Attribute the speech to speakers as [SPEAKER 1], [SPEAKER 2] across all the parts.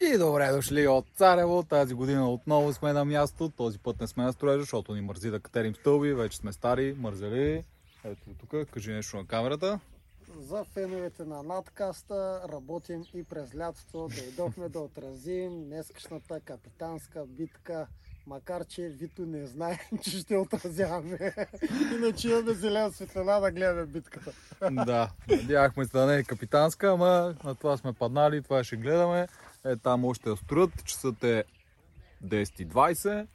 [SPEAKER 1] И добре дошли от Царево. Тази година отново сме на място. Този път не сме на строежа, защото ни мързи да катерим стълби. Вече сме стари, мързели. Ето тук, кажи нещо на камерата.
[SPEAKER 2] За феновете на надкаста работим и през лятото. Дойдохме да отразим днескашната капитанска битка. Макар, че Вито не знае, че ще отразяваме. Иначе имаме зелена светлина да гледаме битката.
[SPEAKER 1] Да, надяхме се да не е капитанска, ама на това сме паднали, това ще гледаме. Е, там още я строят, часът е 10.20.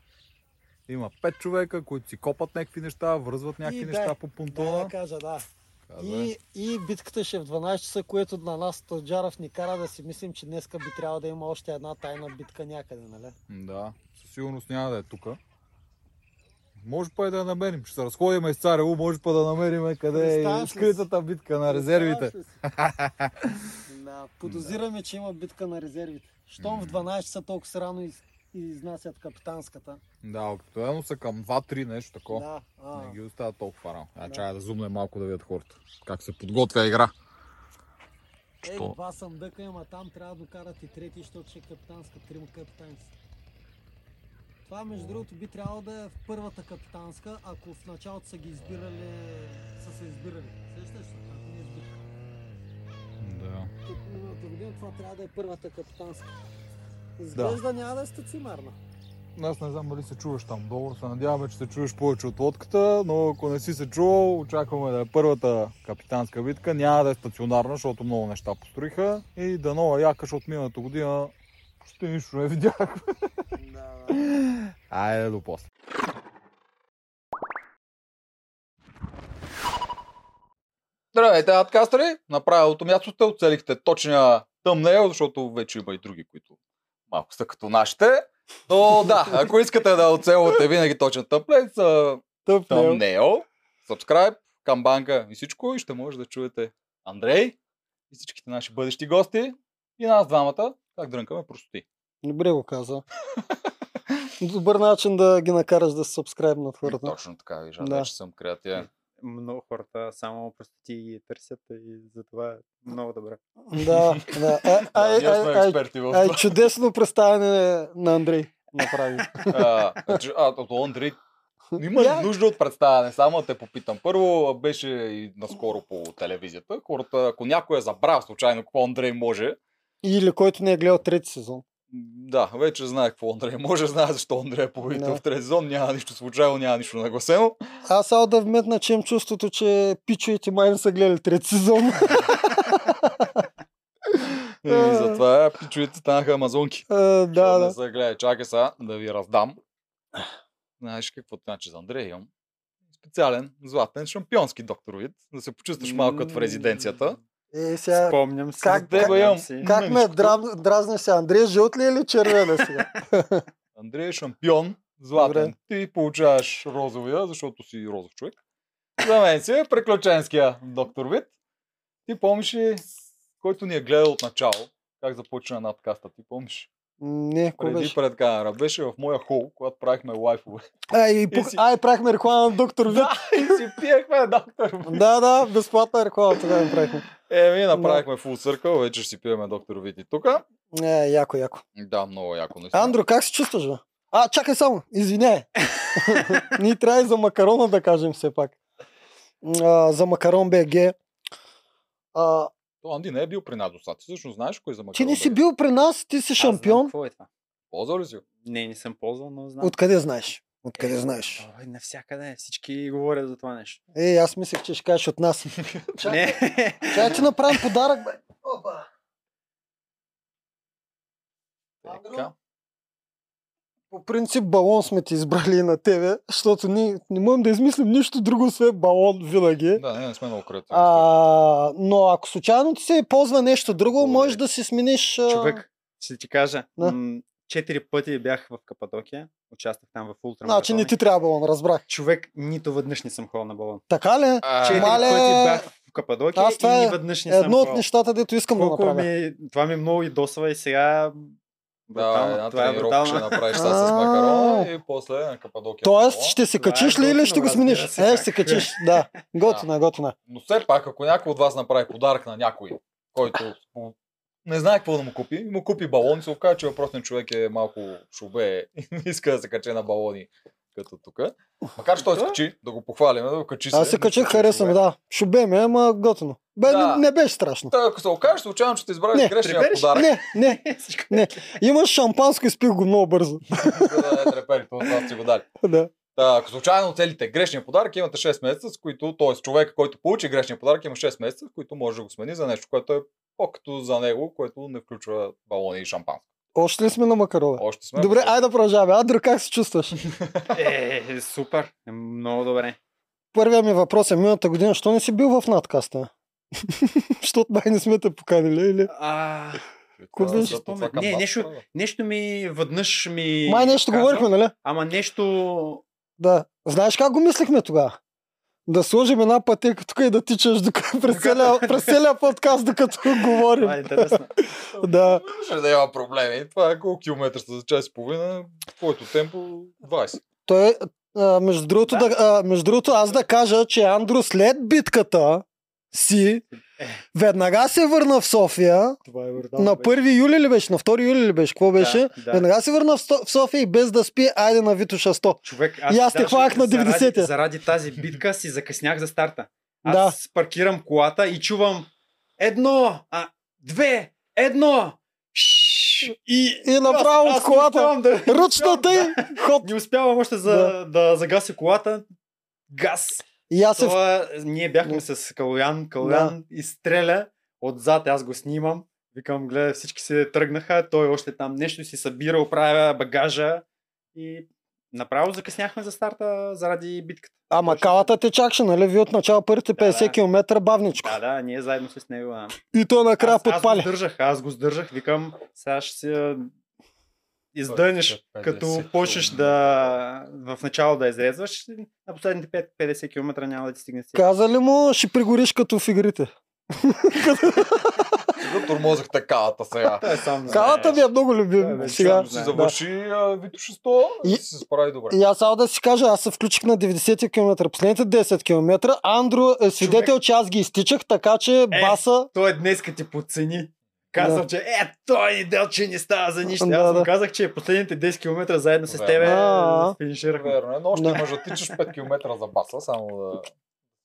[SPEAKER 1] Има 5 човека, които си копат някакви неща, връзват някакви
[SPEAKER 2] И да,
[SPEAKER 1] неща по
[SPEAKER 2] Да,
[SPEAKER 1] понтона.
[SPEAKER 2] да кажа, да.
[SPEAKER 1] Казва,
[SPEAKER 2] И, и битката ще е в 12 часа, което на нас Тоджаров ни кара да си мислим, че днеска би трябвало да има още една тайна битка някъде, нали?
[SPEAKER 1] Да, със сигурност няма да е тук. Може па и да я намерим. Ще се разходим из Царево, може па да намерим къде е
[SPEAKER 2] Представяш ли си?
[SPEAKER 1] скритата битка на резервите.
[SPEAKER 2] Да, подозираме, че има битка на резервите. Щом в 12 часа толкова се рано из, изнасят капитанската.
[SPEAKER 1] Да, обикновено са към 2-3 нещо такова.
[SPEAKER 2] Да, а,
[SPEAKER 1] Не ги оставя толкова рано. А
[SPEAKER 2] Да.
[SPEAKER 1] чая да зумне малко да видят хората. Как се подготвя игра.
[SPEAKER 2] е,
[SPEAKER 1] що?
[SPEAKER 2] два съм дъка, ама там трябва да докарат и трети, защото ще е капитанска, трима капитанци. Това, между другото, би трябвало да е в първата капитанска, ако в началото са ги избирали, са се избирали. Сещаш се, ако не е избирали.
[SPEAKER 1] Да.
[SPEAKER 2] Тук миналата година това трябва да е първата капитанска. Изглежда няма да е стационарна.
[SPEAKER 1] Аз не знам дали се чуваш там долу. Се надяваме, че се чуваш повече от лодката, но ако не си се чувал, очакваме да е първата капитанска битка. Няма да е стационарна, защото много неща построиха. И да нова якаш от миналата година. Ще нищо не видях.
[SPEAKER 2] Да,
[SPEAKER 1] Айде до после. Здравейте, адкастъри! На правилото място сте, оцелихте точния тъмнел, защото вече има и други, които малко са като нашите. Но да, ако искате да оцелвате винаги точен тъмнел, са тъмнел, subscribe, камбанка и всичко и ще може да чуете Андрей и всичките наши бъдещи гости и нас двамата, как дрънкаме простоти.
[SPEAKER 2] Добре го каза. Добър начин да ги накараш да се сабскрайбнат
[SPEAKER 1] И
[SPEAKER 2] хората.
[SPEAKER 1] Точно така, виждам,
[SPEAKER 2] Да.
[SPEAKER 1] вече съм креативен.
[SPEAKER 3] много хората само просто ти ги търсят и затова е много добре.
[SPEAKER 2] Да, да. Ай, ай,
[SPEAKER 1] ние сме
[SPEAKER 2] ай, ай,
[SPEAKER 1] експерти в
[SPEAKER 2] ай,
[SPEAKER 1] това.
[SPEAKER 2] чудесно представяне на Андрей направи.
[SPEAKER 1] А, значи, А, то Андрей, има
[SPEAKER 2] Я-
[SPEAKER 1] ли нужда от представяне? Само да те попитам. Първо беше и наскоро по телевизията. Хората, ако някой е забрал случайно какво Андрей може,
[SPEAKER 2] Или който не е гледал трети сезон.
[SPEAKER 1] да, вече знае какво Андрей може, знае защо Андрей е победител
[SPEAKER 2] Да.
[SPEAKER 1] в трети зон, няма нищо случайно, няма нищо нагласено.
[SPEAKER 2] Аз само да вметна, че имам чувството, че пичовете май не са гледали трети сезон.
[SPEAKER 1] И затова е, пичовете станаха амазонки.
[SPEAKER 2] А, Е, да,
[SPEAKER 1] Защото Не
[SPEAKER 2] да.
[SPEAKER 1] се гледа, чакай сега да ви раздам. Знаеш какво значи за Андрей имам? Специален златен шампионски доктор вид, да се почувстваш малко като в резиденцията.
[SPEAKER 2] Е, сега,
[SPEAKER 3] Спомням си.
[SPEAKER 2] как-
[SPEAKER 3] спомням
[SPEAKER 1] как- имам?
[SPEAKER 3] си.
[SPEAKER 2] как ме драм- дразни се, Андрей жълт ли е или червен е сега?
[SPEAKER 1] Андрей е шампион, златен.
[SPEAKER 2] Добре.
[SPEAKER 1] Ти получаваш розовия, защото си розов човек. За мен си е приключенския доктор Вит. Ти помниш ли, който ни е гледал от начало, как започна надкаста, ти помниш?
[SPEAKER 2] Не, кой
[SPEAKER 1] Преди
[SPEAKER 2] беше?
[SPEAKER 1] пред камера. Беше в моя хол, когато правихме лайфове.
[SPEAKER 2] Ай, и пук...
[SPEAKER 1] си-
[SPEAKER 2] Ай, правихме реклама на доктор Вит.
[SPEAKER 1] Да, и си пиехме доктор Вит.
[SPEAKER 2] Да, да, безплатна реклама тогава им правихме.
[SPEAKER 1] Еми, направихме фул съркъл, вече ще си пиеме доктор Вит и тука.
[SPEAKER 2] Е, яко, яко.
[SPEAKER 1] Да, много яко. наистина.
[SPEAKER 2] Андро, как се чувстваш, бе? А, чакай само, извиняй. Ние трябва и за макарона да кажем все пак. А, за макарон БГ. А,
[SPEAKER 1] То Анди не е бил при нас до сега. Ти всъщност знаеш кой е за макарон.
[SPEAKER 2] ти не си
[SPEAKER 1] бе?
[SPEAKER 2] бил при нас, ти си
[SPEAKER 3] Аз знам
[SPEAKER 2] шампион.
[SPEAKER 3] Какво е това?
[SPEAKER 1] Ползвал ли си? го?
[SPEAKER 3] Не, не съм ползвал, но знам.
[SPEAKER 2] Откъде знаеш? Откъде
[SPEAKER 3] Е,
[SPEAKER 2] знаеш?
[SPEAKER 3] Ой, навсякъде. Всички говорят за това нещо.
[SPEAKER 2] Е, аз мислех, че ще кажеш от нас. Чакай,
[SPEAKER 3] Не.
[SPEAKER 2] чакай, че направим подарък, бе. Опа. Андро?
[SPEAKER 1] Така.
[SPEAKER 2] По принцип балон сме ти избрали на тебе, защото ние не можем да измислим нищо друго, освен балон винаги.
[SPEAKER 1] Да, не, не сме много креативни.
[SPEAKER 2] А, но ако случайно ти се ползва нещо друго,
[SPEAKER 3] Благодаря.
[SPEAKER 2] можеш да си смениш... а,
[SPEAKER 3] Човек, ще ти кажа.
[SPEAKER 2] Да.
[SPEAKER 3] м, Четири пъти бях в Кападокия. Участвах там в ултрамаратони.
[SPEAKER 2] Значи не ти трябва балон, разбрах.
[SPEAKER 3] Човек, нито веднъж не съм ходил на балон.
[SPEAKER 2] Така ли? е?
[SPEAKER 1] А,
[SPEAKER 3] Четири
[SPEAKER 2] мале,
[SPEAKER 3] пъти бях в Кападокия
[SPEAKER 2] аз това
[SPEAKER 3] и
[SPEAKER 2] е
[SPEAKER 3] ни веднъж не съм
[SPEAKER 2] Едно от
[SPEAKER 3] ходил.
[SPEAKER 2] нещата, дето искам да
[SPEAKER 3] Колко
[SPEAKER 2] направя.
[SPEAKER 3] ми, е- това ми много ядосва и сега...
[SPEAKER 1] Да,
[SPEAKER 3] брутално.
[SPEAKER 1] една
[SPEAKER 3] това е
[SPEAKER 1] тренировка ще
[SPEAKER 3] брутално.
[SPEAKER 1] направиш сега с
[SPEAKER 2] А.
[SPEAKER 1] макарона и после на Кападокия.
[SPEAKER 2] Тоест,
[SPEAKER 1] О,
[SPEAKER 2] ще се
[SPEAKER 3] това е
[SPEAKER 2] качиш ли или ще
[SPEAKER 3] готино,
[SPEAKER 2] го смениш?
[SPEAKER 3] разбира се,
[SPEAKER 2] Е, ще се
[SPEAKER 3] как.
[SPEAKER 2] качиш, да. е, Готина, готина.
[SPEAKER 1] Но все пак, ако някой от вас направи подарък на някой, който по не знае какво да му купи. Му купи балон, се оказа, че въпросният човек е малко шубе и не иска да се каче на балони като тук. Макар че той се
[SPEAKER 3] Да.
[SPEAKER 1] качи, да го похвалим, да го качи
[SPEAKER 2] Е, Аз се качих, харесвам, да. Шубе ме, ама готино. Бе,
[SPEAKER 1] Да.
[SPEAKER 2] не, не беше страшно.
[SPEAKER 1] Та, ако се окаже, случайно, че ти избрали
[SPEAKER 2] Не,
[SPEAKER 1] грешния
[SPEAKER 3] прибереш?
[SPEAKER 1] подарък,
[SPEAKER 2] Не, не, не. Имаш шампанско и спих го много бързо.
[SPEAKER 1] за да не трепери, това това сте го дали.
[SPEAKER 2] да.
[SPEAKER 1] Та, ако случайно целите грешния подарък, имате 6 месеца, с които, т.е. човек, който получи грешния подарък, има 6 месеца, в които може да го смени за нещо, което е по-като за него, което не включва балони и шампанско.
[SPEAKER 2] Още ли сме на макарова?
[SPEAKER 1] Още сме.
[SPEAKER 2] Добре, айде да продължаваме. Андро, как се чувстваш?
[SPEAKER 3] Е, супер. Много добре.
[SPEAKER 2] Първият ми въпрос е миналата година, що не си бил в надкаста? Защото май не сме те поканили или...
[SPEAKER 3] А,
[SPEAKER 1] Това-
[SPEAKER 2] беше
[SPEAKER 1] това
[SPEAKER 3] спомен?
[SPEAKER 1] към
[SPEAKER 3] Не,
[SPEAKER 1] нас
[SPEAKER 3] нещо-
[SPEAKER 1] трябва.
[SPEAKER 3] нещо ми веднъж ми...
[SPEAKER 2] Май нещо
[SPEAKER 3] каза,
[SPEAKER 2] говорихме, нали?
[SPEAKER 3] Ама нещо...
[SPEAKER 2] Да. Знаеш как го мислихме тогава? Да сложим една пътека тук и да тичаш дока- през целия, през целия подкаст, докато говорим.
[SPEAKER 3] Това е интересно.
[SPEAKER 2] Да.
[SPEAKER 1] Ще да има проблеми. Това е колко километра са за час и половина, който темпо 20.
[SPEAKER 2] Той, а, между, другото, да. а, между другото, аз да кажа, че Андро след битката си веднага се върна в София.
[SPEAKER 3] Това е
[SPEAKER 2] Да, на 1 юли ли беше? На 2 юли ли беше? Какво беше?
[SPEAKER 3] да.
[SPEAKER 2] Веднага се върна в Со- в София и без да спи, айде на Витоша 100.
[SPEAKER 3] Човек,
[SPEAKER 2] И аз те
[SPEAKER 3] даже
[SPEAKER 2] хванах на 90-те.
[SPEAKER 3] Заради, заради тази битка си закъснях за старта.
[SPEAKER 2] Да.
[SPEAKER 3] Аз паркирам колата и чувам едно, а, две, едно. Шш, И,
[SPEAKER 2] И направо от
[SPEAKER 3] аз- аз не
[SPEAKER 2] колата.
[SPEAKER 3] успявам Да,
[SPEAKER 2] Ръчната и ход.
[SPEAKER 3] не успявам още за,
[SPEAKER 2] Да.
[SPEAKER 3] да. да загася колата. Газ.
[SPEAKER 2] И аз се...
[SPEAKER 3] Това, е- ние бяхме с Калоян. Калоян изстреля отзад. Аз го снимам. Викам, гледай, всички се тръгнаха. Той още там нещо си събира, оправя багажа. И направо закъсняхме за старта заради битката.
[SPEAKER 2] Ама
[SPEAKER 3] точно.
[SPEAKER 2] калата те чакаше, нали? Вие от начало първите
[SPEAKER 3] Да,
[SPEAKER 2] 50
[SPEAKER 3] да.
[SPEAKER 2] км бавничко.
[SPEAKER 3] Да, да, ние заедно с него. А.
[SPEAKER 2] И то накрая
[SPEAKER 3] аз, аз
[SPEAKER 2] подпали.
[SPEAKER 3] го сдържах, аз го сдържах, викам, сега ще се издънеш,
[SPEAKER 1] Той е 50
[SPEAKER 3] като
[SPEAKER 1] километра.
[SPEAKER 3] почнеш да в начало да изрезваш, на последните пет- 50 км няма да ти стигне си.
[SPEAKER 2] Каза ли му, ще пригориш като в игрите?
[SPEAKER 1] Да тормозах такавата сега.
[SPEAKER 3] Той е сам.
[SPEAKER 2] Калата ви е много любим.
[SPEAKER 3] Да, бе,
[SPEAKER 2] сега.
[SPEAKER 3] чудо
[SPEAKER 1] Си
[SPEAKER 3] Да.
[SPEAKER 1] завърши а, Вито 600 и
[SPEAKER 2] И-
[SPEAKER 1] се справи добре.
[SPEAKER 2] И аз само да си кажа, аз се включих на 90 км. Последните 10 км. Андро е свидетел, че аз ги изтичах, така
[SPEAKER 3] Е,
[SPEAKER 2] че баса...
[SPEAKER 3] Той днес ти подцени. Казвам,
[SPEAKER 2] Да.
[SPEAKER 3] че е, той ни дел, че не става за нищо.
[SPEAKER 2] Да,
[SPEAKER 3] Аз
[SPEAKER 2] да.
[SPEAKER 3] му казах, че последните 10 км заедно с
[SPEAKER 1] Верно.
[SPEAKER 3] тебе
[SPEAKER 2] А, а.
[SPEAKER 3] финиширахме.
[SPEAKER 1] Верно е, но още
[SPEAKER 2] Да.
[SPEAKER 1] имаш да тичаш 5 км за баса, само да ти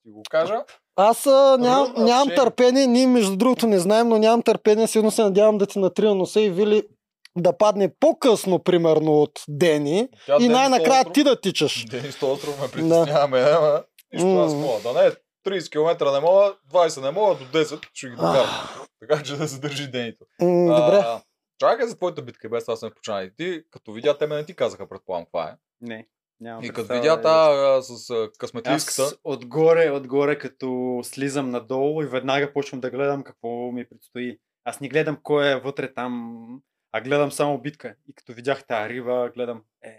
[SPEAKER 1] го кажа.
[SPEAKER 2] Аз а, ням,
[SPEAKER 1] Рудна
[SPEAKER 2] нямам
[SPEAKER 1] шега.
[SPEAKER 2] търпение, ние между другото не знаем, но нямам търпение, сигурно се надявам да ти натрия носа и Вили да падне по-късно, примерно, от Дени.
[SPEAKER 1] Тя
[SPEAKER 2] и
[SPEAKER 1] Денис
[SPEAKER 2] най-накрая
[SPEAKER 1] Толтров-
[SPEAKER 2] ти да тичаш.
[SPEAKER 1] Денис Толтров ме притесняваме, ама нищо аз
[SPEAKER 2] М.
[SPEAKER 1] мога. Да не, 30 км не мога, 20 не мога, до 10 ще ги
[SPEAKER 2] Ах,
[SPEAKER 1] докарам. Така че да се държи денито.
[SPEAKER 2] м, Добре.
[SPEAKER 1] А, Чакай за твоята битка, без аз съм починал. И Ти, като видя, те ме не ти казаха, предполагам, каква е.
[SPEAKER 3] Не, нямам
[SPEAKER 1] И като
[SPEAKER 3] представа, е,
[SPEAKER 1] видя
[SPEAKER 3] не,
[SPEAKER 1] та а, с а,
[SPEAKER 3] Аз
[SPEAKER 1] късметлийската,
[SPEAKER 3] отгоре, отгоре, като слизам надолу и веднага почвам да гледам какво ми предстои. Аз не гледам кой е вътре там, а гледам само битка. И като видях тази риба, гледам, е,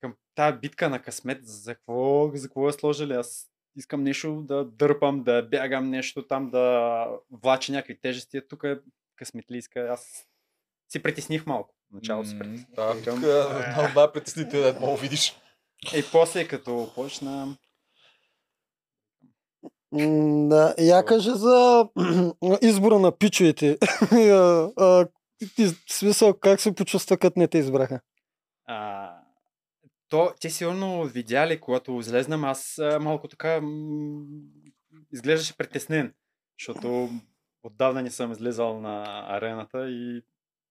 [SPEAKER 3] към тази битка на късмет, за какво, за какво я сложили? Аз искам нещо да дърпам, да бягам нещо там, да влача някакви тежести. А Тук е късметлийска. Аз се притесних малко. В Началото се
[SPEAKER 1] М,
[SPEAKER 3] притесних.
[SPEAKER 1] Да,
[SPEAKER 3] Викам,
[SPEAKER 1] тук е една от най-притеснителните, да мога видиш.
[SPEAKER 3] Е, после като почна...
[SPEAKER 2] М, Да, я кажа за избора на пичовете. А, а, ти- в смисъл, как се почувства, като не те избраха?
[SPEAKER 3] А, то, те сигурно видяли, когато излезнам, аз а, малко така м- изглеждаше притеснен, защото отдавна не съм излезал на арената и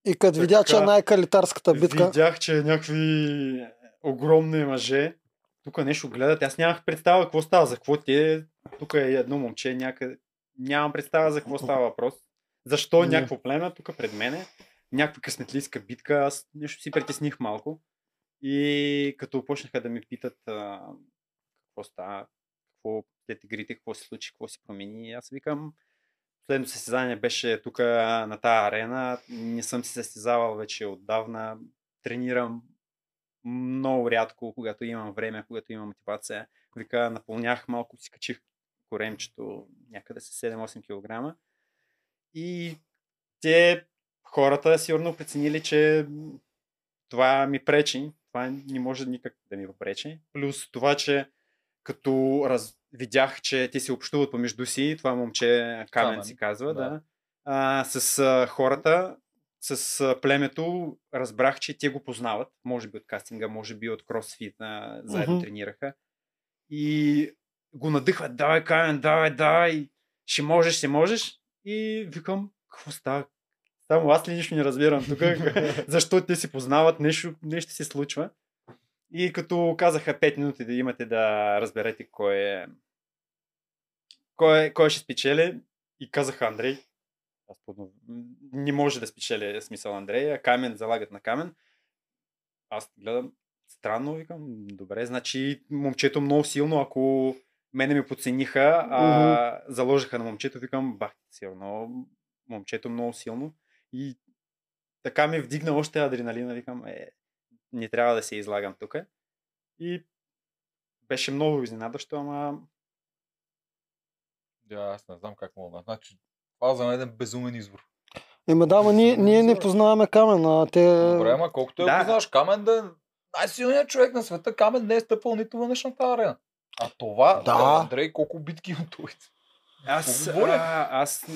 [SPEAKER 2] И като видя, че е
[SPEAKER 3] Така,
[SPEAKER 2] най-калитарската битка,
[SPEAKER 3] видях, че някакви огромни мъже тук нещо гледат. Аз нямах представа какво става, за какво те. Тук е едно момче някъде. Нямам представа за какво става въпрос. Защо е
[SPEAKER 2] Да.
[SPEAKER 3] някакво племе тук пред мене, някаква късметлийска битка, аз нещо си притесних малко. И като почнаха да ми питат а, какво става, какво след игрите, какво се случи, какво се промени, аз викам, Последното състезание беше тук на тази арена. Не съм се състезавал вече отдавна. Тренирам много рядко, когато имам време, когато имам мотивация. Вика, напълнях малко, си качих коремчето някъде с 7-8 кг. И те, хората, сигурно преценили, че м, това ми пречи. Това не може никак да ми попречи. Плюс това, че като раз... видях, че те се общуват помежду си, това момче Камен
[SPEAKER 1] Камен,
[SPEAKER 3] си казва,
[SPEAKER 1] да.
[SPEAKER 3] да. а, с а, хората, с а, племето, разбрах, че те го познават. Може би от кастинга, може би от кросфит, а, заедно
[SPEAKER 2] Мгм.
[SPEAKER 3] тренираха. И го надъхват, давай, Камен, давай, давай, ще можеш, ще можеш. И викам, какво става? Само аз ли нищо не разбирам тук? Защо те се познават, нещо, нещо се случва. И като казаха 5 минути да имате да разберете кой е кой, кой ще спечели и казаха Андрей. Аз трудно. м, Не може да спечели в смисъл Андрей, а камен залагат на камен. Аз гледам странно, викам, добре, значи момчето много силно, ако мене ми подцениха, а заложиха на момчето, викам, бах, силно, момчето много силно. И така ми вдигна още адреналина, викам, е, не трябва да се излагам тук. И беше много изненадващо, ама
[SPEAKER 1] Да, аз не знам как мога да. Значи, това за мен е безумен избор.
[SPEAKER 2] Еми да, ма ние, ние не познаваме камен, а те...
[SPEAKER 1] Добре, ама колкото я
[SPEAKER 3] да.
[SPEAKER 1] познаваш, Камен да е най-силният човек на света. Камен не е стъпал нито веднъж на тази арена. А това,
[SPEAKER 2] Да.
[SPEAKER 1] бе, Андрей, колко битки от той.
[SPEAKER 3] Аз,
[SPEAKER 1] Говоря.
[SPEAKER 3] а, аз м,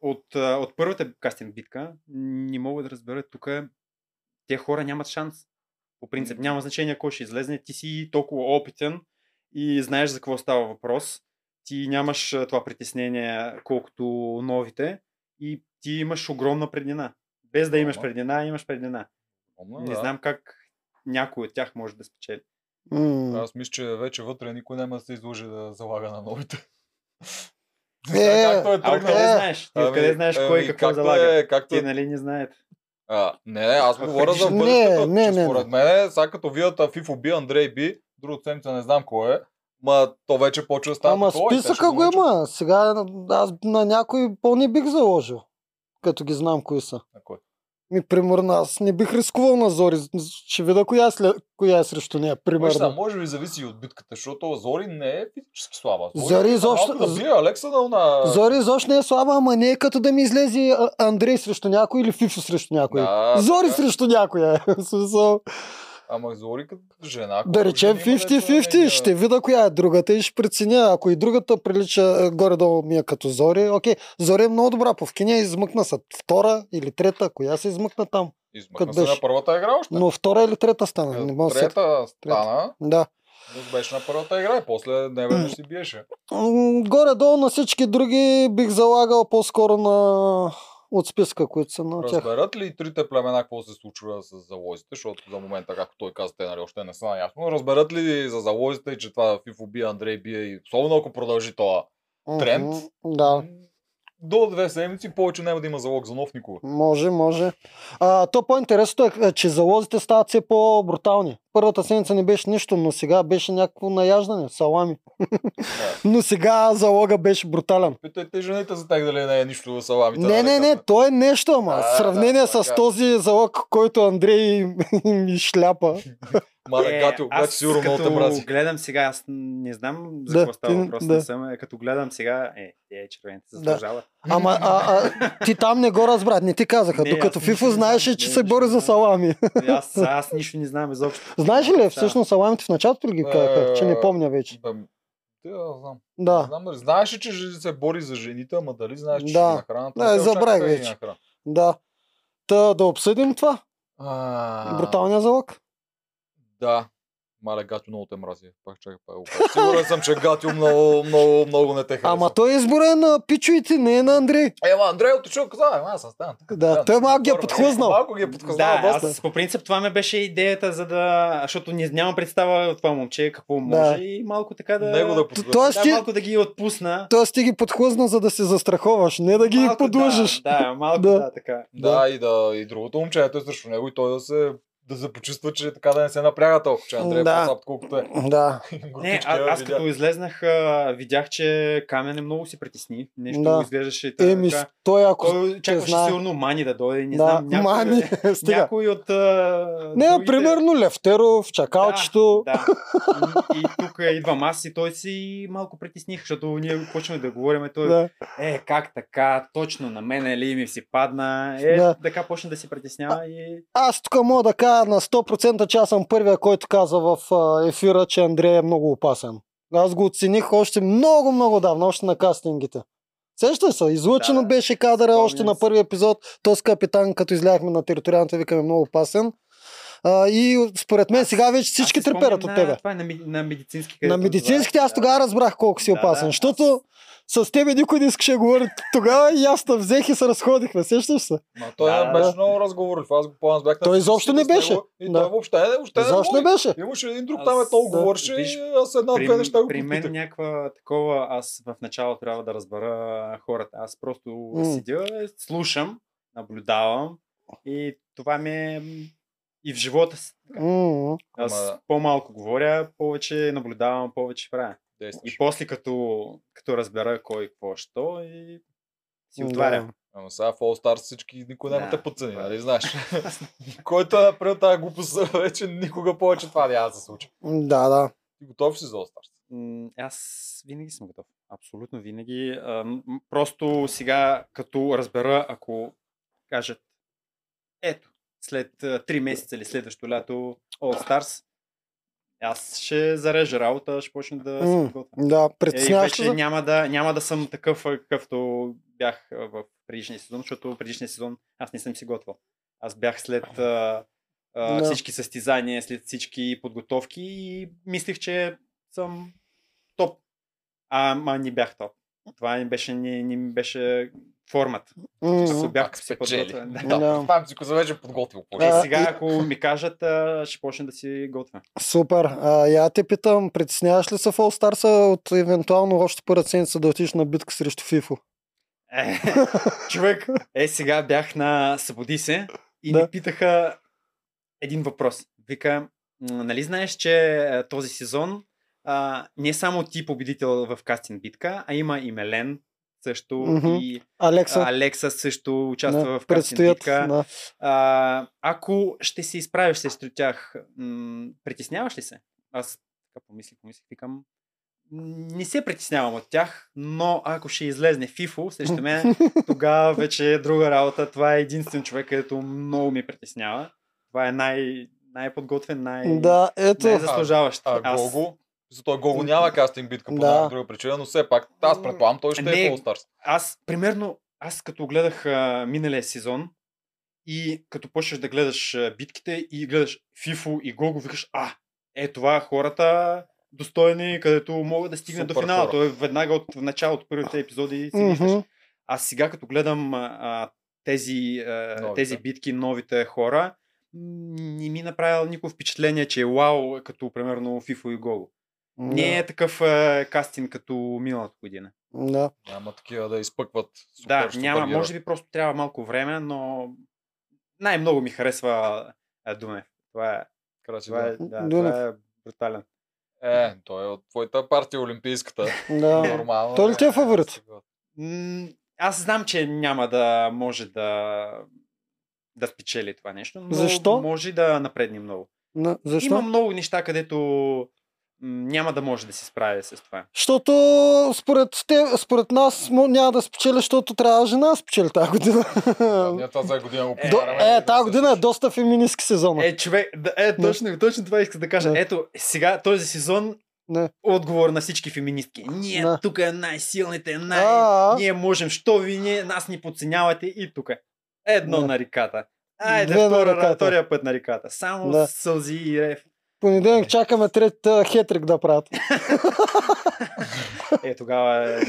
[SPEAKER 3] от, а, от първата кастинг битка не мога да разбера тук те хора нямат шанс. По принцип няма значение кой ще излезне. Ти си толкова опитен и знаеш за какво става въпрос. Ти нямаш а, това притеснение колкото новите и ти имаш огромна преднина. Без да имаш
[SPEAKER 1] Ама.
[SPEAKER 3] преднина, имаш преднина.
[SPEAKER 1] Помня,
[SPEAKER 3] Не
[SPEAKER 1] да.
[SPEAKER 3] знам как някой от тях може да спечели.
[SPEAKER 2] М.
[SPEAKER 1] Аз мисля, че вече вътре никой няма да се изложи да залага на новите.
[SPEAKER 2] Е,
[SPEAKER 1] както е
[SPEAKER 3] А
[SPEAKER 1] тръгнал.
[SPEAKER 3] откъде
[SPEAKER 2] Е,
[SPEAKER 3] знаеш? Ти откъде
[SPEAKER 1] Ами,
[SPEAKER 3] знаеш
[SPEAKER 1] ами,
[SPEAKER 3] кой какво
[SPEAKER 1] както
[SPEAKER 3] залага?
[SPEAKER 1] Е, както
[SPEAKER 3] Ти
[SPEAKER 1] е
[SPEAKER 3] нали не знаете.
[SPEAKER 1] А, не, аз
[SPEAKER 3] Ако
[SPEAKER 1] говоря за
[SPEAKER 3] предишни-
[SPEAKER 1] бъдещето.
[SPEAKER 2] Не,
[SPEAKER 1] Не,
[SPEAKER 2] не, не,
[SPEAKER 1] според мен, сега като видят а, Фифо би, Андрей би, друг седмица не знам кой е, ма то вече почва да става
[SPEAKER 2] Ама
[SPEAKER 1] такова и те ще
[SPEAKER 2] списъка го
[SPEAKER 1] научат.
[SPEAKER 2] има. Сега аз на някой по-не бих заложил, като ги знам кои са.
[SPEAKER 1] На кой?
[SPEAKER 2] Ми, примерно, аз не бих рискувал на Зори. Ще видя коя е, след... коя е срещу нея,
[SPEAKER 1] Виж, сега,
[SPEAKER 2] примерно.
[SPEAKER 1] може би зависи и от битката, защото Зори не е физически слаба.
[SPEAKER 2] Зори
[SPEAKER 1] е
[SPEAKER 2] изобщо-
[SPEAKER 1] малко Да бие Алекса на... на...
[SPEAKER 2] Зори изобщо не е слаба, ама не е като да ми излезе а, Андрей срещу някой или Фифо срещу някой.
[SPEAKER 1] Да,
[SPEAKER 2] Зори
[SPEAKER 1] така.
[SPEAKER 2] срещу някоя. е. В смисъл,
[SPEAKER 1] Ама Зори като жена... ако
[SPEAKER 2] да
[SPEAKER 1] жена
[SPEAKER 2] речем
[SPEAKER 1] има нещо, не
[SPEAKER 2] 50-50,
[SPEAKER 1] е-
[SPEAKER 2] ще видя коя е другата и ще преценя. Ако и другата прилича а, горе-долу ми е като Зори, окей. Зори е много добра, по вкиня измъкна са втора или трета, коя се измъкна там.
[SPEAKER 1] Измъкна
[SPEAKER 2] Като
[SPEAKER 1] се на
[SPEAKER 2] беше.
[SPEAKER 1] първата игра още.
[SPEAKER 2] Но втора или трета стана, не мога да се...
[SPEAKER 1] Трета стана,
[SPEAKER 2] Да.
[SPEAKER 1] но беше на първата игра и после не веднъж си биеше.
[SPEAKER 2] М, Горе-долу на всички други бих залагал по-скоро на... от списка, които са на тях.
[SPEAKER 1] Разберат ли трите племена какво се случва с залозите, защото за момента, както той каза, те нали, още не са наясно, но разберат ли за залозите, и че това Фифо бие, Андрей бие и особено ако продължи това, е Тренд?
[SPEAKER 2] Мгм, Да,
[SPEAKER 1] до две седмици повече няма да има залог за нов никога.
[SPEAKER 2] може, може. А, то по-интересното е, е, че залозите стават все по-брутални. Първата седмица не беше нищо, но сега беше някакво наяждане, салами. но сега залога беше брутален.
[SPEAKER 1] Питайте жените за тях дали не е нищо за саламите.
[SPEAKER 2] Не,
[SPEAKER 1] нали,
[SPEAKER 2] не, не,
[SPEAKER 1] казват.
[SPEAKER 2] то е нещо, ама.
[SPEAKER 1] Да,
[SPEAKER 2] в сравнение
[SPEAKER 1] да,
[SPEAKER 2] с
[SPEAKER 1] така.
[SPEAKER 2] този залог, който Андрей ми шляпа.
[SPEAKER 1] Мале, гати, Е, обаче
[SPEAKER 3] Е, аз
[SPEAKER 1] сигурно много те
[SPEAKER 3] като
[SPEAKER 1] мрази.
[SPEAKER 3] гледам сега, аз не знам за
[SPEAKER 2] Да,
[SPEAKER 3] какво става
[SPEAKER 2] ти-
[SPEAKER 3] въпрос,
[SPEAKER 2] да.
[SPEAKER 3] не съм, а като гледам сега, е, е червените се
[SPEAKER 2] Да.
[SPEAKER 3] задържават.
[SPEAKER 2] Ама а, а, ти там не го разбра, не ти казаха.
[SPEAKER 3] Не,
[SPEAKER 2] Докато
[SPEAKER 3] аз нищо
[SPEAKER 2] Фифо
[SPEAKER 3] не знам.
[SPEAKER 2] знаеше, че
[SPEAKER 3] Не,
[SPEAKER 2] се
[SPEAKER 3] нищо
[SPEAKER 2] бори
[SPEAKER 3] не
[SPEAKER 2] за
[SPEAKER 3] знам.
[SPEAKER 2] салами.
[SPEAKER 3] Е, Аз, аз нищо не знам изобщо.
[SPEAKER 2] Знаеш ли,
[SPEAKER 3] Да.
[SPEAKER 2] всъщност саламите в началото ли ги
[SPEAKER 1] Е,
[SPEAKER 2] казаха, че не помня вече?
[SPEAKER 1] Бе, Ти да знам.
[SPEAKER 2] Да,
[SPEAKER 1] знам дали. Знаеш ли, че жени се бори за жените, ама дали знаеш, че
[SPEAKER 2] Да.
[SPEAKER 1] ще нахранат?
[SPEAKER 2] Не,
[SPEAKER 1] те очакват
[SPEAKER 2] забравих
[SPEAKER 1] да ги
[SPEAKER 2] вече.
[SPEAKER 1] нахранят.
[SPEAKER 2] да. Та да обсъдим това.
[SPEAKER 1] А,
[SPEAKER 2] Бруталния залог.
[SPEAKER 1] Да. Мале, Гатю много те мрази. Пак чакай, пак го кажа. Сигурен съм, че Гатю много, много, много не те харесва.
[SPEAKER 2] Ама той е изборен на пичуите, не е на Андрей.
[SPEAKER 1] Ема, Андрей от Очук, каза, ема, аз съм стана.
[SPEAKER 2] Да, той малко ги е подхлъзнал.
[SPEAKER 1] Малко ги е подхлъзнал,
[SPEAKER 3] Да,
[SPEAKER 1] доста.
[SPEAKER 3] аз по принцип това ми беше идеята, за да... Защото не, нямам представа от това момче какво може и малко така да...
[SPEAKER 1] Него да е
[SPEAKER 2] Т-
[SPEAKER 1] подхлъзна.
[SPEAKER 2] Тоест
[SPEAKER 3] да,
[SPEAKER 2] ти,
[SPEAKER 3] малко да ги отпусна.
[SPEAKER 2] тоест ти ги подхлъзна, за да се застраховаш, не да ги
[SPEAKER 3] Малко,
[SPEAKER 2] подлъжиш.
[SPEAKER 3] Да, да, малко
[SPEAKER 2] Да.
[SPEAKER 3] да, така.
[SPEAKER 1] Да, и да, и другото момче, ето е срещу него и той да се да се почувства, че така да не се напряга толкова, че Андрей
[SPEAKER 2] Да.
[SPEAKER 1] да. по колкото е.
[SPEAKER 2] Да.
[SPEAKER 3] Не, а, аз като излезнах, а, видях, че Камен е много се притесни. Нещо
[SPEAKER 2] Да.
[SPEAKER 3] го изглеждаше така.
[SPEAKER 2] Еми, той ако
[SPEAKER 3] Той чакваше
[SPEAKER 2] знае.
[SPEAKER 3] сигурно Мани да дойде, не
[SPEAKER 2] да,
[SPEAKER 3] знам. някой- е-
[SPEAKER 2] мани, стига.
[SPEAKER 3] Някой от... А,
[SPEAKER 2] Не,
[SPEAKER 3] другите-
[SPEAKER 2] примерно Левтеров, Чакалчето.
[SPEAKER 3] Да. И, и тук идвам аз и той си малко притесних, защото ние почваме да говорим. Той,
[SPEAKER 2] Да.
[SPEAKER 3] е, как така, точно на мен ли ми си падна. Е,
[SPEAKER 2] Да.
[SPEAKER 3] да. така почна да се притеснява и...
[SPEAKER 2] Аз тук мога да кажа на 100%, че аз съм първия, който каза в а, ефира, че Андрей е много опасен. Аз го оцених още много, много давно, още на кастингите. Сещаш се, излъчено
[SPEAKER 3] Да,
[SPEAKER 2] беше кадъра
[SPEAKER 3] спомням
[SPEAKER 2] още на
[SPEAKER 3] си.
[SPEAKER 2] първи епизод. Този капитан, като изляхме на териториалната, викаме е много опасен. А, и според мен сега вече всички
[SPEAKER 3] Аз си спомням
[SPEAKER 2] треперят от тебе.
[SPEAKER 3] На, това е на, меди- на медицински.
[SPEAKER 2] На
[SPEAKER 3] където
[SPEAKER 2] медицинските
[SPEAKER 3] това-
[SPEAKER 2] аз тогава разбрах колко си
[SPEAKER 3] Да,
[SPEAKER 2] опасен,
[SPEAKER 3] да.
[SPEAKER 2] защото с тебе никой не искаше да говори тогава и аз те взех и се разходихме, сещаш се?
[SPEAKER 1] Ма той е
[SPEAKER 3] Да, да,
[SPEAKER 1] беше
[SPEAKER 3] да.
[SPEAKER 1] много разговорлив. Аз го помня, аз бях на
[SPEAKER 2] Той изобщо не
[SPEAKER 1] с него
[SPEAKER 2] беше.
[SPEAKER 1] И
[SPEAKER 2] Да.
[SPEAKER 1] той въобще не, въобще не.
[SPEAKER 2] Защо не
[SPEAKER 1] говори.
[SPEAKER 2] беше?
[SPEAKER 1] Имаше един друг
[SPEAKER 3] Аз-
[SPEAKER 1] там, е толкова
[SPEAKER 2] Да.
[SPEAKER 1] говореше
[SPEAKER 3] Виж,
[SPEAKER 1] и аз една-две е неща го
[SPEAKER 3] при, при мен
[SPEAKER 1] попитах.
[SPEAKER 3] някаква такова, аз в начало трябва да разбера хората. Аз просто
[SPEAKER 2] М.
[SPEAKER 3] седя, слушам, наблюдавам и това ми е м, и в живота си.
[SPEAKER 2] М,
[SPEAKER 3] Аз
[SPEAKER 1] Ама-
[SPEAKER 3] по-малко говоря, повече наблюдавам, повече правя.
[SPEAKER 1] Действаш.
[SPEAKER 3] И после като, като разбера кой какво що и си
[SPEAKER 2] Да.
[SPEAKER 3] отварям.
[SPEAKER 1] Ама сега в All Stars всички никой няма
[SPEAKER 3] Да.
[SPEAKER 1] те подцени, нали знаеш? Който е направил тази глупост, вече никога повече това няма да се случи.
[SPEAKER 2] Да, да.
[SPEAKER 1] Ти готов ли си за All Stars?
[SPEAKER 3] М, Аз винаги съм готов. Абсолютно винаги. Ам, м, Просто сега, като разбера, ако кажат, ето, след 3 месеца или следващо лято All Stars, аз ще зарежа работа, ще почна да
[SPEAKER 2] М,
[SPEAKER 3] се подготвя.
[SPEAKER 2] Да,
[SPEAKER 3] Е, и
[SPEAKER 2] притесняваш ли
[SPEAKER 3] вече
[SPEAKER 2] се?
[SPEAKER 3] няма да, няма да съм такъв, а, какъвто бях а, в предишния сезон, защото предишния сезон аз не съм си готвил. Аз бях след а, а,
[SPEAKER 2] Да.
[SPEAKER 3] всички състезания, след всички подготовки и мислих, че съм топ. Ама не бях топ. Това не беше, не, не ми беше формат.
[SPEAKER 2] М,
[SPEAKER 3] Ако бях
[SPEAKER 1] Пак
[SPEAKER 3] си
[SPEAKER 1] спечели.
[SPEAKER 3] подготвен. Да.
[SPEAKER 1] Да,
[SPEAKER 2] Да.
[SPEAKER 1] това си го за вече подготвил.
[SPEAKER 2] Да.
[SPEAKER 1] повече.
[SPEAKER 3] Е,
[SPEAKER 2] А,
[SPEAKER 3] сега,
[SPEAKER 2] и-
[SPEAKER 3] ако ми кажат, а, ще почна да си готвя.
[SPEAKER 2] Супер. А, я те питам, притесняваш ли се в All Stars от евентуално още първа седмица да отидеш на битка срещу Фифо?
[SPEAKER 3] Е, човек, е, сега бях на Събуди се и
[SPEAKER 2] Да.
[SPEAKER 3] ми питаха един въпрос. Вика, «М, нали знаеш, че е, този сезон а, не само ти победител в кастинг битка, а има и Мелен също
[SPEAKER 2] Мгм.
[SPEAKER 3] и
[SPEAKER 2] Алекса?
[SPEAKER 3] а, Алекса също участва
[SPEAKER 2] да,
[SPEAKER 3] в кастинг
[SPEAKER 2] предстоят.
[SPEAKER 3] битка.
[SPEAKER 2] Да.
[SPEAKER 3] А, ако ще се изправиш срещу тях, м- притесняваш ли се? Аз така помислих, помислих, викам. Не се притеснявам от тях, но ако ще излезне Фифо срещу мен, тогава вече е друга работа. Това е единствен човек, където много ми притеснява. Това е най- най-подготвен, най-
[SPEAKER 2] да, ето.
[SPEAKER 3] най-заслужаващ.
[SPEAKER 1] А
[SPEAKER 3] Аз-
[SPEAKER 1] Гого? За той Гого няма кастинг битка по
[SPEAKER 2] Да.
[SPEAKER 1] да. друга причина, но все пак аз предполагам, той ще е
[SPEAKER 3] Не.
[SPEAKER 1] в All Stars.
[SPEAKER 3] аз, примерно, аз като гледах а, миналия сезон и като почнеш да гледаш а, битките и гледаш Фифо и Гого, викаш, а, е това хората достойни, където могат да стигнат до
[SPEAKER 1] Супер
[SPEAKER 3] финала.
[SPEAKER 1] хора.
[SPEAKER 3] Той е веднага от началото, от първите епизоди си
[SPEAKER 2] Мгм.
[SPEAKER 3] виждаш. А сега като гледам а, а, тези, а,
[SPEAKER 1] Новите.
[SPEAKER 3] тези битки, новите хора, м, не ми е направил никакво впечатление, че е вау, като примерно Фифо и Гого. Не е такъв а, кастинг като миналата година.
[SPEAKER 2] Да.
[SPEAKER 1] Няма такива да изпъкват. Супер,
[SPEAKER 3] Да,
[SPEAKER 1] супер
[SPEAKER 3] няма.
[SPEAKER 1] герои.
[SPEAKER 3] Може би просто трябва малко време, но най-много ми харесва а, Дунев. Това е,
[SPEAKER 1] Краси,
[SPEAKER 3] това е,
[SPEAKER 1] да.
[SPEAKER 3] да,
[SPEAKER 2] Дунев.
[SPEAKER 3] това е брутален.
[SPEAKER 1] Е, той е от твоята партия, Олимпийската.
[SPEAKER 2] да. да.
[SPEAKER 1] Нормално.
[SPEAKER 2] Той ли ти е
[SPEAKER 1] е,
[SPEAKER 2] фаворит?
[SPEAKER 1] сега.
[SPEAKER 3] М, Аз знам, че няма да може да да спечели това нещо, но
[SPEAKER 2] Защо?
[SPEAKER 3] може да напредне много.
[SPEAKER 2] На- Защо?
[SPEAKER 3] Защо? Има много неща, където м, няма да може да се справи с това.
[SPEAKER 2] Защото според, те, според нас му- няма да спечели, защото трябва жена да спечели тази година.
[SPEAKER 1] Да, ние това за година го
[SPEAKER 3] Е,
[SPEAKER 2] До,
[SPEAKER 1] прекараме, да
[SPEAKER 2] е, тази
[SPEAKER 1] се
[SPEAKER 2] година е
[SPEAKER 1] случи.
[SPEAKER 2] доста феминистки сезон.
[SPEAKER 3] Е, човек, да, е,
[SPEAKER 2] Не.
[SPEAKER 3] точно, точно това исках да кажа.
[SPEAKER 2] Не.
[SPEAKER 3] Ето, сега този сезон
[SPEAKER 2] Не.
[SPEAKER 3] отговор на всички феминистки. Ние
[SPEAKER 2] Не.
[SPEAKER 3] тук е най-силните, най...
[SPEAKER 2] А,
[SPEAKER 3] Ние можем, що ви не, нас ни подценявате и тук. Едно
[SPEAKER 2] Да.
[SPEAKER 3] на реката. Айде,
[SPEAKER 2] Две на
[SPEAKER 3] втора,
[SPEAKER 2] реката.
[SPEAKER 3] втория път на реката. Само
[SPEAKER 2] Да.
[SPEAKER 3] сълзи и рев.
[SPEAKER 2] понеделник чакаме третия хетрик да правят.
[SPEAKER 3] Е, тогава е,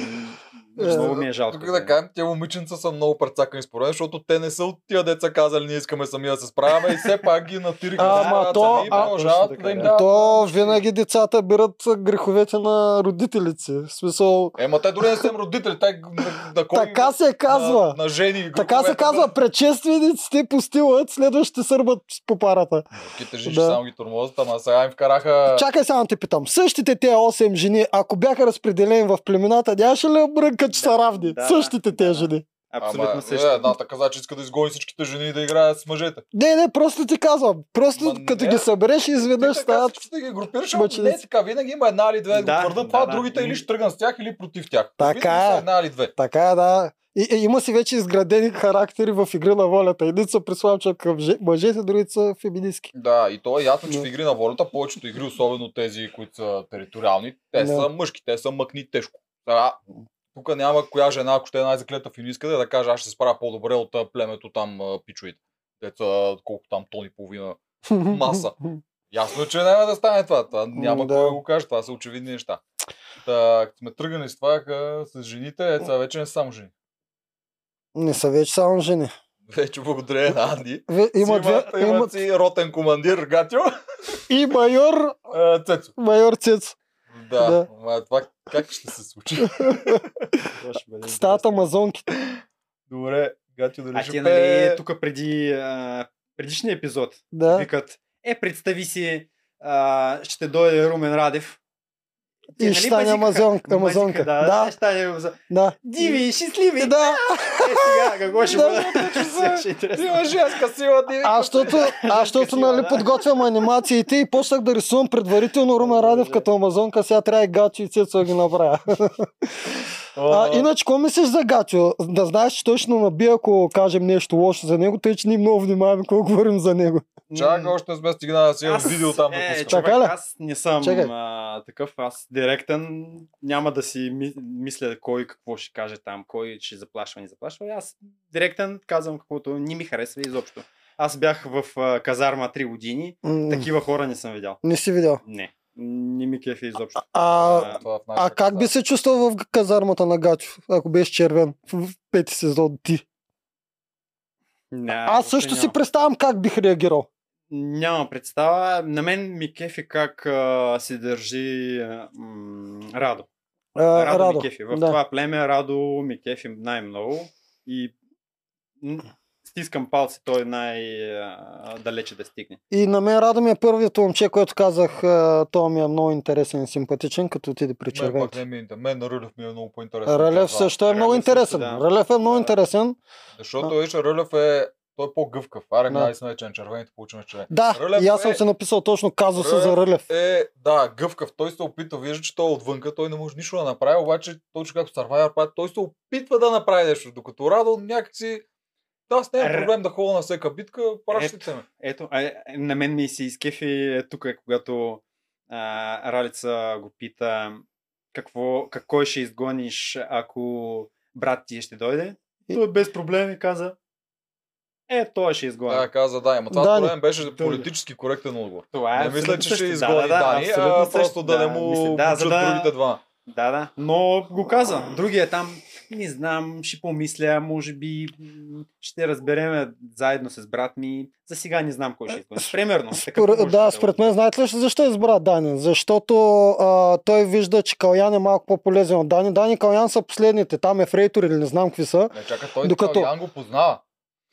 [SPEAKER 2] Е,
[SPEAKER 3] много ми е жалко.
[SPEAKER 1] Тук да кажем, тия момиченца са много прецакани според мен, защото те не са от тия деца казали, ние искаме сами да се справяме и все пак ги натирихме.
[SPEAKER 2] Ама
[SPEAKER 1] да правят
[SPEAKER 2] то-
[SPEAKER 1] сами и
[SPEAKER 2] а-
[SPEAKER 1] продължават
[SPEAKER 3] Точно
[SPEAKER 1] да им
[SPEAKER 3] така,
[SPEAKER 1] дават.
[SPEAKER 2] То винаги децата бират греховете на родителите си. В смисъл,
[SPEAKER 1] Ема те дори не са им родители, те г- на, на кой
[SPEAKER 2] така се казва.
[SPEAKER 1] На, на жени. е
[SPEAKER 2] Така се казва, предшествениците постилат, следващите сърбат по парата.
[SPEAKER 1] Ките жени
[SPEAKER 2] Да.
[SPEAKER 1] само ги тормозят, ама сега им вкараха...
[SPEAKER 2] Чакай само те питам. Същите те 8 жени, ако бяха разпределени в племената, нямаше ли брънка, че са
[SPEAKER 3] Да,
[SPEAKER 2] равни?
[SPEAKER 3] да,
[SPEAKER 2] Същите те
[SPEAKER 3] да.
[SPEAKER 2] жени.
[SPEAKER 3] Абсолютно
[SPEAKER 1] Ама,
[SPEAKER 3] също.
[SPEAKER 1] Е, едната каза, че иска да изгони всичките жени и да играят с мъжете.
[SPEAKER 2] Не, не, просто ти казвам. Просто
[SPEAKER 1] Ма
[SPEAKER 2] като
[SPEAKER 1] не.
[SPEAKER 2] ги събереш,
[SPEAKER 1] Ти
[SPEAKER 2] изведнъж
[SPEAKER 1] така
[SPEAKER 2] стават.
[SPEAKER 1] всичките ги групираш, ама не
[SPEAKER 2] мъченици.
[SPEAKER 1] е така. Винаги има една или две, да,
[SPEAKER 3] Да,
[SPEAKER 1] твърда
[SPEAKER 3] да,
[SPEAKER 1] това,
[SPEAKER 3] да.
[SPEAKER 1] другите или ще тръгнат с тях, или против тях.
[SPEAKER 2] Така
[SPEAKER 1] Винаги са
[SPEAKER 2] е.
[SPEAKER 1] една или две.
[SPEAKER 2] Така е, да. И, и, има си вече изградени характери в игри на волята. Едни са прислабчат към же- мъжете, другите са феминистки.
[SPEAKER 1] Да, и то е ясно, че
[SPEAKER 2] Да.
[SPEAKER 1] в игри на волята повечето игри, особено тези, които са териториални, те
[SPEAKER 2] Да.
[SPEAKER 1] са мъжки, те са мъкни тежко. Сега, Тук няма коя жена, ако ще е най-заклета в иска да каже, аз ще се справя по-добре от а, племето там а, пичуите. Деца, колко там тони и половина маса. Ясно, е, че няма да стане това. това няма
[SPEAKER 2] да.
[SPEAKER 1] кой да го каже. Това са очевидни неща. Та, като сме тръгнали с това ка, с жените, е, сега вече не са само жени.
[SPEAKER 2] Не са вече само жени.
[SPEAKER 1] Вече благодаря на Анди.
[SPEAKER 2] Ве- Има, две,
[SPEAKER 1] имат, имат
[SPEAKER 2] имат
[SPEAKER 1] си ротен командир, Гатио.
[SPEAKER 2] и майор,
[SPEAKER 1] А, Цецо.
[SPEAKER 2] майор Цец.
[SPEAKER 1] Да,
[SPEAKER 2] Да.
[SPEAKER 1] да. Ма, това как ще се случи?
[SPEAKER 3] Това ще бъде
[SPEAKER 2] Стаята
[SPEAKER 3] интересно.
[SPEAKER 2] Амазонки.
[SPEAKER 1] Добре, Гатио да Е,
[SPEAKER 3] А ти,
[SPEAKER 1] реши.
[SPEAKER 3] нали, тук преди а, предишния епизод
[SPEAKER 2] Да.
[SPEAKER 3] викат, е, представи си, а, ще дойде Румен Радев. Те,
[SPEAKER 2] И
[SPEAKER 3] нали
[SPEAKER 2] ще стане
[SPEAKER 3] мазикаха?
[SPEAKER 2] амазонка.
[SPEAKER 3] Мазикаха,
[SPEAKER 2] Амазонка.
[SPEAKER 3] Да,
[SPEAKER 2] Да,
[SPEAKER 3] ще стане Амазон.
[SPEAKER 2] да.
[SPEAKER 3] Диви, щастливи!
[SPEAKER 2] И Да,
[SPEAKER 3] Е, сега, какво ще
[SPEAKER 2] Да,
[SPEAKER 3] бъде?
[SPEAKER 1] се.
[SPEAKER 3] Ще е интересно.
[SPEAKER 1] Имаш женска сила, ти.
[SPEAKER 2] аз защото, аз защото
[SPEAKER 3] Красиво,
[SPEAKER 2] нали,
[SPEAKER 3] да.
[SPEAKER 2] подготвям анимациите и почнах да рисувам предварително Румен
[SPEAKER 3] Да,
[SPEAKER 2] Радев
[SPEAKER 3] да.
[SPEAKER 2] като амазонка, сега трябва и Гачо и Цецо да ги направя. А, иначе, какво мислиш за Гачо? Да знаеш, че той ще ни набие, ако кажем нещо лошо за него, тъй че ние много внимаваме какво говорим за него.
[SPEAKER 1] Чакай, още не сме стигнали да си имам видео там да
[SPEAKER 3] е,
[SPEAKER 1] пускам.
[SPEAKER 2] чак-
[SPEAKER 3] човек,
[SPEAKER 2] Така ли?
[SPEAKER 3] аз не съм
[SPEAKER 2] Чакай.
[SPEAKER 3] а, такъв, аз директен, няма да си ми, мисля кой какво ще каже там, кой ще заплашва, не заплашва. Аз директен казвам каквото не ми харесва изобщо. Аз бях в а, казарма 3 години,
[SPEAKER 2] М,
[SPEAKER 3] такива хора не съм видял.
[SPEAKER 2] Не си видял.
[SPEAKER 3] Не, не ми кефи изобщо.
[SPEAKER 2] А,
[SPEAKER 1] Това в нашата
[SPEAKER 2] а как би
[SPEAKER 1] казарма.
[SPEAKER 2] се чувствал в казармата на Гачо, ако беше червен в в пети сезон ти?
[SPEAKER 3] Не,
[SPEAKER 2] Аз
[SPEAKER 3] въобще
[SPEAKER 2] също си
[SPEAKER 3] нямам.
[SPEAKER 2] представям как бих реагирал.
[SPEAKER 3] Нямам представа. На мен ми кефи как а, се държи а, м, Радо.
[SPEAKER 2] А,
[SPEAKER 3] Радо,
[SPEAKER 2] Радо. е
[SPEAKER 3] ми кефи. В
[SPEAKER 2] да.
[SPEAKER 3] това племе Радо ми кефи най-много и м, стискам палци, той е най-далече да стигне.
[SPEAKER 2] И на мен Радо ми е първият момче, което казах, а, той ми е много интересен и симпатичен, като отиде при
[SPEAKER 1] Мен пак
[SPEAKER 2] червените.
[SPEAKER 1] не ми е интерес. Мен на Рълев ми е много по-интересен.
[SPEAKER 2] Ралев
[SPEAKER 1] Това.
[SPEAKER 2] също е много
[SPEAKER 3] Ралев също,
[SPEAKER 2] интересен.
[SPEAKER 3] да.
[SPEAKER 2] Ралев е много
[SPEAKER 3] Да, да.
[SPEAKER 2] интересен.
[SPEAKER 1] Защото, виж, Рълев е... Той е по-гъвкав. Аре,
[SPEAKER 2] Да.
[SPEAKER 1] да. най наречен червените получим червен.
[SPEAKER 2] Да,
[SPEAKER 1] Ралев
[SPEAKER 2] и аз съм
[SPEAKER 1] е-
[SPEAKER 2] се написал точно казуса за
[SPEAKER 1] Ралев
[SPEAKER 2] Ралев.
[SPEAKER 1] Е, да, гъвкав. Той се опитва, вижда, че той е отвънка, той не може нищо да направи, обаче точно както Survivor прави, той се опитва да направи нещо, докато Радо някакси... Да, с нея е
[SPEAKER 3] Р-
[SPEAKER 1] проблем да ходя на всяка битка, пращайте ме.
[SPEAKER 3] Ето, а, е, на мен ми се изкефи е тук, когато а, Ралица го пита какво, какво ще изгониш, ако брат ти ще дойде.
[SPEAKER 2] И-
[SPEAKER 3] Той без проблеми каза е, той ще изгони.
[SPEAKER 1] Да, каза, да, ама това
[SPEAKER 2] Дани.
[SPEAKER 1] според мен беше
[SPEAKER 3] Дани.
[SPEAKER 1] политически коректен отговор.
[SPEAKER 3] Това е
[SPEAKER 1] Не мисля,
[SPEAKER 3] абсолютно
[SPEAKER 1] че ще
[SPEAKER 3] също.
[SPEAKER 1] изгони Дани, а
[SPEAKER 3] абсолютно
[SPEAKER 1] просто
[SPEAKER 3] също.
[SPEAKER 1] да, не му
[SPEAKER 3] мисля,
[SPEAKER 1] да,
[SPEAKER 3] да, за да,
[SPEAKER 1] другите два.
[SPEAKER 3] Да, да. Но го каза. Другия там, не знам, ще помисля, може би м, ще разбереме заедно с брат ми. За сега не знам
[SPEAKER 1] Е,
[SPEAKER 3] кой ще изгони. Примерно. такъв
[SPEAKER 2] Според,
[SPEAKER 3] може
[SPEAKER 2] да,
[SPEAKER 3] е
[SPEAKER 2] според мен, знаете ли защо избра Дани? Защото а, той вижда, че Калян е малко по-полезен от Дани. Дани и Калян са последните, там е фрейтор или не знам какви са.
[SPEAKER 1] Не, чака, той
[SPEAKER 2] Докато-
[SPEAKER 1] Докато... Ян го познава,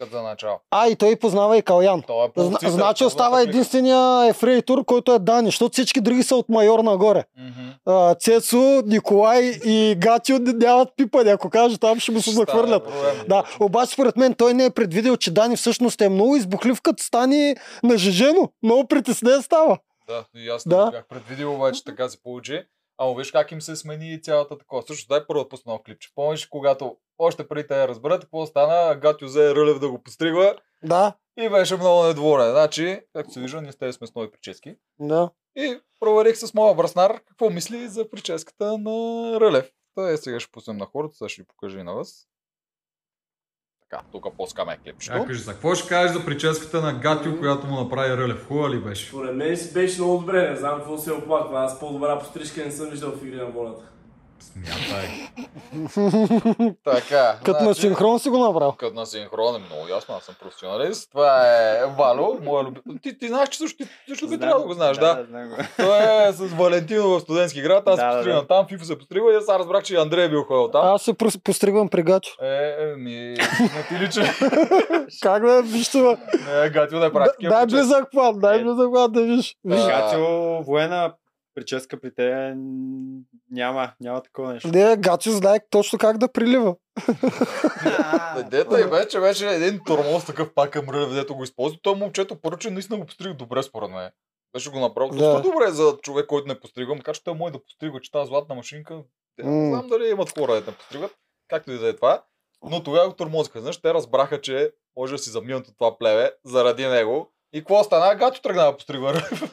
[SPEAKER 1] като за начало.
[SPEAKER 2] А, и той познава и Калян.
[SPEAKER 1] Той е
[SPEAKER 2] Зна,
[SPEAKER 1] публицист,
[SPEAKER 2] значи
[SPEAKER 1] той
[SPEAKER 2] остава
[SPEAKER 1] знае как
[SPEAKER 2] единствения ефрейтор, който е Дани, защото всички други са от майор нагоре.
[SPEAKER 1] е. Мгм.
[SPEAKER 2] А, Цецо, Николай и Гатио н- нямат пипане. Ако каже там, ще му се
[SPEAKER 1] Ще стане
[SPEAKER 2] захвърлят.
[SPEAKER 1] проблем.
[SPEAKER 2] Да, обаче според мен той не е предвидел, че Дани всъщност е много избухлив, като стане нажежено. Много притеснен става.
[SPEAKER 1] Да, и аз
[SPEAKER 2] Да.
[SPEAKER 1] да. бях предвидил, обаче така се получи. Ама виж как им се смени цялата такова. Също дай първо да пусна едно клипче. Помниш, когато още преди те я разберат, какво стана, Гатю взе Рълев да го постригва
[SPEAKER 2] Да,
[SPEAKER 1] и беше много недоволен. Значи, както се вижда, ние с тези сме с нови прически.
[SPEAKER 2] да.
[SPEAKER 1] И проверих с моя браснар какво мисли за прическата на Рълев. Та е, сега ще пуснем на хората, сега ще ви покажа и на вас. Така, тук пускаме клипчето.
[SPEAKER 4] Чакаш, за какво ще кажеш за прическата на Гатио, която му направи Рълев? Хубава ли беше?
[SPEAKER 5] Според мен си беше много добре, не знам какво се оплаква. Аз по-добра постричка не съм виждал в игри на волята.
[SPEAKER 4] Смятай.
[SPEAKER 1] Така. значи,
[SPEAKER 2] Като на синхрон си го направил.
[SPEAKER 1] Като на синхрон е много ясно, аз съм професионалист. Това е Вало, моя люби... Ти, ти знаеш, че също, ти, също би
[SPEAKER 3] Знам,
[SPEAKER 1] трябвало да го знаеш, да.
[SPEAKER 3] знам го.
[SPEAKER 1] Той е с Валентино в студентски град, аз
[SPEAKER 3] Да, да,
[SPEAKER 1] се постригам
[SPEAKER 3] да.
[SPEAKER 1] там, Фифо се постригва и аз сега разбрах, че и Андрей е бил ходил там.
[SPEAKER 2] Аз се прос- постригвам при Гачо.
[SPEAKER 1] Е, е, ми, не ти личи.
[SPEAKER 2] Как да виж това?
[SPEAKER 1] Не, гатио да е
[SPEAKER 2] Да-
[SPEAKER 1] практика.
[SPEAKER 2] Дай близък план, дай
[SPEAKER 3] Е.
[SPEAKER 2] близък план да виж. Виж.
[SPEAKER 1] Да.
[SPEAKER 3] Катю, военна прическа при те м, няма, няма такова нещо.
[SPEAKER 2] Не, Гачо знае точно как да прилива.
[SPEAKER 1] Дета и е, вече беше един тормоз такъв пак към Рълев, дето го използва. Той момчето поръча, наистина го постриг добре според мен. Беше го направил.
[SPEAKER 2] Да.
[SPEAKER 1] Да. добре е за човек, който не постригва, макар че той може да пострига, че тази златна машинка. Те,
[SPEAKER 2] М.
[SPEAKER 1] Не знам дали имат хора да не постригат, както и да е това. Но тогава го тормозиха. Знаеш, те разбраха, че може да си заминат от това плеве заради него. И какво стана? Гато тръгна да постригва Рълев.
[SPEAKER 2] Е,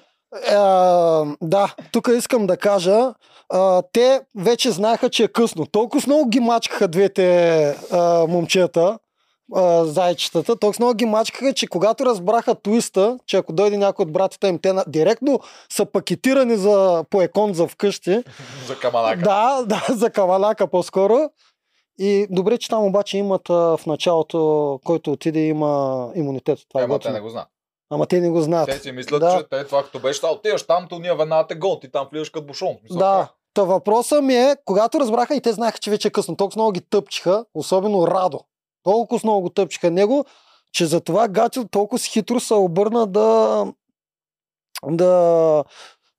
[SPEAKER 2] А, да, тук искам да кажа, а, те вече знаеха, че е късно. Толкова с много ги мачкаха двете а, момчета, а, зайчетата, толкова с много ги мачкаха, че когато разбраха твиста, че ако дойде някой от братята им, те на... директно са пакетирани за, по екон за вкъщи.
[SPEAKER 1] За каманака.
[SPEAKER 2] Да, да, за кавалака по-скоро. И добре, че там обаче имат а, в началото, който отиде, има имунитет. Това е
[SPEAKER 1] Ема те
[SPEAKER 2] готино.
[SPEAKER 1] не го знаят.
[SPEAKER 2] Ама те не го знаят.
[SPEAKER 1] Те си мислят,
[SPEAKER 2] Да.
[SPEAKER 1] че те това като беше стал, отиваш там, то ние веднага те гол, ти там влизаш като бушон. В смисъл,
[SPEAKER 2] Да. Та въпросът ми е, когато разбраха и те знаеха, че вече е късно, толкова много ги тъпчиха, особено Радо. Толкова много го тъпчиха него, че затова Гатил толкова с хитро се обърна да, да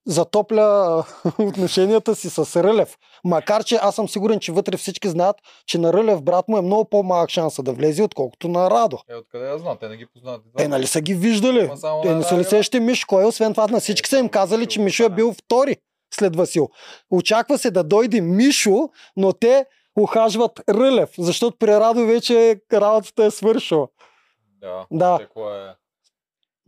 [SPEAKER 2] затопля отношенията си с Рълев. Макар, че аз съм сигурен, че вътре всички знаят, че на Рълев брат му е много по-малък шанса да влезе, отколкото на Радо.
[SPEAKER 1] Е, откъде я знам, те не ги познават.
[SPEAKER 2] Те нали са ги виждали?
[SPEAKER 1] Ма само
[SPEAKER 2] Те
[SPEAKER 1] на
[SPEAKER 2] не
[SPEAKER 1] една
[SPEAKER 2] са ли
[SPEAKER 1] игра.
[SPEAKER 2] сещи Мишко? Е, освен това на всички са им казали, че Мишо е бил втори след Васил. Очаква се да дойде Мишо, но те ухажват Рълев, защото при Радо вече работата е свършила.
[SPEAKER 1] Да.
[SPEAKER 2] Да.
[SPEAKER 1] Те, кое е?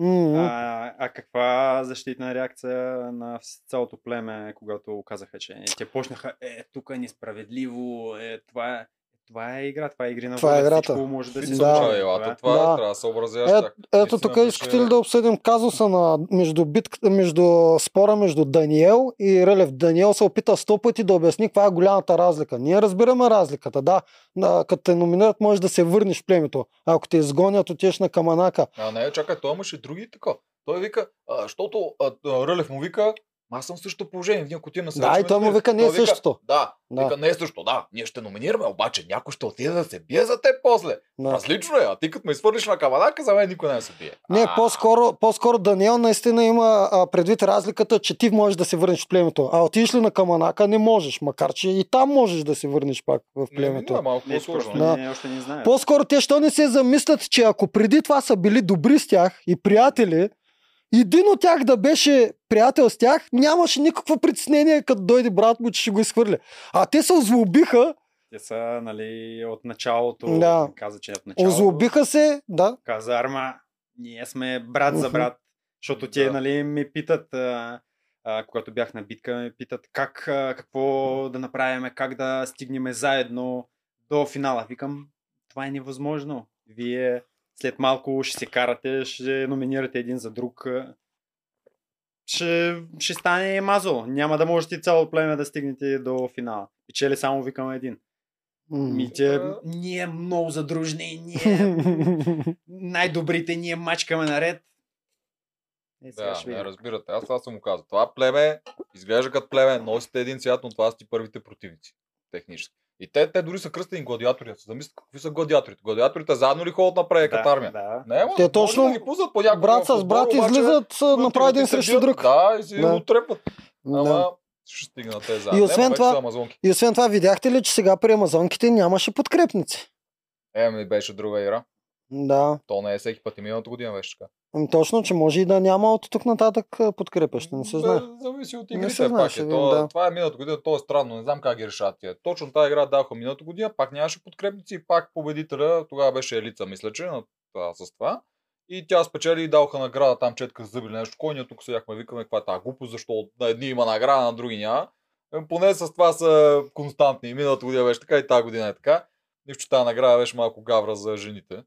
[SPEAKER 2] М,
[SPEAKER 3] А, а каква защитна реакция на вс- цялото племе, когато казаха, че е, те почнаха, е, тук е несправедливо, е, това е, това е игра, това е игри на
[SPEAKER 2] Това е
[SPEAKER 3] воля,
[SPEAKER 2] играта.
[SPEAKER 3] всичко може да
[SPEAKER 1] Ти
[SPEAKER 3] се
[SPEAKER 1] се
[SPEAKER 2] Да.
[SPEAKER 1] учава
[SPEAKER 3] случва,
[SPEAKER 1] елата,
[SPEAKER 3] това
[SPEAKER 1] това
[SPEAKER 2] Да.
[SPEAKER 1] е, трябва да се образяваш.
[SPEAKER 2] Е,
[SPEAKER 1] така.
[SPEAKER 2] ето
[SPEAKER 1] Наистина
[SPEAKER 2] тук
[SPEAKER 1] беше-
[SPEAKER 2] искате ли да обсъдим казуса на, между, битката, между спора между Даниел и Рълев. Даниел се опита сто пъти да обясни каква е голямата разлика. Ние разбираме разликата, да. А, Като те номинират, можеш да се върнеш в племето. Ако те изгонят, отиеш на Каманака.
[SPEAKER 1] А, не, чакай, той имаше други така. Той вика, а, защото а, а, Рълев му вика, «Ма аз съм в същото положение, ние ако ти е на
[SPEAKER 2] Да, и той му вика, не е същото.
[SPEAKER 1] Да,
[SPEAKER 2] Да.
[SPEAKER 1] вика, не е същото, да, ние ще номинираме, обаче някой ще отиде да се бие за теб после.
[SPEAKER 2] Да.
[SPEAKER 1] Различно е, а ти като ме изфърлиш на каванака, за мен никой не е се бие.
[SPEAKER 2] Не,
[SPEAKER 1] А,
[SPEAKER 2] по-скоро, по-скоро Даниел наистина има а, предвид разликата, че ти можеш да се върнеш в племето. А отиш ли на Каманака, не можеш, макар че и там можеш да се върнеш пак в
[SPEAKER 1] не,
[SPEAKER 2] племето.
[SPEAKER 1] Не, е малко
[SPEAKER 3] Не, просто
[SPEAKER 1] по-сложно.
[SPEAKER 2] Да.
[SPEAKER 3] не, още не знаят.
[SPEAKER 2] По-скоро те, що не се замислят, че ако преди това са били добри с тях и приятели, един от тях да беше приятел с тях, нямаше никакво притеснение, като дойде брат му, че ще го изхвърли. А те се озлобиха,
[SPEAKER 3] Те са, нали, от началото,
[SPEAKER 2] Да.
[SPEAKER 3] каза, че е от началото,
[SPEAKER 2] озлобиха се, да,
[SPEAKER 3] каза, арма, ние сме брат за
[SPEAKER 2] Мгм.
[SPEAKER 3] брат, защото те,
[SPEAKER 1] Да.
[SPEAKER 3] нали, ми питат, а, а, когато бях на битка, ми питат как, а, какво да направим, как да стигнем заедно до финала. Викам, това е невъзможно. Вие след малко ще се карате, ще номинирате един за друг. а, Ще, ще стане мазо. Няма да можете цялото племе да стигнете до финала. Печели само викам един.
[SPEAKER 2] М.
[SPEAKER 3] Ми те, ние много задружни, ние най-добрите, ние мачкаме наред. Е, сега
[SPEAKER 1] Да,
[SPEAKER 3] ще
[SPEAKER 1] не,
[SPEAKER 3] видим.
[SPEAKER 1] разбирате. Аз това съм му казал. Това племе изглежда като племе, носите един цвят, но това са ти първите противници. Технически. И те, те дори са кръстени гладиатори. Аз се замисля какви са гладиаторите. Гладиаторите заедно ли ходят напред като армия?
[SPEAKER 3] Да.
[SPEAKER 1] Не, ма,
[SPEAKER 2] Те
[SPEAKER 1] може
[SPEAKER 2] точно
[SPEAKER 1] да ги пуснат по някакъв
[SPEAKER 2] брат с
[SPEAKER 1] отбор,
[SPEAKER 2] брат
[SPEAKER 1] е обаче,
[SPEAKER 2] излизат, а,
[SPEAKER 1] отиват
[SPEAKER 2] направят
[SPEAKER 1] и
[SPEAKER 2] един
[SPEAKER 1] се
[SPEAKER 2] срещу
[SPEAKER 1] бият.
[SPEAKER 2] друг.
[SPEAKER 1] Да, и си
[SPEAKER 2] Да.
[SPEAKER 1] утрепват.
[SPEAKER 2] Да.
[SPEAKER 1] Ама ще стигнат те заедно.
[SPEAKER 2] И
[SPEAKER 1] Ема,
[SPEAKER 2] освен
[SPEAKER 1] вече
[SPEAKER 2] това-
[SPEAKER 1] са амазонки.
[SPEAKER 2] И освен това, видяхте ли, че сега при амазонките нямаше подкрепници?
[SPEAKER 1] Еми, Е, беше друга игра.
[SPEAKER 2] Да.
[SPEAKER 1] То не е всеки път и миналата година беше така.
[SPEAKER 2] Ами Точно, че може и да няма от тук нататък а, подкрепящи. Не се
[SPEAKER 1] Бе,
[SPEAKER 2] знае.
[SPEAKER 1] Зависи от
[SPEAKER 2] Не
[SPEAKER 1] игрите.
[SPEAKER 2] се знае,
[SPEAKER 1] пак
[SPEAKER 2] ще
[SPEAKER 1] е.
[SPEAKER 2] видим,
[SPEAKER 1] То,
[SPEAKER 2] да.
[SPEAKER 1] Това е миналата година, то е странно. Не знам как ги решават тия. Точно тази игра даха миналата година, пак нямаше подкрепници и пак победителя, тогава беше елица, мисля, че на това, с това. И тя спечели и далха награда там четка с зъби или нещо. Кой ние тук седяхме, викаме каква е тази глупост, защо на едни има награда, на други няма. Е, Поне с това са константни. И Миналата година беше така и тази година е така. Нищо, че тази награда беше малко гавра за жените.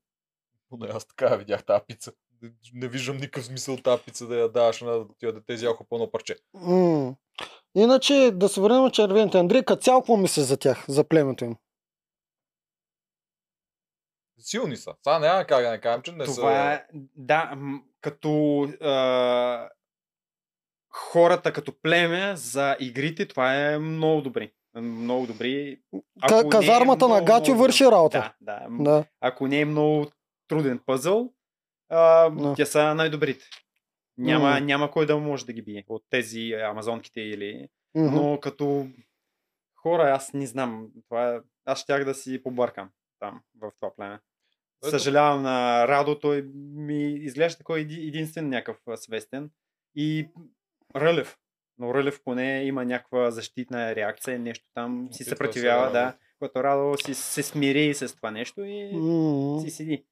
[SPEAKER 1] Поне аз така я видях тази пица. Не, не виждам никакъв смисъл тази пица да я даваш на тия дете с яко пълно парче.
[SPEAKER 2] М. Иначе да се върнем на червените. Андрей, като цяло какво мислиш за тях, за племето им?
[SPEAKER 1] Силни са. Сега няма как да не кажем, че не
[SPEAKER 3] Това
[SPEAKER 1] са...
[SPEAKER 3] е, да, м, като а, хората, като племе за игрите, това е много добри. Много добри.
[SPEAKER 2] Ка-
[SPEAKER 3] не е
[SPEAKER 2] казармата на
[SPEAKER 3] много,
[SPEAKER 2] Гатю
[SPEAKER 3] много-
[SPEAKER 2] върши работа.
[SPEAKER 3] Да, да, м,
[SPEAKER 2] Да.
[SPEAKER 3] Ако не е много труден пъзъл, а,
[SPEAKER 2] Да.
[SPEAKER 3] те са най-добрите. Няма,
[SPEAKER 2] М.
[SPEAKER 3] няма кой да може да ги бие от тези а, амазонките или
[SPEAKER 2] Мгм.
[SPEAKER 3] Но като хора, аз не знам. Това е... Аз щях да си побъркам там, в това племе.
[SPEAKER 1] Ето.
[SPEAKER 3] Съжалявам на Радо, той ми изглежда такой еди- единствен някакъв а, свестен. И Рълев. Но Рълев поне има някаква защитна реакция, нещо там си
[SPEAKER 1] Опитва се
[SPEAKER 3] съпротивява,
[SPEAKER 1] да
[SPEAKER 3] да.
[SPEAKER 1] работи.
[SPEAKER 3] Когато Радо си, се смири с това нещо и
[SPEAKER 2] М.
[SPEAKER 3] си седи.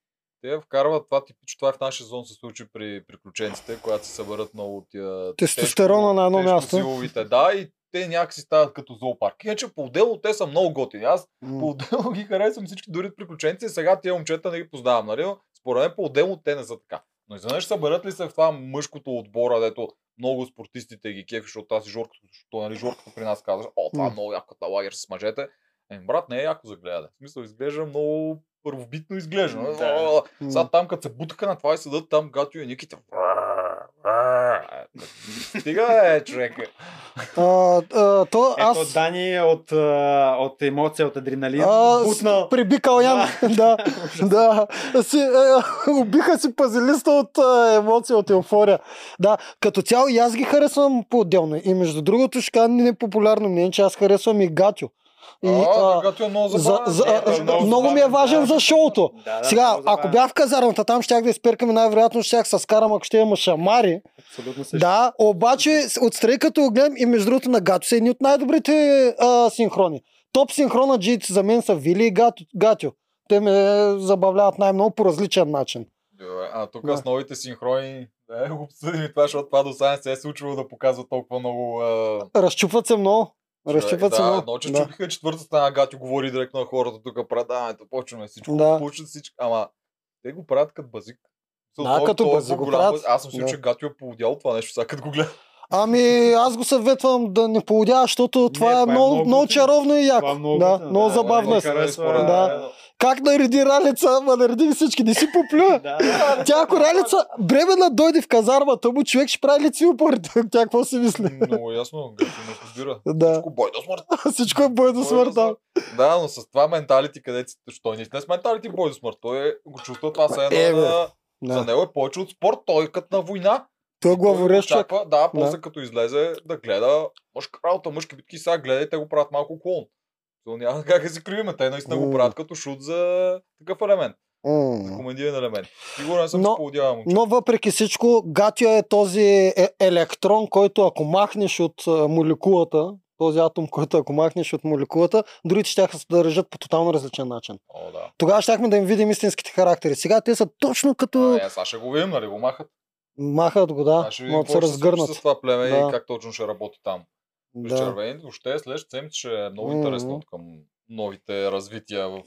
[SPEAKER 1] Те вкарват това типично, това в нашия зон се случи при приключенците, когато се съберат много от тия...
[SPEAKER 2] Тестостерона
[SPEAKER 1] тежко-
[SPEAKER 2] на едно
[SPEAKER 1] тежко
[SPEAKER 2] място.
[SPEAKER 1] Силовите, да, и те някакси стават като зоопарк. Иначе по-отделно те са много готини. Аз
[SPEAKER 2] М.
[SPEAKER 1] по-отделно ги харесвам всички, дори приключенци. Сега тия момчета не ги познавам, нали? Но Според мен по-отделно те не са така. Но изведнъж съберат ли се в това мъжкото отбора, дето много спортистите ги кефи, защото аз и Жоркото, защото нали, Жоркото при нас казваш, о, това е
[SPEAKER 2] М.
[SPEAKER 1] много яко на лагер с мъжете. Еми, брат, не е яко за гледане. В смисъл, изглежда много първобитно изглежда. нали?
[SPEAKER 3] Да.
[SPEAKER 1] Сега там, като се бутаха на това и седат там Гатю и Никите. Стига е, човек.
[SPEAKER 2] А, а, то
[SPEAKER 3] Ето
[SPEAKER 2] аз...
[SPEAKER 3] Аз... Дани е от, а, от емоция, от адреналин,
[SPEAKER 2] А,
[SPEAKER 3] а,
[SPEAKER 2] с-
[SPEAKER 3] е бутнал.
[SPEAKER 2] Прибикал Ян. Да, да. Си, е, убиха си пазилиста от е, емоция, от еуфория. Да, като цяло и аз ги харесвам по-отделно. И между другото, ще кажа непопулярно мнение, че аз харесвам и Гатю. И, а,
[SPEAKER 1] А, Гатю е много
[SPEAKER 2] за,
[SPEAKER 1] забавен.
[SPEAKER 2] за,
[SPEAKER 1] Е, той е
[SPEAKER 2] а,
[SPEAKER 1] много
[SPEAKER 2] много ми е
[SPEAKER 1] забавен,
[SPEAKER 2] важен
[SPEAKER 1] да.
[SPEAKER 2] за шоуто.
[SPEAKER 3] Да, да,
[SPEAKER 2] Сега,
[SPEAKER 3] много
[SPEAKER 2] ако
[SPEAKER 3] забавен.
[SPEAKER 2] бях в казармата, там щях да изперкам и най-вероятно щях се скарам, ако ще има шамари.
[SPEAKER 3] Абсолютно също.
[SPEAKER 2] Да, обаче с- отстрани като го гледам и между другото на Гато са едни от най-добрите а, синхрони. Топ синхрона джиите за мен са Вили и Гато, Гатю. Те ме забавляват най-много по различен начин.
[SPEAKER 1] Добре, а тук
[SPEAKER 2] Да.
[SPEAKER 1] с новите синхрони да е обсъдим това, защото това до сега не се е случвало да показва толкова много... а,
[SPEAKER 2] Разчупват се много. Разчупват се
[SPEAKER 1] да,
[SPEAKER 2] много.
[SPEAKER 1] едно, че
[SPEAKER 2] да.
[SPEAKER 1] чупиха четвъртата стана, Гатю говори директно на хората, тук предаването, почваме всичко,
[SPEAKER 2] Да.
[SPEAKER 1] почват всичко, ама те го правят като базик.
[SPEAKER 2] Да,
[SPEAKER 1] Той-
[SPEAKER 2] като
[SPEAKER 1] той е
[SPEAKER 2] базик го
[SPEAKER 1] по-голям
[SPEAKER 2] правят.
[SPEAKER 1] базик. Аз съм сигурен,
[SPEAKER 2] Да.
[SPEAKER 1] че Гатю е поводял това нещо, сега като го гледам.
[SPEAKER 2] Ами аз го съветвам да не полудя, защото това, е,
[SPEAKER 3] това е
[SPEAKER 2] много,
[SPEAKER 3] много
[SPEAKER 2] много
[SPEAKER 3] готино.
[SPEAKER 2] чаровно и яко.
[SPEAKER 3] Това е много
[SPEAKER 2] да,
[SPEAKER 3] готино,
[SPEAKER 2] много
[SPEAKER 3] да,
[SPEAKER 2] забавно е.
[SPEAKER 3] много харесва.
[SPEAKER 2] Да. Как нареди ралица, ама нареди ги всички, не си поплюя.
[SPEAKER 3] Да.
[SPEAKER 2] Тя ако ралица бременна дойде в казармата му, човек ще прави лицеви упорите. Тя какво си мисли?
[SPEAKER 1] Много ясно, Гатю не разбира.
[SPEAKER 2] Да,
[SPEAKER 1] Всичко бой до смърт.
[SPEAKER 2] всичко е бой до
[SPEAKER 1] Бой
[SPEAKER 2] смъртта.
[SPEAKER 1] Да, но с това менталити, където си, той не е с менталити бой до смърт. Той е- го чувства това се
[SPEAKER 2] Е,
[SPEAKER 1] едно.
[SPEAKER 2] бе.
[SPEAKER 1] на- За
[SPEAKER 2] Да.
[SPEAKER 1] него е повече от спорт, той е като на война.
[SPEAKER 2] Той е главорез човек.
[SPEAKER 1] очаква, да, после като излезе да гледа мъжка работа, мъжки битки, сега гледа и те го правят малко клон. То няма как да се кривиме, те наистина го
[SPEAKER 2] М.
[SPEAKER 1] правят като шут за такъв елемент, за
[SPEAKER 2] М.
[SPEAKER 1] комедиен елемент. Сигурен съм,
[SPEAKER 2] Но-
[SPEAKER 1] че поудява момче.
[SPEAKER 2] Но въпреки всичко, Гатия е този е- електрон, който ако махнеш от а, молекулата, този атом, който ако махнеш от молекулата, другите ще се държат по тотално различен начин.
[SPEAKER 1] О, да.
[SPEAKER 2] Тогава щяхме да им видим истинските характери. Сега те са точно като...
[SPEAKER 1] А, е, сега ще го видим, нали го махат?
[SPEAKER 2] Махат го, да,
[SPEAKER 1] Сега ще видим
[SPEAKER 2] могат да
[SPEAKER 1] какво
[SPEAKER 2] се
[SPEAKER 1] ще случи
[SPEAKER 2] разгърнат.
[SPEAKER 1] с това племе
[SPEAKER 2] Да.
[SPEAKER 1] и как точно ще работи там. Да.
[SPEAKER 2] Да.
[SPEAKER 1] Червените въобще след седмица ще е много
[SPEAKER 2] М.
[SPEAKER 1] интересно от към новите развития в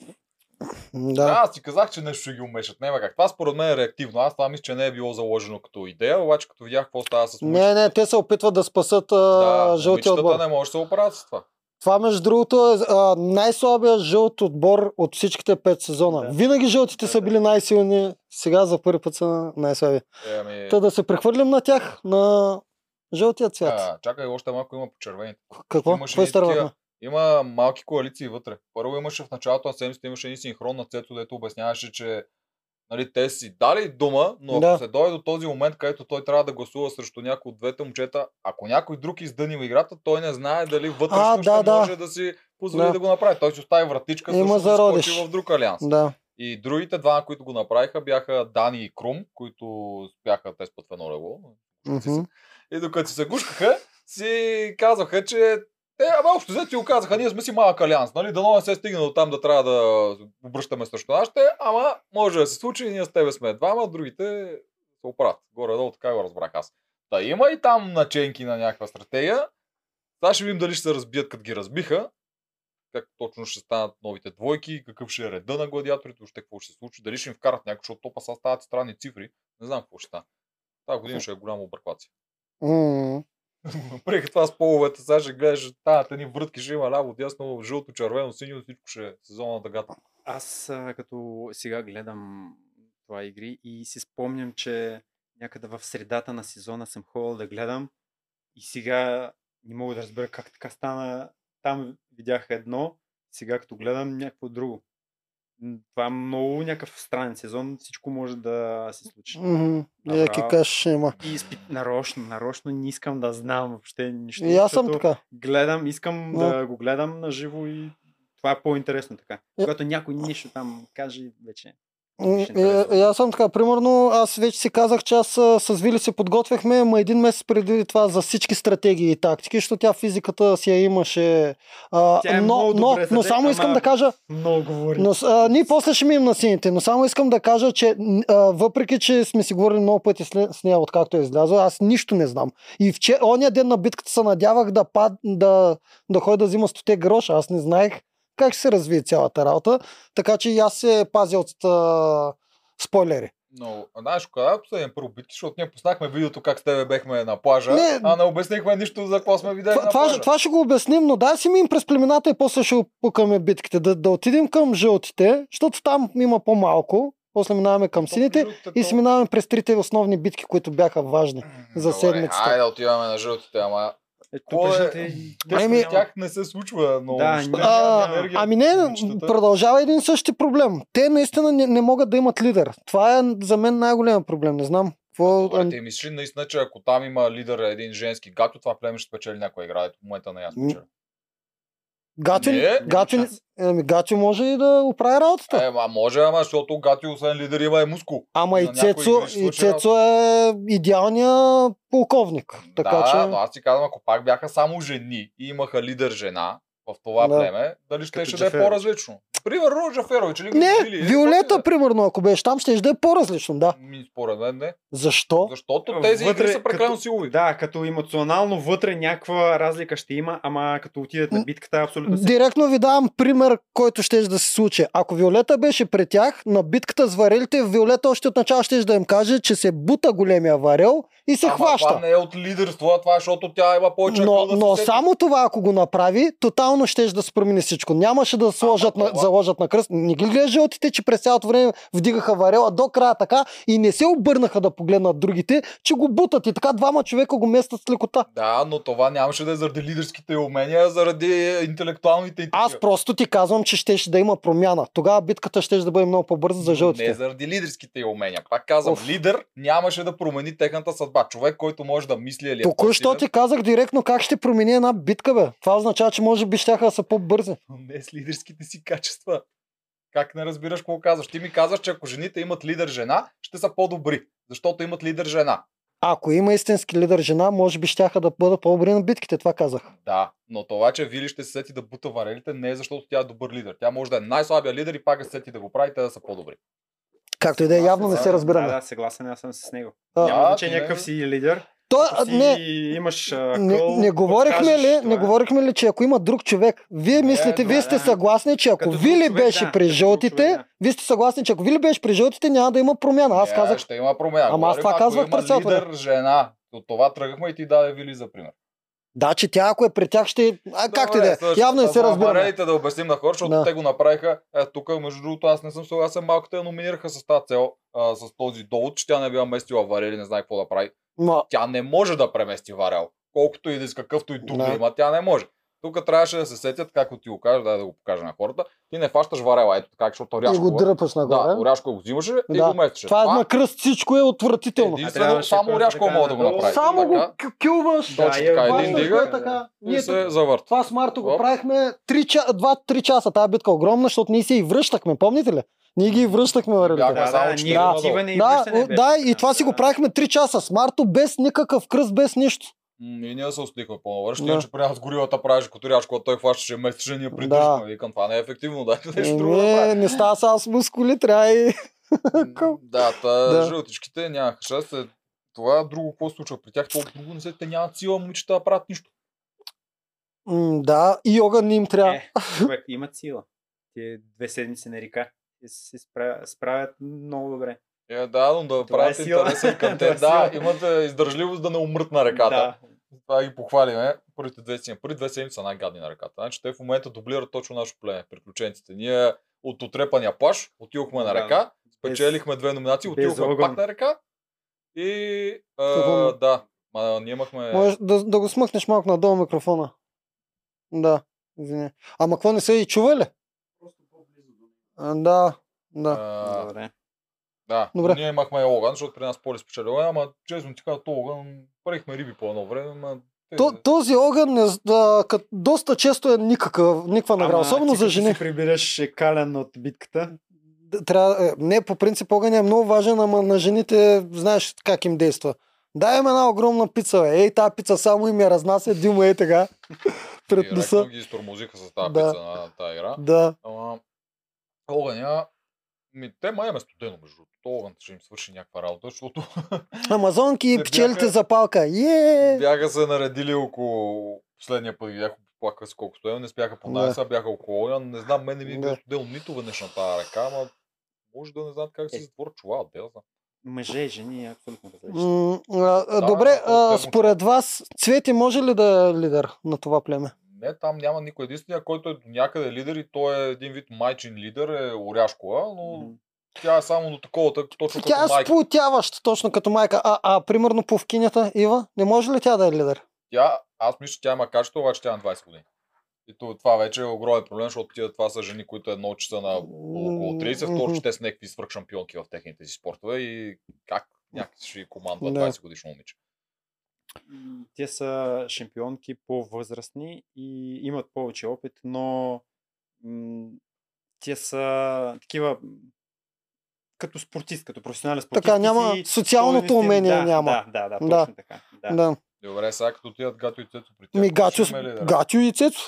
[SPEAKER 1] Да,
[SPEAKER 2] Да.
[SPEAKER 1] аз ти казах, че нещо ще ги умешат. Няма как. Това според мен е реактивно. Аз това мисля, че не е било заложено като идея, обаче като видях какво става с момичетата,
[SPEAKER 2] Не, не, те се опитват да спасат а,
[SPEAKER 1] да,
[SPEAKER 2] жълтия
[SPEAKER 1] момичетата
[SPEAKER 2] отбор.
[SPEAKER 1] не може да се оправят с това.
[SPEAKER 2] Това, между другото, е а, най-слабия жълт отбор от всичките пет сезона. Да.
[SPEAKER 3] Да.
[SPEAKER 2] Винаги жълтите да,
[SPEAKER 3] Да,
[SPEAKER 2] са
[SPEAKER 3] да.
[SPEAKER 2] били най-силни, сега за първи път са най-слаби.
[SPEAKER 1] Е, ами...
[SPEAKER 2] Та да се прехвърлим на тях, на жълтия цвят.
[SPEAKER 1] а, чакай, още малко има по червените.
[SPEAKER 2] Какво? е
[SPEAKER 1] имаше
[SPEAKER 2] Какво
[SPEAKER 1] и такива.
[SPEAKER 2] изтървахме?
[SPEAKER 1] Има малки коалиции вътре. Първо имаше в началото на седмицата, имаше един синхрон на Цецо, дето обясняваше, че нали, те си дали дума, но ако
[SPEAKER 2] Да.
[SPEAKER 1] се дойде до този момент, където той трябва да гласува срещу някой от двете момчета, ако някой друг издъни играта, той не знае дали вътрешно
[SPEAKER 2] А, да,
[SPEAKER 1] ще
[SPEAKER 2] да.
[SPEAKER 1] може да си позволи
[SPEAKER 2] Да.
[SPEAKER 1] да. го направи. Той си остави вратичка,
[SPEAKER 2] Има
[SPEAKER 1] всъщност да
[SPEAKER 2] зародиш.
[SPEAKER 1] скочи в друг алианс.
[SPEAKER 2] Да.
[SPEAKER 1] И другите два, които го направиха, бяха Дани и Крум, които бяха те спът в едно легло. Си
[SPEAKER 2] Мгм.
[SPEAKER 1] И докато се гушкаха, си казваха, че те, абе, общо взето си го казаха, ние сме си малък алианс, нали? Дано не се стигне до там да трябва да обръщаме срещу нашите, ама може да се случи, ние с тебе сме двама, другите се оправят. Горе-долу така го разбрах аз. Та има и там наченки на някаква стратегия. Сега ще видим дали ще се разбият, като ги разбиха. Как точно ще станат новите двойки, какъв ще е реда на гладиаторите, въобще какво ще се случи, дали ще им вкарат някой, защото топа сега стават странни цифри. Не знам какво ще стане. Тази година ще е голяма обърквация.
[SPEAKER 2] М.
[SPEAKER 1] Приеха това с половете, сега ще гледаш таята ни врътки, ще има ляво, дясно, жълто, червено, синьо, всичко ще е сезона на дъгата.
[SPEAKER 3] Аз а, като сега гледам това игри и си спомням, че някъде в средата на сезона съм ходил да гледам и сега не мога да разбера как така стана. Там видях едно, сега като гледам някакво друго. М, Това е много някакъв странен сезон, всичко може да се случи.
[SPEAKER 2] Мгм.
[SPEAKER 3] Направо.
[SPEAKER 2] Яки каш ще има.
[SPEAKER 3] И изпит... нарочно, нарочно не искам да знам въобще нищо.
[SPEAKER 2] И аз съм
[SPEAKER 3] защото-
[SPEAKER 2] така.
[SPEAKER 3] гледам, искам
[SPEAKER 2] Да.
[SPEAKER 3] да. го гледам на живо и това е по-интересно така.
[SPEAKER 2] Е.
[SPEAKER 3] Когато някой нищо там каже, вече
[SPEAKER 2] М,
[SPEAKER 3] Ще
[SPEAKER 2] е,
[SPEAKER 3] интересно.
[SPEAKER 2] е, аз съм така, примерно, аз вече си казах, че аз а, с Вили се подготвяхме, ма един месец преди това за всички стратегии и тактики, защото тя физиката си я имаше. А,
[SPEAKER 3] Тя е
[SPEAKER 2] но,
[SPEAKER 3] много
[SPEAKER 2] но,
[SPEAKER 3] добре за
[SPEAKER 2] но
[SPEAKER 3] теб,
[SPEAKER 2] само искам
[SPEAKER 3] ама-
[SPEAKER 2] да кажа,
[SPEAKER 3] Много говори.
[SPEAKER 2] но, с- а, ние после ще минем на сините, но само искам да кажа, че н- а, въпреки, че сме си говорили много пъти с, с нея, откакто е излязла, аз нищо не знам. И вчера, ония ден на битката се надявах да, пад, да, да ходя да взима стоте гроша, аз не знаех как ще се развие цялата работа, така че и аз се пазя от а, спойлери.
[SPEAKER 1] Но, знаеш, кога е последен първо битки, защото ние поснахме видеото как с тебе бехме на плажа,
[SPEAKER 2] Не.
[SPEAKER 1] а не обяснихме нищо за какво сме видели
[SPEAKER 2] Това,
[SPEAKER 1] на
[SPEAKER 2] това, ще-
[SPEAKER 1] плажа.
[SPEAKER 2] това ще го обясним, но дай си минем през племената и после ще опукаме битките. Да, да отидем към жълтите, защото там има по-малко, после минаваме към сините и си минаваме през трите основни битки, които бяха важни. за седмицата.
[SPEAKER 1] Айде да Е, отиваме на жълтите, ама
[SPEAKER 3] Е,
[SPEAKER 1] Кой е?
[SPEAKER 3] тук е...
[SPEAKER 1] Ами,
[SPEAKER 2] Ами-
[SPEAKER 1] няма... тях не се случва много
[SPEAKER 3] Да,
[SPEAKER 1] неща.
[SPEAKER 3] няма-
[SPEAKER 1] няма
[SPEAKER 2] А,
[SPEAKER 1] енергия
[SPEAKER 2] ами не,
[SPEAKER 1] в момичетата.
[SPEAKER 2] продължава един и същи проблем. Те наистина не, не могат да имат лидер. Това е за мен най-голям проблем. Не знам. Какво... ами,
[SPEAKER 1] Добре, ти мислиш ли наистина, че ако там има лидер един женски гато, това племе ще спечели някоя игра? Ето, в момента не я спечели.
[SPEAKER 2] Гатю,
[SPEAKER 1] Не, няма
[SPEAKER 2] гатю,
[SPEAKER 3] шанс.
[SPEAKER 2] ами, гатю може и да оправи работата.
[SPEAKER 1] Е, ма може, ама, защото гати освен лидер има и мускул.
[SPEAKER 2] Ама
[SPEAKER 1] на
[SPEAKER 2] и
[SPEAKER 1] някои
[SPEAKER 2] Цецо,
[SPEAKER 1] игри ще
[SPEAKER 2] и
[SPEAKER 1] случи
[SPEAKER 2] Цецо е идеалният полковник. Така
[SPEAKER 1] да,
[SPEAKER 2] че...
[SPEAKER 1] но аз ти казвам, ако пак бяха само жени и имаха лидер жена в това
[SPEAKER 2] Да.
[SPEAKER 1] племе, дали ще,
[SPEAKER 3] Като
[SPEAKER 1] ще да е
[SPEAKER 3] Джаферович.
[SPEAKER 1] по-различно. Примерно Джаферович или го
[SPEAKER 2] Не,
[SPEAKER 1] избили, или каквото и
[SPEAKER 2] Виолета,
[SPEAKER 1] да
[SPEAKER 2] примерно, ако беше там, ще да е по-различно, да.
[SPEAKER 1] е. Ми, Според мен не.
[SPEAKER 2] Защо?
[SPEAKER 1] Защото тези
[SPEAKER 3] Вътре,
[SPEAKER 1] игри са прекалено
[SPEAKER 3] като-
[SPEAKER 1] силови.
[SPEAKER 3] Да, като емоционално вътре някаква разлика ще има, ама като отидат на
[SPEAKER 2] М,
[SPEAKER 3] битката, абсолютно се...
[SPEAKER 2] Директно ви давам пример, който ще да се случи. Ако Виолета беше при тях, на битката с варелите, Виолета още от начало ще да им каже, че се бута големия варел и се
[SPEAKER 1] Ама Това
[SPEAKER 2] хваща.
[SPEAKER 1] не е от лидерство, а това е, защото тя има повече
[SPEAKER 2] Но,
[SPEAKER 1] акъл да се
[SPEAKER 2] но
[SPEAKER 1] сети.
[SPEAKER 2] само това, ако го направи, тотално ще да се промени всичко. Нямаше да сложат на,
[SPEAKER 1] това-
[SPEAKER 2] заложат на кръст. Не ги гледа жълтите, че през цялото време вдигаха варела до края така и не се обърнаха да погледнат другите, че го бутат и така двама човека го местят с лекота.
[SPEAKER 1] Да, но това нямаше да е заради лидерските умения, а заради интелектуалните и
[SPEAKER 2] Аз
[SPEAKER 1] такива.
[SPEAKER 2] просто ти казвам, че щеше да има промяна. Тогава битката ще да бъде много по-бърза за жълтите.
[SPEAKER 1] Не заради лидерските й умения. Пак казвам,
[SPEAKER 2] Оф.
[SPEAKER 1] лидер нямаше да промени техната съдба. Човек, който може да мисли или е
[SPEAKER 2] Току-що
[SPEAKER 1] по-силен,
[SPEAKER 2] ти казах директно как ще промени една битка, бе. Това означава, че може би щяха да са по-бързи.
[SPEAKER 1] Не с лидерските си качества. Как не разбираш какво казваш? Ти ми казваш, че ако жените имат лидер жена, ще са по-добри. Защото имат лидер жена.
[SPEAKER 2] Ако има истински лидер жена, може би щяха да бъдат по-добри на битките, това казах.
[SPEAKER 1] Да, но това, че Вили ще се сети да бута варелите, не е защото тя е добър лидер. Тя може да е най-слабия лидер и пак да се сети да го прави, те да са по-добри.
[SPEAKER 2] Както и да е, явно не
[SPEAKER 3] Да,
[SPEAKER 2] се
[SPEAKER 3] Да,
[SPEAKER 2] разбираме.
[SPEAKER 3] да, съгласен, аз съм с него.
[SPEAKER 2] А,
[SPEAKER 3] Няма
[SPEAKER 1] а,
[SPEAKER 3] значение
[SPEAKER 1] ти не-
[SPEAKER 3] някакъв си лидер.
[SPEAKER 2] Той,
[SPEAKER 3] Ако си
[SPEAKER 2] не,
[SPEAKER 3] имаш а, къл,
[SPEAKER 2] не, не,
[SPEAKER 3] който
[SPEAKER 2] говорихме
[SPEAKER 3] кажеш,
[SPEAKER 2] ли,
[SPEAKER 3] това
[SPEAKER 2] не
[SPEAKER 3] е.
[SPEAKER 2] говорихме ли, че ако има друг човек,
[SPEAKER 1] Не,
[SPEAKER 2] вие мислите,
[SPEAKER 1] да,
[SPEAKER 2] вие сте
[SPEAKER 3] да.
[SPEAKER 2] съгласни, че ако
[SPEAKER 3] Като друг
[SPEAKER 2] Вили
[SPEAKER 3] човек,
[SPEAKER 2] беше
[SPEAKER 3] да, като
[SPEAKER 2] при
[SPEAKER 3] друг
[SPEAKER 2] жълтите,
[SPEAKER 3] човек, да.
[SPEAKER 2] вие сте съгласни, че ако Вили беше при жълтите, няма да има промяна. Аз
[SPEAKER 1] Не,
[SPEAKER 2] казах,
[SPEAKER 1] Е, Ще има промяна.
[SPEAKER 2] Ама аз
[SPEAKER 1] Говорим,
[SPEAKER 2] това
[SPEAKER 1] ако
[SPEAKER 2] казвах
[SPEAKER 1] има
[SPEAKER 2] през цялото
[SPEAKER 1] лидер жена. От това тръгнахме и ти даде Вили за пример.
[SPEAKER 2] да, че тя ако е при тях, ще... А, както и да е,
[SPEAKER 1] Добре,
[SPEAKER 2] явно не се
[SPEAKER 1] това
[SPEAKER 2] разбираме.
[SPEAKER 1] Барелите да обясним на хора, защото
[SPEAKER 2] Да.
[SPEAKER 1] те го направиха. Е, тук, между другото, аз не съм съгласен. Малко те я номинираха с тази цел, а, с този довод, че тя не била местила варели, не знае какво да прави.
[SPEAKER 2] Но
[SPEAKER 1] Тя не може да премести варел. Колкото и да иска, какъвто и тук да.
[SPEAKER 2] Да.
[SPEAKER 1] има, тя не може. Тук трябваше да се сетят, както ти го кажа, дай да го покажа на хората. Ти не фащаш варела, ето така, защото
[SPEAKER 2] и го
[SPEAKER 1] Оряшкова.
[SPEAKER 2] дръпаш
[SPEAKER 1] да,
[SPEAKER 2] нагоре.
[SPEAKER 1] Оряшкова го взимаше и
[SPEAKER 2] Да.
[SPEAKER 1] го местеше.
[SPEAKER 2] Това е на кръст, всичко е отвратително.
[SPEAKER 1] единствено,
[SPEAKER 3] трябваше
[SPEAKER 1] само
[SPEAKER 3] който
[SPEAKER 1] Оряшкова
[SPEAKER 3] така
[SPEAKER 1] мога да го
[SPEAKER 3] да-
[SPEAKER 1] направи.
[SPEAKER 2] Само го
[SPEAKER 1] Така.
[SPEAKER 2] кю- кюваш,
[SPEAKER 1] Да, Точно така, един
[SPEAKER 2] хващаш
[SPEAKER 1] дига.
[SPEAKER 2] го е така.
[SPEAKER 1] И
[SPEAKER 2] Ние
[SPEAKER 1] се
[SPEAKER 2] тук-
[SPEAKER 1] завърта.
[SPEAKER 2] това с Марто го
[SPEAKER 1] Оп.
[SPEAKER 2] правихме 2-3 часа. Тая битка е огромна, защото ние си и връщахме, помните ли? Ние ги връщахме върли.
[SPEAKER 1] Бяха
[SPEAKER 3] Да,
[SPEAKER 1] само
[SPEAKER 3] да,
[SPEAKER 1] четири
[SPEAKER 3] ние
[SPEAKER 1] модела.
[SPEAKER 3] отиване и
[SPEAKER 2] Да,
[SPEAKER 3] връщане
[SPEAKER 2] о,
[SPEAKER 3] бе.
[SPEAKER 2] да, и това си го
[SPEAKER 3] Да.
[SPEAKER 2] правихме 3 часа с Марто, без никакъв кръст, без нищо.
[SPEAKER 1] М, И ние се отстихме по-навър. Ще
[SPEAKER 2] Да.
[SPEAKER 1] иначе при нас горилата правиш которяш, когато той хващаше месече, ние придържахме. Викам, това не е ефективно, дайте нещо друго да
[SPEAKER 2] Не,
[SPEAKER 1] правим.
[SPEAKER 2] не става само с мускули, трябва и...
[SPEAKER 1] М, Да, та,
[SPEAKER 2] Да.
[SPEAKER 1] жълтичките нямаха шанс. Е, Това друго, какво се случва при тях, то друго не се, те нямат сила, момичета да правят нищо.
[SPEAKER 2] М, Да, и йога не им трябва.
[SPEAKER 3] Е, човек, имат сила. Те две седмици на река и се спра- справят много добре.
[SPEAKER 1] Е, да, но да
[SPEAKER 3] Това е
[SPEAKER 1] правят
[SPEAKER 3] сила.
[SPEAKER 1] интересен контент.
[SPEAKER 3] Това
[SPEAKER 1] да,
[SPEAKER 3] е сила.
[SPEAKER 1] имат е, издържливост да не умрат на реката.
[SPEAKER 3] Да.
[SPEAKER 1] Това ги похвалиме. Първите две седмици. Първите две седмици са най-гадни на ръката. Значи те в момента дублират точно нашето племе, приключенците. Ние от отрепания плаш отидохме на
[SPEAKER 3] Да.
[SPEAKER 1] река, спечелихме две номинации,
[SPEAKER 3] без
[SPEAKER 1] отидохме
[SPEAKER 3] огън.
[SPEAKER 1] пак на река. И а,
[SPEAKER 2] Огън.
[SPEAKER 1] да, ма, ние имахме...
[SPEAKER 2] Може да, да го смъкнеш малко надолу микрофона. Да, извиня. Ама какво не се и чува ли? А, Да, да.
[SPEAKER 1] а,
[SPEAKER 3] Добре.
[SPEAKER 1] да,
[SPEAKER 2] Добре.
[SPEAKER 1] ние имахме огън, защото при нас поле спечели огън, ама честно ти кажа, то огън, парихме риби по едно време, ама... те-
[SPEAKER 2] То, този огън не, з- да, кът, доста често е никакъв, никаква награда,
[SPEAKER 3] Ама
[SPEAKER 2] особено
[SPEAKER 3] ти
[SPEAKER 2] за
[SPEAKER 3] като
[SPEAKER 2] жени.
[SPEAKER 3] Се прибираш е кален от битката.
[SPEAKER 2] трябва, е, не, по принцип огъня е много важен, ама на жените знаеш как им действа. Дай им една огромна пица, бе. Ей, тази пица само им я разнася, Димо, ей тега. Пред
[SPEAKER 1] И ръкно
[SPEAKER 2] носа.
[SPEAKER 1] ги изтормозиха с тази
[SPEAKER 2] Да.
[SPEAKER 1] пица на тази игра.
[SPEAKER 2] Да.
[SPEAKER 1] Ама, огъня... Ми, те май ме студено, между другото. То Огънът ще им свърши някаква работа, защото
[SPEAKER 2] Амазонки
[SPEAKER 1] Не
[SPEAKER 2] и пчелите
[SPEAKER 1] бяха-
[SPEAKER 2] за палка. Е!
[SPEAKER 1] бяха се наредили около последния път, ги бяха плакали с колко стоя, не спяха по
[SPEAKER 2] Да.
[SPEAKER 1] нас, а бяха около огъня. Не знам, мен не ми
[SPEAKER 2] Да.
[SPEAKER 1] е студено нито веднъж на тази ръка, ама може да не знам как се
[SPEAKER 3] Е.
[SPEAKER 1] затвори чула, да я знам.
[SPEAKER 3] Мъже и жени е абсолютно различно.
[SPEAKER 2] М, а, а,
[SPEAKER 1] Да,
[SPEAKER 2] Добре,
[SPEAKER 1] от
[SPEAKER 2] а,
[SPEAKER 1] термото.
[SPEAKER 2] според вас Цвети може ли да е лидер на това племе?
[SPEAKER 1] Не, там няма никой единствения, който е до някъде лидер и той е един вид майчин лидер, е Оряшкова, но тя е само до такова, так- точно
[SPEAKER 2] Тя
[SPEAKER 1] като
[SPEAKER 2] е
[SPEAKER 1] майка.
[SPEAKER 2] сплутяваща, точно като майка. А, а примерно по вкинята, Ива, не може ли тя да е лидер?
[SPEAKER 1] Тя, аз мисля, че тя има качество, обаче тя е на 20 години. И то- това вече е огромен проблем, защото тия това са жени, които едно, че са на около 30, второ,
[SPEAKER 2] Мгм.
[SPEAKER 1] че те са някакви свръхшампионки в техните си спортове и как някакси ще ги командва
[SPEAKER 2] Да.
[SPEAKER 1] 20 годишно момиче.
[SPEAKER 3] М, Те са шампионки по-възрастни и имат повече опит, но м, те са такива м, като спортист, като професионален спортист.
[SPEAKER 2] Така,
[SPEAKER 3] ти
[SPEAKER 2] няма-
[SPEAKER 3] си
[SPEAKER 2] социалното
[SPEAKER 3] стойностен-
[SPEAKER 2] умение
[SPEAKER 3] да,
[SPEAKER 2] няма.
[SPEAKER 3] Да, да, да, точно
[SPEAKER 2] Да.
[SPEAKER 3] така.
[SPEAKER 2] Да.
[SPEAKER 3] Да.
[SPEAKER 2] да.
[SPEAKER 1] Добре, сега като отидат гато и тето при тях.
[SPEAKER 2] Ми
[SPEAKER 1] кой
[SPEAKER 2] Гачо,
[SPEAKER 1] ще има лидера?
[SPEAKER 2] Гачо и Цецо.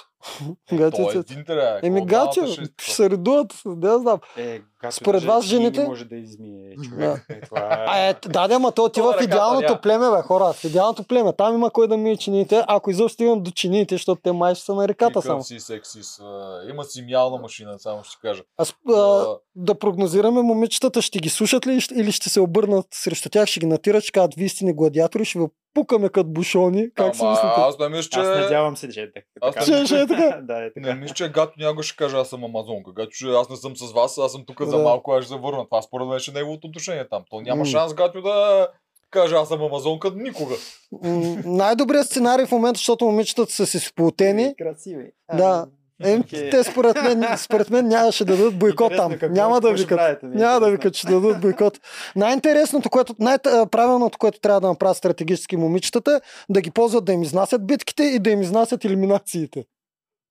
[SPEAKER 2] Гачо и
[SPEAKER 1] Той е
[SPEAKER 2] Цецо.
[SPEAKER 1] един трябва.
[SPEAKER 2] Еми
[SPEAKER 1] кой от
[SPEAKER 2] Гачо,
[SPEAKER 1] двамата ще е
[SPEAKER 2] ще
[SPEAKER 1] такъв?
[SPEAKER 2] се редуват, да я знам.
[SPEAKER 3] Е, както
[SPEAKER 2] Според
[SPEAKER 3] да
[SPEAKER 2] вас
[SPEAKER 3] е, че винаги
[SPEAKER 2] жените-
[SPEAKER 3] може да измие
[SPEAKER 2] Да.
[SPEAKER 3] човек. Е, това...
[SPEAKER 2] А е, да, да, ама то
[SPEAKER 1] Той
[SPEAKER 2] отива в
[SPEAKER 1] ръката
[SPEAKER 2] идеалното
[SPEAKER 1] няма.
[SPEAKER 2] племе, бе, хора. В идеалното племе. Там има кой да мие чините. Ако изобщо стигам до чините, защото те май ще са на реката
[SPEAKER 1] Какъв
[SPEAKER 2] само.
[SPEAKER 1] си сексис. а, Има си мялна машина, само ще кажа.
[SPEAKER 2] Аз, а,
[SPEAKER 1] А,
[SPEAKER 2] да прогнозираме момичетата, ще ги слушат ли или ще се обърнат срещу тях, ще ги натират, ще кажат, вие сте ни гладиатори, ще ви пукаме като бушони. Как си
[SPEAKER 1] ама
[SPEAKER 2] мислите?
[SPEAKER 1] Аз не мисля, че...
[SPEAKER 3] Аз надявам се, че е така.
[SPEAKER 1] Аз
[SPEAKER 3] така.
[SPEAKER 2] Че- че е така.
[SPEAKER 3] да, е
[SPEAKER 1] Не
[SPEAKER 3] така.
[SPEAKER 1] мисля, че гато някога ще каже, аз съм амазонка. Гато, че аз не съм с вас, аз съм тук за
[SPEAKER 2] Да.
[SPEAKER 1] малко, аз ще се върна. Това според мен ще е неговото отношение там. То няма
[SPEAKER 2] М.
[SPEAKER 1] шанс гато да каже, аз съм амазонка никога.
[SPEAKER 2] М, Най-добрият сценарий в момента, защото момичетата са си сплутени.
[SPEAKER 3] Е, Красиви.
[SPEAKER 2] Да. Е,
[SPEAKER 3] Окей.
[SPEAKER 2] те според мен, според мен нямаше да дадат бойкот
[SPEAKER 3] Интересно
[SPEAKER 2] там.
[SPEAKER 3] какво-
[SPEAKER 2] Няма да
[SPEAKER 3] какво ще
[SPEAKER 2] викат.
[SPEAKER 3] правите, ми е
[SPEAKER 2] Няма да
[SPEAKER 3] интересно.
[SPEAKER 2] викат, че дадат бойкот. Най-интересното, което, най-правилното, което трябва да направят стратегически момичетата, е да ги ползват да им изнасят битките и да им изнасят елиминациите.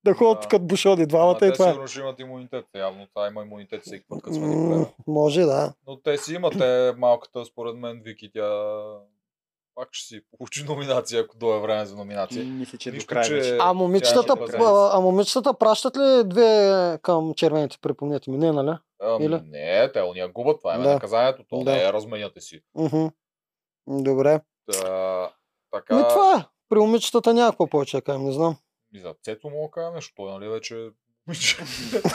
[SPEAKER 2] Да ходят
[SPEAKER 1] Да.
[SPEAKER 2] като бушони
[SPEAKER 1] Ама
[SPEAKER 2] двамата
[SPEAKER 1] те
[SPEAKER 2] и това е.
[SPEAKER 1] сигурно ще имат имунитет. Явно това има имунитет всеки път, като сме
[SPEAKER 2] М, Може, да.
[SPEAKER 1] Но те си имат, е, малката, според мен, Вики, тя пак ще си получи номинация, ако дойде време за номинация.
[SPEAKER 3] Мисля, че до
[SPEAKER 1] Нищо,
[SPEAKER 3] края
[SPEAKER 1] че-
[SPEAKER 3] вече.
[SPEAKER 2] А
[SPEAKER 1] ще
[SPEAKER 2] момичетата,
[SPEAKER 1] бъде.
[SPEAKER 2] а, а момичетата пращат ли две към червените, припомнете ми? Не, нали?
[SPEAKER 1] Ами,
[SPEAKER 2] Или?
[SPEAKER 1] не, те уния губят, това е
[SPEAKER 2] Да.
[SPEAKER 1] наказанието, то
[SPEAKER 2] Да.
[SPEAKER 1] не е разменяте си.
[SPEAKER 2] Мгм. Добре.
[SPEAKER 1] Та, така,
[SPEAKER 2] Ми това е. При момичетата някакво повече, да кажем, не знам.
[SPEAKER 1] и за Цето мога да кажа нещо, той нали вече...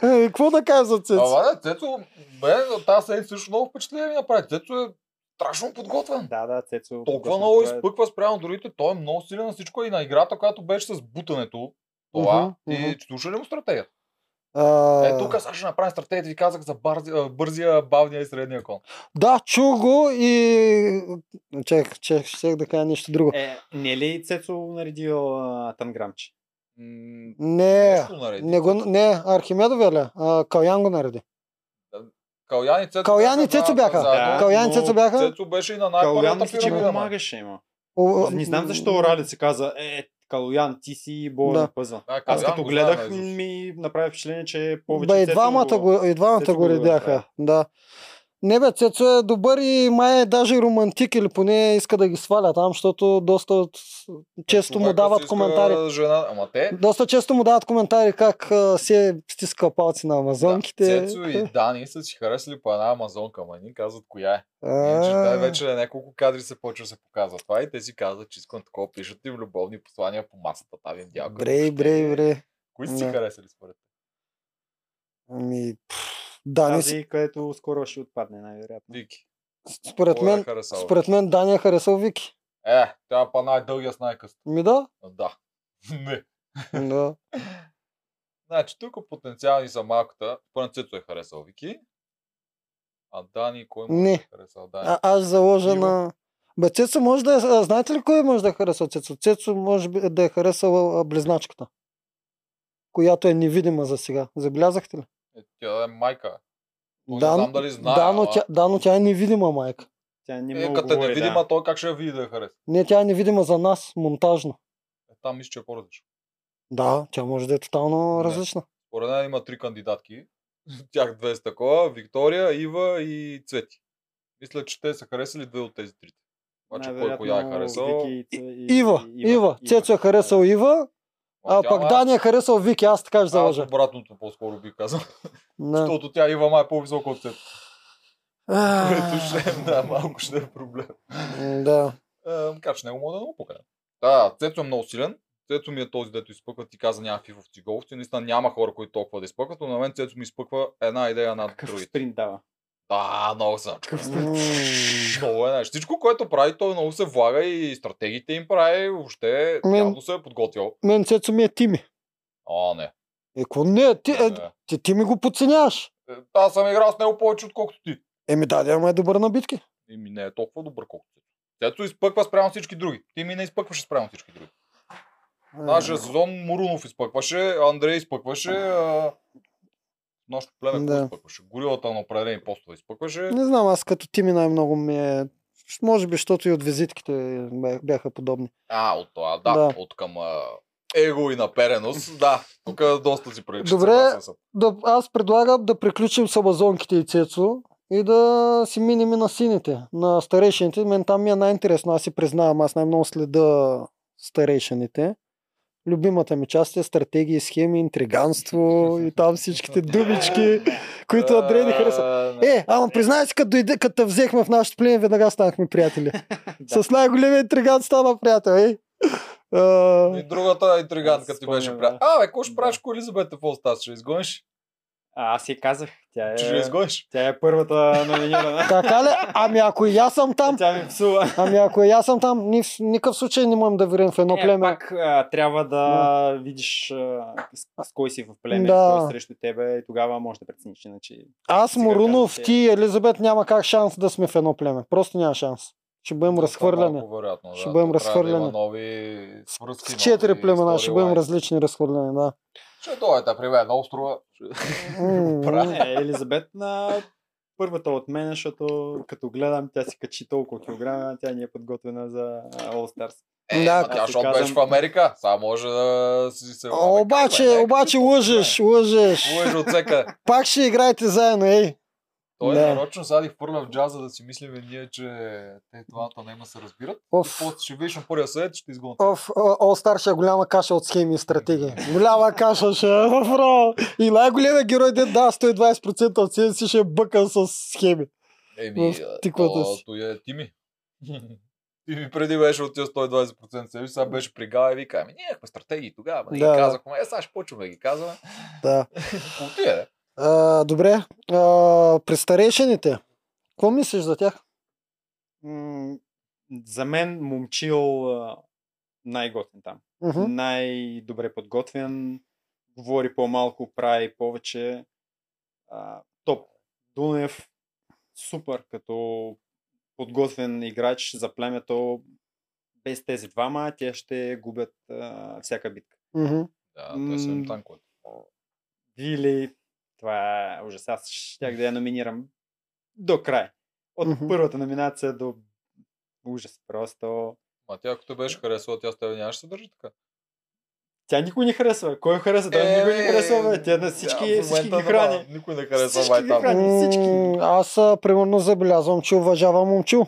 [SPEAKER 2] Какво да кажа за Цеци?
[SPEAKER 1] Ама да, Цецо, бе, тази седмица също много впечатление ми направи. Цецо е страшно подготвен.
[SPEAKER 3] Да, да, Цецо.
[SPEAKER 1] Толкова
[SPEAKER 3] подготвен,
[SPEAKER 1] много
[SPEAKER 3] това е-
[SPEAKER 1] изпъква спрямо другите, той е много силен на всичко и на играта, която беше с бутането. Това
[SPEAKER 2] Мгм, мгм.
[SPEAKER 1] и слуша ли му стратегията?
[SPEAKER 2] А,
[SPEAKER 1] Е, тук сега ще направим стратегията, ви казах за барзи- а, бързия, бавния и средния кон.
[SPEAKER 2] Да, чух го и... Чех, чех, чех да кажа нещо друго.
[SPEAKER 3] Е, не е ли Цецо наредил а, танграмче?
[SPEAKER 1] М,
[SPEAKER 2] Не,
[SPEAKER 1] нещо нареди.
[SPEAKER 2] Е, не, го, не Архимедовия ли? А, Калян го нареди.
[SPEAKER 1] Калян и Цецо
[SPEAKER 2] Калян и
[SPEAKER 1] бяха
[SPEAKER 2] Цецо
[SPEAKER 1] заедно-
[SPEAKER 2] бяха.
[SPEAKER 1] заедно,
[SPEAKER 2] Калян и
[SPEAKER 1] но
[SPEAKER 2] Цецо бяха.
[SPEAKER 1] Цецо беше и на
[SPEAKER 3] Калоян
[SPEAKER 1] най-първата
[SPEAKER 3] мисля, че
[SPEAKER 1] пирамида. ма.
[SPEAKER 3] помагаше, има.
[SPEAKER 2] О,
[SPEAKER 3] Не знам защо Оралец се каза, е, Калоян, ти си
[SPEAKER 2] Да.
[SPEAKER 3] боя да. пъзва.
[SPEAKER 1] Да,
[SPEAKER 3] Аз
[SPEAKER 1] Калоян
[SPEAKER 3] като
[SPEAKER 1] го
[SPEAKER 3] гледах,
[SPEAKER 1] знае наизуст.
[SPEAKER 3] ми направи впечатление, че е повече
[SPEAKER 2] Бе, и
[SPEAKER 3] Цецо
[SPEAKER 2] двамата го, и двамата
[SPEAKER 3] Цецо
[SPEAKER 2] го
[SPEAKER 3] го
[SPEAKER 2] редяха.
[SPEAKER 3] направи.
[SPEAKER 2] Да. Не бе, Цецо е добър и май е даже романтик или поне иска да ги сваля там, защото доста от... често му
[SPEAKER 1] Човека
[SPEAKER 2] дават
[SPEAKER 1] си иска
[SPEAKER 2] коментари.
[SPEAKER 1] Жена, ама те,
[SPEAKER 2] Доста често му дават коментари как а, се стиска палци на амазонките.
[SPEAKER 1] Да, Цецо и Дани са си харесали по една амазонка, ама ни казват коя е.
[SPEAKER 2] А,
[SPEAKER 1] Иначе тази вече няколко кадри се почва да се показва това и те си казват, че искам такова, пишат им любовни послания по масата, там им дялка. е,
[SPEAKER 2] Брей, брей, брей.
[SPEAKER 1] Кои са си
[SPEAKER 2] Да.
[SPEAKER 1] харесали според те?
[SPEAKER 2] Ами, пф, Дани, си-
[SPEAKER 3] Тази, където скоро ще отпадне, най-вероятно.
[SPEAKER 1] Вики.
[SPEAKER 2] според
[SPEAKER 1] кой я
[SPEAKER 2] мен,
[SPEAKER 1] харесала?
[SPEAKER 2] според мен Дани е харесал Вики.
[SPEAKER 1] Е, тя па най-дългия с най-къс.
[SPEAKER 2] Ми да,
[SPEAKER 1] Да. Не.
[SPEAKER 2] да.
[SPEAKER 1] Значи, тук потенциални са малката. Първо Цецо е харесал Вики. А Дани, кой му
[SPEAKER 2] Не.
[SPEAKER 1] е харесал Дани?
[SPEAKER 2] А, аз заложа
[SPEAKER 1] Иво?
[SPEAKER 2] на... Бе, Цецо може да е... а, Знаете ли кой може да е харесал Цецо? Цецо може би да е харесал а, близначката, която е невидима за сега. Забелязахте ли?
[SPEAKER 1] Е, тя е майка. Той
[SPEAKER 2] Да,
[SPEAKER 1] не знам дали знае.
[SPEAKER 2] да, но
[SPEAKER 1] ама-
[SPEAKER 2] тя, да, но тя е невидима, майка.
[SPEAKER 3] Тя не
[SPEAKER 1] Е,
[SPEAKER 3] му
[SPEAKER 1] като е
[SPEAKER 3] говори,
[SPEAKER 1] невидима,
[SPEAKER 3] да.
[SPEAKER 1] той как ще я види да я хареса?
[SPEAKER 2] Не, тя е невидима за нас, монтажно.
[SPEAKER 1] Е, там мисля, че е по-различно.
[SPEAKER 2] Да, тя може да е тотално
[SPEAKER 1] Не.
[SPEAKER 2] различна.
[SPEAKER 1] Според мен има три кандидатки. тях две с такова, Виктория, Ива и Цвети. Мисля, че те са харесали две от тези трите. Обаче кой коя е харесал?
[SPEAKER 3] Вики и- и-
[SPEAKER 2] Ива,
[SPEAKER 3] и-
[SPEAKER 2] Ива. Цецо е харесал Ива, а
[SPEAKER 1] Тя
[SPEAKER 2] пък
[SPEAKER 1] май-
[SPEAKER 2] Дани е харесал Вики, аз така ще
[SPEAKER 1] Аз
[SPEAKER 2] заложа.
[SPEAKER 1] обратното по-скоро би казал.
[SPEAKER 2] Не.
[SPEAKER 1] Защото тя Ива май е по-висока от теб.
[SPEAKER 2] А,
[SPEAKER 1] Което ще да, малко ще е проблем.
[SPEAKER 2] м, Да.
[SPEAKER 1] А, Макар че него мога да много покажа. Да, Цецо е много силен. Цецо ми е този, дето изпъква, ти каза няма фифовци головци. Наистина няма хора, които толкова да изпъкват, но на мен Цецо ми изпъква една идея над
[SPEAKER 3] Какъв
[SPEAKER 1] другите.
[SPEAKER 3] спринт дава?
[SPEAKER 1] Да, много съм.
[SPEAKER 2] М,
[SPEAKER 1] Много е нещо. Всичко, което прави, той много се влага и стратегиите им прави, въобще
[SPEAKER 2] Мен-
[SPEAKER 1] явно се е подготвил.
[SPEAKER 2] Мен Цецо ми е Тими.
[SPEAKER 1] А, не.
[SPEAKER 2] Е, какво не, ти,
[SPEAKER 1] не,
[SPEAKER 2] е,
[SPEAKER 1] не.
[SPEAKER 2] ти, ти ми го подценяваш.
[SPEAKER 1] Е, Аз съм играл с него повече, отколкото ти.
[SPEAKER 2] Еми да, да, ама е добър на битки.
[SPEAKER 1] Еми не е толкова добър, колкото ти. Цецо изпъква спрямо всички други. Ти ми не изпъкваше спрямо всички други. Нашия сезон Мурунов изпъкваше, Андрей изпъкваше, а... Нощно племе
[SPEAKER 2] Да.
[SPEAKER 1] да. изпъкваше. Горилата на определени постове изпъкваше.
[SPEAKER 2] Е, Не знам, аз като Тими най-много ми е... Може би, защото и от визитките бя- бяха подобни.
[SPEAKER 1] А, от това, да,
[SPEAKER 2] Да.
[SPEAKER 1] от към а... его и напереност. Да, тук доста си прилича.
[SPEAKER 2] Добре.
[SPEAKER 1] съгласен съм.
[SPEAKER 2] Да, аз предлагам да приключим с Амазонките и Цецо и да си минем и на сините, на старейшините. Мен там ми е най-интересно, аз си признавам, аз най-много следа старейшините. Любимата ми част е стратегии, схеми, интриганство и там всичките думички, които Андрей не хареса.
[SPEAKER 1] А,
[SPEAKER 2] Е, ама признай си, като, дойде, като те взехме в нашото племе, веднага станахме приятели.
[SPEAKER 3] Да.
[SPEAKER 2] С най-големия интригант стана приятел, ей. А,
[SPEAKER 1] И другата интриганка ти
[SPEAKER 3] Спомням,
[SPEAKER 1] беше
[SPEAKER 3] да.
[SPEAKER 1] пря. А, бе, какво ще
[SPEAKER 3] Да.
[SPEAKER 1] правиш, ако Елизабет е в Олстас? Ще я изгониш?
[SPEAKER 3] А, аз си казах, тя
[SPEAKER 1] Ще я
[SPEAKER 3] е,
[SPEAKER 1] изгониш?
[SPEAKER 3] тя е първата номинирана.
[SPEAKER 2] Така ли? Ами ако и аз съм там,
[SPEAKER 3] тя ми псува.
[SPEAKER 2] ами ако и аз съм там, ни в никакъв случай не можем да вирим в едно
[SPEAKER 3] Е,
[SPEAKER 2] племе.
[SPEAKER 3] Пак а, трябва да видиш а, с, с кой си в племе,
[SPEAKER 2] Да.
[SPEAKER 3] кой е срещу тебе и тогава можеш да прецениш, иначе
[SPEAKER 2] Аз,
[SPEAKER 3] сега
[SPEAKER 2] Морунов,
[SPEAKER 3] казвате-
[SPEAKER 2] ти и Елизабет няма как шанс да сме в едно племе. Просто няма шанс. Ще бъдем
[SPEAKER 1] Да, това
[SPEAKER 2] разхвърляни.
[SPEAKER 1] малко Вероятно, да.
[SPEAKER 2] Ще бъдем
[SPEAKER 1] То трябва да има
[SPEAKER 2] разхвърляни.
[SPEAKER 1] нови свръзки,
[SPEAKER 2] В четири
[SPEAKER 1] нови
[SPEAKER 2] племена ще бъдем
[SPEAKER 1] сторилайни.
[SPEAKER 2] различни разхвърляни, да.
[SPEAKER 1] Ще дойдете е, при мен на острова.
[SPEAKER 2] М,
[SPEAKER 3] Е, Елизабет на първата от мен, защото като гледам, тя си качи толкова килограма, тя ни е подготвена за All Stars.
[SPEAKER 1] Е,
[SPEAKER 2] Да,
[SPEAKER 1] да,
[SPEAKER 3] като
[SPEAKER 1] тя, защото
[SPEAKER 3] казвам-
[SPEAKER 1] беше в Америка, сега може да си се...
[SPEAKER 2] О, Обаче,
[SPEAKER 1] Е,
[SPEAKER 2] обаче лъжеш, лъжеш.
[SPEAKER 1] Лъжи от всека.
[SPEAKER 2] Пак ще играете заедно, ей.
[SPEAKER 1] Той
[SPEAKER 2] Да.
[SPEAKER 1] да. нарочно сади хвърля в джаза да си мислиме ние, че те двамата няма се разбират.
[SPEAKER 2] Оф.
[SPEAKER 1] И после ще видиш на първия съвет, ще изгонят.
[SPEAKER 2] Оф, о, о, старша голяма каша от схеми и стратегии. Голяма каша ще е, бро. И най-големия герой, де да, 120% от себе си ще е бъкан с схеми.
[SPEAKER 1] Еми,
[SPEAKER 2] в
[SPEAKER 1] а,
[SPEAKER 2] тиквата
[SPEAKER 1] то-
[SPEAKER 2] си.
[SPEAKER 1] той е Тими. Тими преди беше от тия 120% себе, сега беше при Гала и вика, ами ние имахме стратегии тогава, ама не
[SPEAKER 2] Да,
[SPEAKER 1] ги
[SPEAKER 2] да.
[SPEAKER 1] казахме, е сега ще почваме да ги казваме. е?
[SPEAKER 2] Да.
[SPEAKER 1] Отиде.
[SPEAKER 2] А, добре, а, при старейшините, какво мислиш за тях?
[SPEAKER 3] М, за мен момчил а, най-готен там.
[SPEAKER 2] Мгм.
[SPEAKER 3] най-добре подготвен, говори по-малко, прави повече. А, топ. Дунев, супер, като подготвен играч за племето. Без тези двама, те ще губят а, всяка битка.
[SPEAKER 2] Мгм.
[SPEAKER 1] Да, той се
[SPEAKER 3] М.
[SPEAKER 1] им танко.
[SPEAKER 3] Вили, това е ужас. Аз щях да я номинирам до край. От
[SPEAKER 2] Мгм.
[SPEAKER 3] първата номинация до ужас. Просто
[SPEAKER 1] Ма тя, ако те беше харесала, тя с тебе нямаше да се държи така.
[SPEAKER 3] тя никой не харесва. Кой харесва? Той никой не харесва. бе. Тя е на всички,
[SPEAKER 1] Е, да, в
[SPEAKER 3] всички ги
[SPEAKER 1] момента
[SPEAKER 3] храни.
[SPEAKER 1] Да, никой не харесва
[SPEAKER 3] Всички
[SPEAKER 1] май
[SPEAKER 3] ги
[SPEAKER 1] там.
[SPEAKER 3] храни. Ами, всички.
[SPEAKER 2] М, Аз а, примерно забелязвам, че уважавам момчу.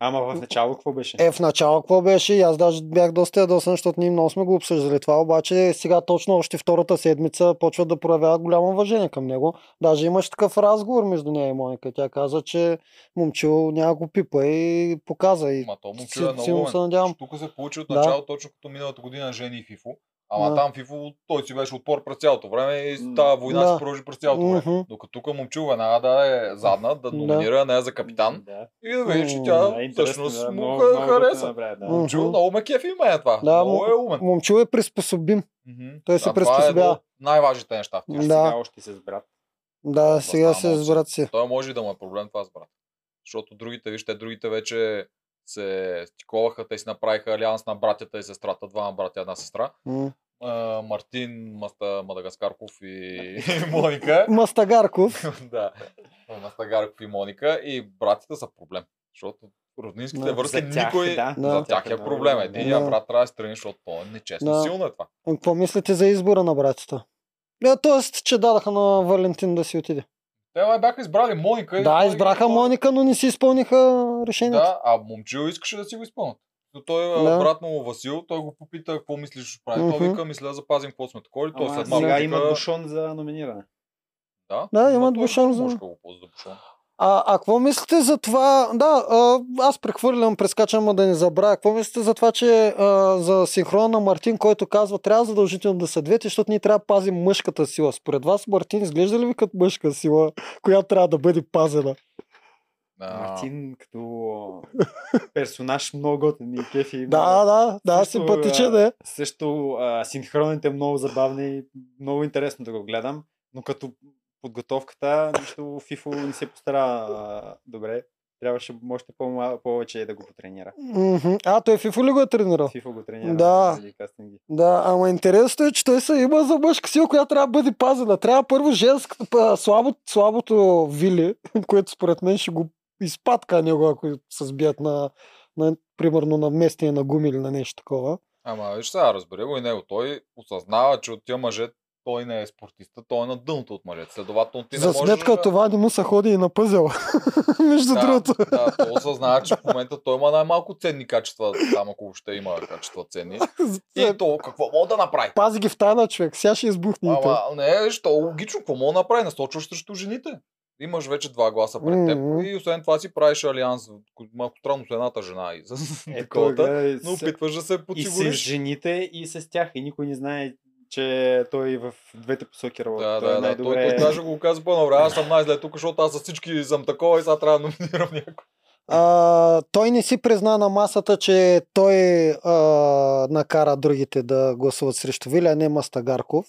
[SPEAKER 3] Ама в начало какво беше?
[SPEAKER 2] Е, в начало какво беше? И аз даже бях доста ядосан, защото ние много сме го обсъждали това, обаче сега точно още втората седмица почват да проявяват голямо уважение към него. Даже имаш такъв разговор между нея и Моника. Тя каза, че момчил няма го пипа и показа. И...
[SPEAKER 1] Ма то му
[SPEAKER 2] Си-
[SPEAKER 1] чуя много. е
[SPEAKER 2] силно се
[SPEAKER 1] умен.
[SPEAKER 2] надявам.
[SPEAKER 1] Тук се получи от
[SPEAKER 2] Да.
[SPEAKER 1] начало, точно като миналата година жени и Фифо. Ама
[SPEAKER 2] Да.
[SPEAKER 1] там Фифо, той си беше отпор през цялото време
[SPEAKER 3] М.
[SPEAKER 1] и тази война
[SPEAKER 2] Да.
[SPEAKER 1] се продължи през цялото време.
[SPEAKER 2] Мгм.
[SPEAKER 1] Докато тук момчу веднага да е задна, да
[SPEAKER 2] Да.
[SPEAKER 1] номинира нея за капитан
[SPEAKER 3] Да.
[SPEAKER 1] и да види, че
[SPEAKER 2] М,
[SPEAKER 1] тя
[SPEAKER 3] Да, интересно,
[SPEAKER 1] всъщност му
[SPEAKER 3] да, много-
[SPEAKER 1] ха-
[SPEAKER 3] много
[SPEAKER 1] хареса.
[SPEAKER 3] направи, да.
[SPEAKER 2] М.
[SPEAKER 1] Момчу
[SPEAKER 2] Мгм.
[SPEAKER 1] много ме кефи мен е това.
[SPEAKER 2] Да,
[SPEAKER 1] много
[SPEAKER 2] му-
[SPEAKER 1] е умен.
[SPEAKER 2] Момчил е приспособим.
[SPEAKER 1] Мгм.
[SPEAKER 2] той се
[SPEAKER 1] Да, това е едно
[SPEAKER 2] приспособява.
[SPEAKER 1] от най-важните неща в тях.
[SPEAKER 3] А
[SPEAKER 2] Да.
[SPEAKER 3] сега още се сбрат.
[SPEAKER 2] Да,
[SPEAKER 1] Да,
[SPEAKER 2] сега
[SPEAKER 1] става
[SPEAKER 2] се
[SPEAKER 1] момче.
[SPEAKER 2] избрат си.
[SPEAKER 1] Той може и да му е проблем това с брат. Защото другите, вижте, другите вече се стиковаха, те си направиха алианс на братята и сестрата, двама братя, една сестра.
[SPEAKER 2] М.
[SPEAKER 1] А, Мартин Маста, Мадагаскарков и Моника.
[SPEAKER 2] Мастагарков.
[SPEAKER 1] да. Мастагарков и Моника. И братята са проблем. Защото роднинските
[SPEAKER 2] Да,
[SPEAKER 1] връзки
[SPEAKER 3] за тях,
[SPEAKER 1] никой...
[SPEAKER 3] да.
[SPEAKER 2] Да.
[SPEAKER 1] За тях е
[SPEAKER 3] много
[SPEAKER 1] проблем.
[SPEAKER 3] проблем.
[SPEAKER 1] Единия
[SPEAKER 2] Да.
[SPEAKER 1] брат трябва да се тръгне, защото то е нечестно.
[SPEAKER 2] Да.
[SPEAKER 1] Силно е това.
[SPEAKER 2] Какво мислите за избора на братята? Е, тоест, че дадаха на Валентин да си отиде.
[SPEAKER 1] Те май бяха избрали Моника. и
[SPEAKER 2] Да,
[SPEAKER 1] той-
[SPEAKER 2] избраха Моника, но не си изпълниха решението.
[SPEAKER 1] Е, Да, а момчил искаше да си го изпълнят. Но той,
[SPEAKER 2] Да.
[SPEAKER 1] да. брат му Васил, той го попита какво мислиш ще прави. Той
[SPEAKER 2] Мгм.
[SPEAKER 1] вика, мисля да запазим какво сме такова. Той
[SPEAKER 3] Ама
[SPEAKER 1] след малко
[SPEAKER 3] сега
[SPEAKER 1] вика...
[SPEAKER 3] има бушон за номиниране.
[SPEAKER 1] Да,
[SPEAKER 2] Да,
[SPEAKER 1] но
[SPEAKER 2] имат
[SPEAKER 1] той
[SPEAKER 2] бушон за-
[SPEAKER 1] Може да го ползва бушон.
[SPEAKER 2] А, а какво мислите за това? Да, а, аз прехвърлям, прескачам, ама да не забравя. Какво мислите за това, че а, за синхрона на Мартин, който казва, трябва задължително да са двете, защото ние трябва да пазим мъжката сила. Според вас, Мартин, изглежда ли ви като мъжка сила, която трябва да бъде пазена?
[SPEAKER 1] Да.
[SPEAKER 3] Мартин като персонаж много готин и кефи.
[SPEAKER 2] Да, да, да,
[SPEAKER 3] също, а,
[SPEAKER 2] симпатичен е.
[SPEAKER 3] Също а, синхроните много забавни и много интересно да го гледам, но като подготовката, нищо FIFA не се постара а, добре. Трябваше още по-мал- повече да го потренира.
[SPEAKER 2] Мгм. А, той Фифо ли го е тренирал?
[SPEAKER 3] FIFA го тренира.
[SPEAKER 2] Да.
[SPEAKER 3] за кастинги.
[SPEAKER 2] Да, ама интересното е, че той се има за мъжка сила, която трябва да бъде пазена. Трябва първо женската, па, слабо, слабото Вили, което според мен ще го изпадка него, ако се сбият на, на примерно на местния на гуми или на нещо такова.
[SPEAKER 1] Ама виж сега, разбери го и него. Той осъзнава, че от тия мъже той не е спортиста, той е на дъното от мъжете. Следователно ти
[SPEAKER 2] за
[SPEAKER 1] не можеш...
[SPEAKER 2] сметка
[SPEAKER 1] да-
[SPEAKER 2] на това не му се ходи и на пъзел. Между
[SPEAKER 1] да,
[SPEAKER 2] другото.
[SPEAKER 1] Да, той осъзнава, че в момента той има най-малко ценни качества, там ако въобще има качества ценни. И то какво мога да направи?
[SPEAKER 2] Пази ги в тайна, човек. Сега ще избухне. и той.
[SPEAKER 1] Ама не, що логично, какво мога да направи? Насочваш срещу жените. Имаш вече два гласа пред теб
[SPEAKER 2] Мгм.
[SPEAKER 1] и освен това си правиш алианс, ко- малко странно с едната жена и с
[SPEAKER 3] Е, той
[SPEAKER 1] такова,
[SPEAKER 3] гледа и
[SPEAKER 1] но
[SPEAKER 3] с-
[SPEAKER 1] опитваш да се
[SPEAKER 3] и с
[SPEAKER 1] подсигуриш.
[SPEAKER 3] жените, и с тях. И никой не знае, че той е в двете посоки работи.
[SPEAKER 1] Да,
[SPEAKER 3] той е
[SPEAKER 1] да, да. Той,
[SPEAKER 3] най-добре.
[SPEAKER 1] той даже го казва по-добре. Аз съм най-зле тук, защото аз с всички съм такова и сега трябва да номинирам някой.
[SPEAKER 2] А, той не си призна на масата, че той а, накара другите да гласуват срещу Виля, а не Мастагарков.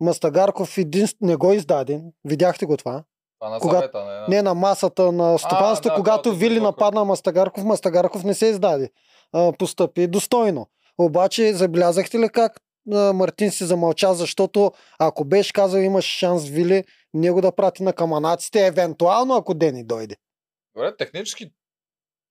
[SPEAKER 2] Мастагарков единствен не го издаде. Видяхте го това.
[SPEAKER 1] Това на
[SPEAKER 2] Кога-
[SPEAKER 1] съвета, не, на-
[SPEAKER 2] Не на масата на стопанството,
[SPEAKER 1] да,
[SPEAKER 2] когато
[SPEAKER 1] когато
[SPEAKER 2] Вили
[SPEAKER 1] се блокира.
[SPEAKER 2] нападна Мастагарков, Мастагарков не се издаде. А, постъпи достойно. Обаче забелязахте ли как а, Мартин си замълча, защото ако беше казал имаш шанс Вили, него да прати на каманаците, евентуално ако Дени дойде.
[SPEAKER 1] Добре, технически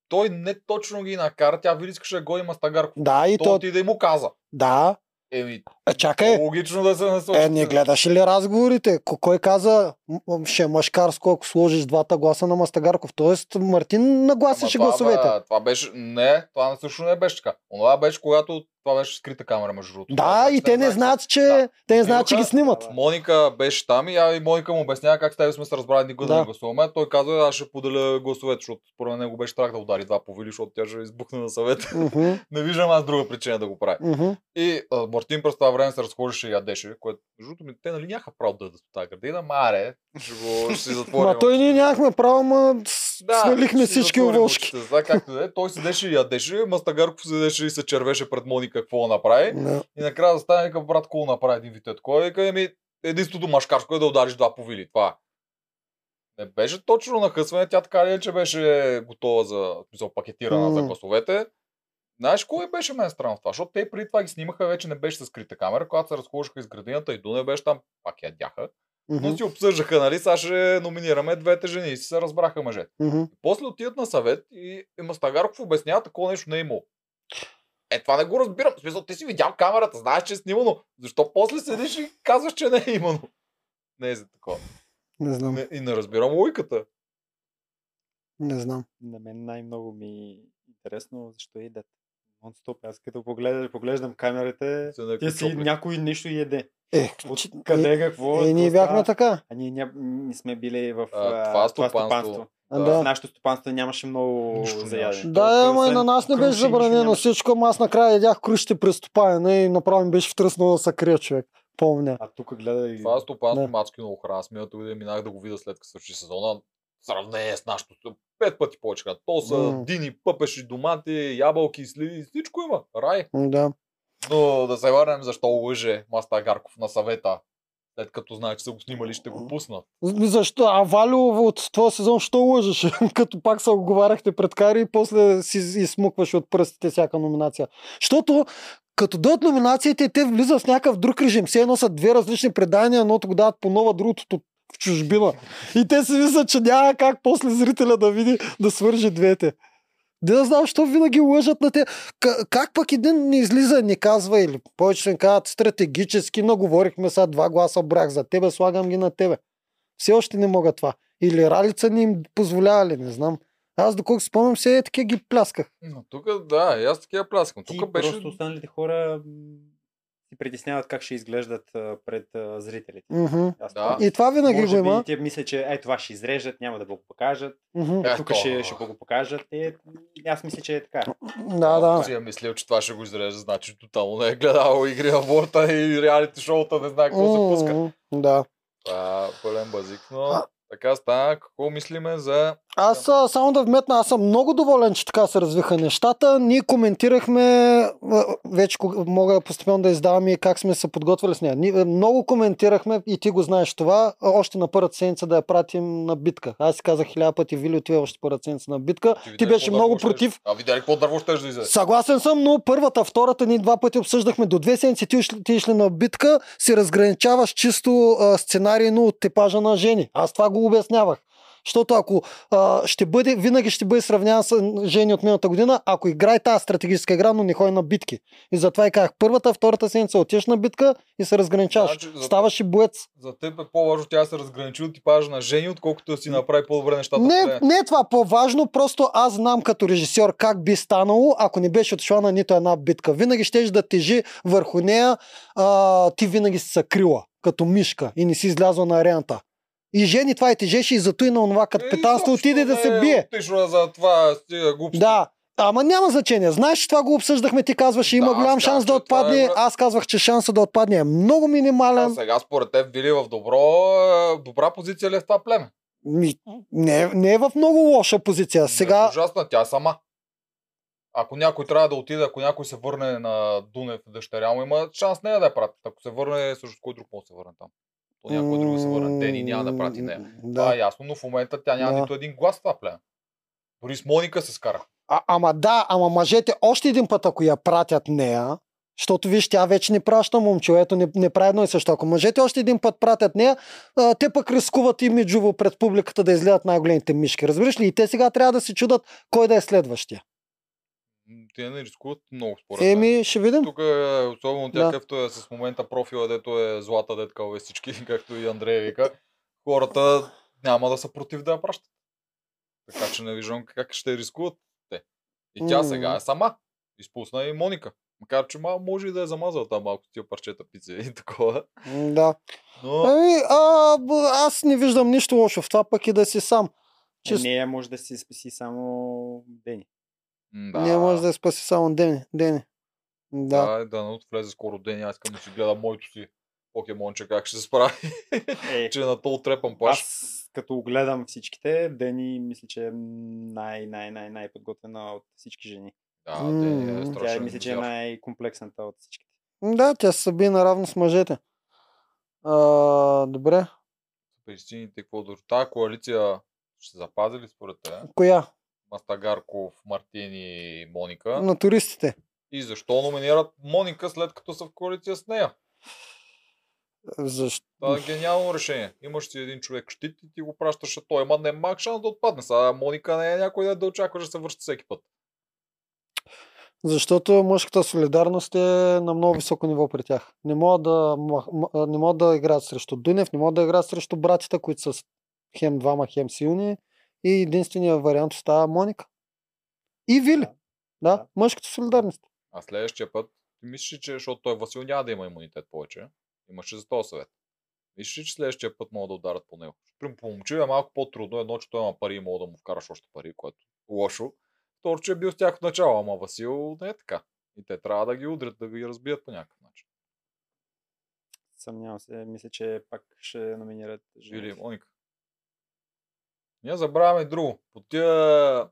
[SPEAKER 1] той не точно ги накара, тя Вили искаше да го има Стагарко.
[SPEAKER 2] Да, и
[SPEAKER 1] И той
[SPEAKER 2] то...
[SPEAKER 1] отиде и му каза.
[SPEAKER 2] Да.
[SPEAKER 1] Еми,
[SPEAKER 2] А, чакай,
[SPEAKER 1] логично да се насочи.
[SPEAKER 2] Е, не гледаш ли разговорите? Ко- Кой каза, «М- м, ще е мъжкарско, ако сложиш двата гласа на Мастагарков? Тоест, Мартин нагласише
[SPEAKER 1] Ама
[SPEAKER 2] гласовете.
[SPEAKER 1] Това, бе, това беше... Не, това също не беше така. Онова беше когато... Това беше скрита камера, между другото. Това
[SPEAKER 2] Да,
[SPEAKER 1] беше-
[SPEAKER 2] и те не
[SPEAKER 1] знаех.
[SPEAKER 2] знаят, че,
[SPEAKER 1] Да.
[SPEAKER 2] те не знаят, че ги
[SPEAKER 1] Отидоха,
[SPEAKER 2] снимат.
[SPEAKER 1] Моника беше там и, а, и Моника му обяснява как с тебе сме се разбрали никога да.
[SPEAKER 2] Да.
[SPEAKER 1] не гласуваме. Той каза, аз ще поделя гласовете, защото според него беше страх да удари два повили, защото тя ще избухне на съвет.
[SPEAKER 2] Мгм,
[SPEAKER 1] не виждам аз друга причина да го правя.
[SPEAKER 2] мгм.
[SPEAKER 1] И а, Мартин през това време се разхождаше и ядеше, което между другото ми, те нали нямаха право да дадат от тази градина, маре, ще го ще си затворим.
[SPEAKER 2] Ма той ние
[SPEAKER 1] очите.
[SPEAKER 2] нямахме право, ма с-
[SPEAKER 1] си
[SPEAKER 2] свалихме всички
[SPEAKER 1] затворим
[SPEAKER 2] овълшки.
[SPEAKER 1] очите, Това както да е, той седеше и ядеше, Мастагарков седеше и се червеше пред Моника какво да направи.
[SPEAKER 2] Да.
[SPEAKER 1] И накрая застане и вика, брат, какво направи един витет? Кой вика, еми, единството машкарско е да удариш два повили. Това е. Не беше точно нахъсване, тя така ли е, че беше готова за, в смисъл, пакетирана за
[SPEAKER 2] М.
[SPEAKER 1] гласовете. Знаеш, кое беше мен странно в това? Защото те преди това ги снимаха, вече не беше с скрита камера, когато се разхождаха из градината и Дуне беше там, пак ядяха.
[SPEAKER 2] Мгм,
[SPEAKER 1] Но си обсъждаха, нали, сега ще номинираме двете жени и си се разбраха мъжете.
[SPEAKER 2] мгм.
[SPEAKER 1] После отиват на съвет и и Мастагарков обяснява, такова нещо не е имало. Е, това не го разбирам. В смисъл, ти си видял камерата, знаеш, че е снимано. Защо после седиш и казваш, че не е имано? Не е за такова.
[SPEAKER 2] Не знам,
[SPEAKER 1] Не, и не разбирам логиката.
[SPEAKER 2] не знам.
[SPEAKER 3] На мен най-много ми е интересно защо е идат. Нон-стоп. Аз като погледам, поглеждам камерите,
[SPEAKER 1] Се не е
[SPEAKER 3] те си
[SPEAKER 1] чопли.
[SPEAKER 3] някой нещо яде.
[SPEAKER 2] Е,
[SPEAKER 3] От
[SPEAKER 2] че-
[SPEAKER 3] къде, какво?
[SPEAKER 2] е, е, ние
[SPEAKER 3] какво става?
[SPEAKER 2] бяхме така.
[SPEAKER 3] А ние ня... не сме били в
[SPEAKER 1] А, това
[SPEAKER 3] а, това,
[SPEAKER 1] стопанство.
[SPEAKER 3] стопанство.
[SPEAKER 2] А,
[SPEAKER 1] Да.
[SPEAKER 3] В
[SPEAKER 2] Да.
[SPEAKER 3] нашето стопанство нямаше много
[SPEAKER 1] Нищо нямаше.
[SPEAKER 3] заяден.
[SPEAKER 2] Да, е, ама и на нас не беше забранено всичко, ама аз накрая ядях крушите през топаяне и направо ми беше втръснало да се крия човек. Помня.
[SPEAKER 3] А тук гледа и...
[SPEAKER 1] Това е стопанство
[SPEAKER 2] Да.
[SPEAKER 1] мацки много храна. Аз миналата година минах да го видя след като свърши сезона. Сравнение с нашото. Пет пъти повече. храна. То са
[SPEAKER 2] М.
[SPEAKER 1] дини, пъпеши, домати, ябълки, сливи. Всичко има. Рай.
[SPEAKER 2] М, Ну Да.
[SPEAKER 1] Но да се върнем защо лъже Маста Гарков на съвета. След като знае, че са го снимали, ще го пуснат.
[SPEAKER 2] Ми Защо? А Валю от твоя сезон, що лъжеш? Като пак се оговаряхте пред Кари и после си измукваш от пръстите всяка номинация. Защото като дойдат номинациите, те влизат в някакъв друг режим. Все едно са две различни предания, едното го дават по нова, другото тук в чужбина. И те си мислят, че няма как после зрителя да види да свържи двете. Не да знам, що винаги лъжат на те. К- как пък един не излиза, не казва или повече не казват стратегически, но говорихме сега два гласа брак за тебе, слагам ги на тебе. Все още не мога това. Или ралица не им позволява ли, не знам. Аз доколко спомням, все е такива ги плясках.
[SPEAKER 1] Но тук, да, и аз такива пляскам.
[SPEAKER 3] Ти
[SPEAKER 1] Тук беше...
[SPEAKER 3] Просто останалите хора м, се притесняват как ще изглеждат а, пред а, зрителите.
[SPEAKER 2] Мгм.
[SPEAKER 3] Аз
[SPEAKER 1] Да.
[SPEAKER 2] И това винаги го
[SPEAKER 3] може
[SPEAKER 2] има.
[SPEAKER 3] би те мисля, че е това ще изрежат, няма да го покажат.
[SPEAKER 2] Мгм.
[SPEAKER 1] Е,
[SPEAKER 3] Тук
[SPEAKER 1] то.
[SPEAKER 3] ще, ще го покажат. Е, аз мисля, че е така.
[SPEAKER 2] Да, да.
[SPEAKER 1] Си е мислил, че това ще го изрежа, значи тотално не е гледал игри на борта и реалити шоута, не знае какво се пуска.
[SPEAKER 2] Мгм. Да.
[SPEAKER 1] Това е пълен базик, но
[SPEAKER 2] А.
[SPEAKER 1] така стана. Какво мислиме за...
[SPEAKER 2] Аз а, само да вметна, аз съм много доволен, че така се развиха нещата. Ние коментирахме, а, вече кога- мога постепенно да издавам и как сме се подготвили с нея. Ние а, много коментирахме и ти го знаеш това, а, още на първата седмица да я пратим на битка. Аз си казах хиляда пъти, Вили отива още първата седмица на битка. Ти,
[SPEAKER 1] видя ли
[SPEAKER 2] беше
[SPEAKER 1] какво
[SPEAKER 2] много
[SPEAKER 1] дърво ще-
[SPEAKER 2] против.
[SPEAKER 1] А видя ли какво дърво ще да излезе?
[SPEAKER 2] Съгласен съм, но първата, втората ни два пъти обсъждахме. До две седмици ти, ушли- ти шли на битка, си разграничаваш чисто а, сценарийно от типажа на Жени. Аз това го обяснявах. Защото ако а, ще бъде, винаги ще бъде сравняван с Жени от миналата година, ако играе тази стратегическа игра, но не ходи на битки. И затова и казах, първата, втората седмица отиш на битка и се разграничаваш.
[SPEAKER 1] Значи, за-
[SPEAKER 2] Ставаш и боец.
[SPEAKER 1] За теб е по-важно тя да се разграничи от типажа на Жени, отколкото да си направи по-добре нещата. в
[SPEAKER 2] Не,
[SPEAKER 1] нея.
[SPEAKER 2] не е това по-важно, просто аз знам като режисьор как би станало, ако не беше отшла на нито една битка. Винаги щеш да тежи върху нея, а, ти винаги си съкрила, като мишка и не си излязла на арената. И жени това и тежеше и зато и на онова капитанство
[SPEAKER 1] Е, Изобщо
[SPEAKER 2] отиде да
[SPEAKER 1] не
[SPEAKER 2] се
[SPEAKER 1] е
[SPEAKER 2] бие.
[SPEAKER 1] Отишла за това стига глупост.
[SPEAKER 2] Да, ама няма значение. Знаеш, това го обсъждахме, ти казваш, има
[SPEAKER 1] Да, аз
[SPEAKER 2] голям
[SPEAKER 1] казах,
[SPEAKER 2] шанс да
[SPEAKER 1] че това е
[SPEAKER 2] отпадне.
[SPEAKER 1] връ-
[SPEAKER 2] Аз казвах, че шанса да отпадне е много
[SPEAKER 1] А
[SPEAKER 2] минимален.
[SPEAKER 1] сега според теб били в добро, е, добра позиция ли е в това племе?
[SPEAKER 2] Ми, Не, е- не е в много лоша позиция.
[SPEAKER 1] Не е
[SPEAKER 2] Сега
[SPEAKER 1] Ужасна, тя е сама. Ако някой трябва да отиде, ако някой се върне на Дунев дъщеря му, има шанс нея да я прати. Ако се върне, също кой друг може да се върне там? То някой друг се върне. Дени няма да прати нея. Да. Това е
[SPEAKER 2] Да.
[SPEAKER 1] ясно, но в момента тя няма
[SPEAKER 2] Да.
[SPEAKER 1] нито един глас в това племе. Дори с Моника се скара.
[SPEAKER 2] А, ама да, ама мъжете още един път, ако я пратят нея, защото виж, тя вече не праща момче, ето не, не прави едно и също. Ако мъжете още един път пратят нея, а, те пък рискуват имиджово пред публиката да изгледат най-големите мишки. Разбираш ли? И те сега трябва да се чудат кой да е следващия.
[SPEAKER 1] М, Те не рискуват много според мен.
[SPEAKER 2] Еми, ще видим.
[SPEAKER 1] Тук е, особено тя,
[SPEAKER 2] Да.
[SPEAKER 1] да. както е с момента профила, дето е злата детка във всички, както и Андрей вика, хората няма да са против да я пращат. Така че не виждам как ще рискуват те. И тя
[SPEAKER 2] М.
[SPEAKER 1] сега е сама. Изпусна и Моника. Макар, че ма, може и да е замазала там малко с тия парчета пица и такова.
[SPEAKER 2] М, Да.
[SPEAKER 1] Но
[SPEAKER 2] Ами, а, б- аз не виждам нищо лошо в това, пък и да си сам. Чисто.
[SPEAKER 3] Нея може да си спаси само Дени.
[SPEAKER 1] м, да,
[SPEAKER 2] Да. Не може да я спаси само Дени. Дени. Да.
[SPEAKER 1] Да, да, но влезе скоро ден и аз искам да си гледам моето си покемонче как ще се справи.
[SPEAKER 3] Е,
[SPEAKER 1] че на тол трепам плаш.
[SPEAKER 3] аз като огледам всичките, Дени мисля, че е най, най, най, най подготвена от всички жени.
[SPEAKER 1] Да, да, е
[SPEAKER 2] М. Тя е,
[SPEAKER 3] Тя е,
[SPEAKER 1] страшен.
[SPEAKER 3] мисля, че е
[SPEAKER 1] ентузиаст.
[SPEAKER 3] най-комплексната от всичките.
[SPEAKER 2] Да, тя се съби наравно с мъжете. А, добре.
[SPEAKER 1] причините, какво да... Тая коалиция ще запази ли според те?
[SPEAKER 2] Коя?
[SPEAKER 1] Мастагарков, Мартин и Моника.
[SPEAKER 2] На туристите.
[SPEAKER 1] И защо номинират Моника след като са в коалиция с нея?
[SPEAKER 2] Защо?
[SPEAKER 1] Това е гениално решение. Имаш си един човек щит и ти го пращаш, а той има не е мак шанс да отпадне. Сега Моника не е някой дето да очакваш да се връща всеки път.
[SPEAKER 2] Защото мъжката солидарност е на много високо ниво при тях. Не могат да, мах- м- а, не могат да играят срещу Дунев, не могат да играят срещу братята, които са с- хем двама, хем силни. И единственият вариант остава Моника. И Вили. Да, да.
[SPEAKER 3] Да.
[SPEAKER 2] мъжката солидарност.
[SPEAKER 1] А следващия път, ти мислиш, ли, че защото той Васил няма да има имунитет повече. Имаше за този съвет. Мислиш, ли, че следващия път могат да ударят по него. Прим по момче е малко по-трудно, едно, че той има пари и мога да му вкараш още пари, което е лошо. Второ, че е бил с тях от начало, ама Васил не е така. И те трябва да ги удрят, да ги разбият по някакъв начин.
[SPEAKER 3] Съмнявам се, мисля, че пак ще номинират
[SPEAKER 1] Или
[SPEAKER 3] жените.
[SPEAKER 1] Моника. Ние забравяме и друго. По тия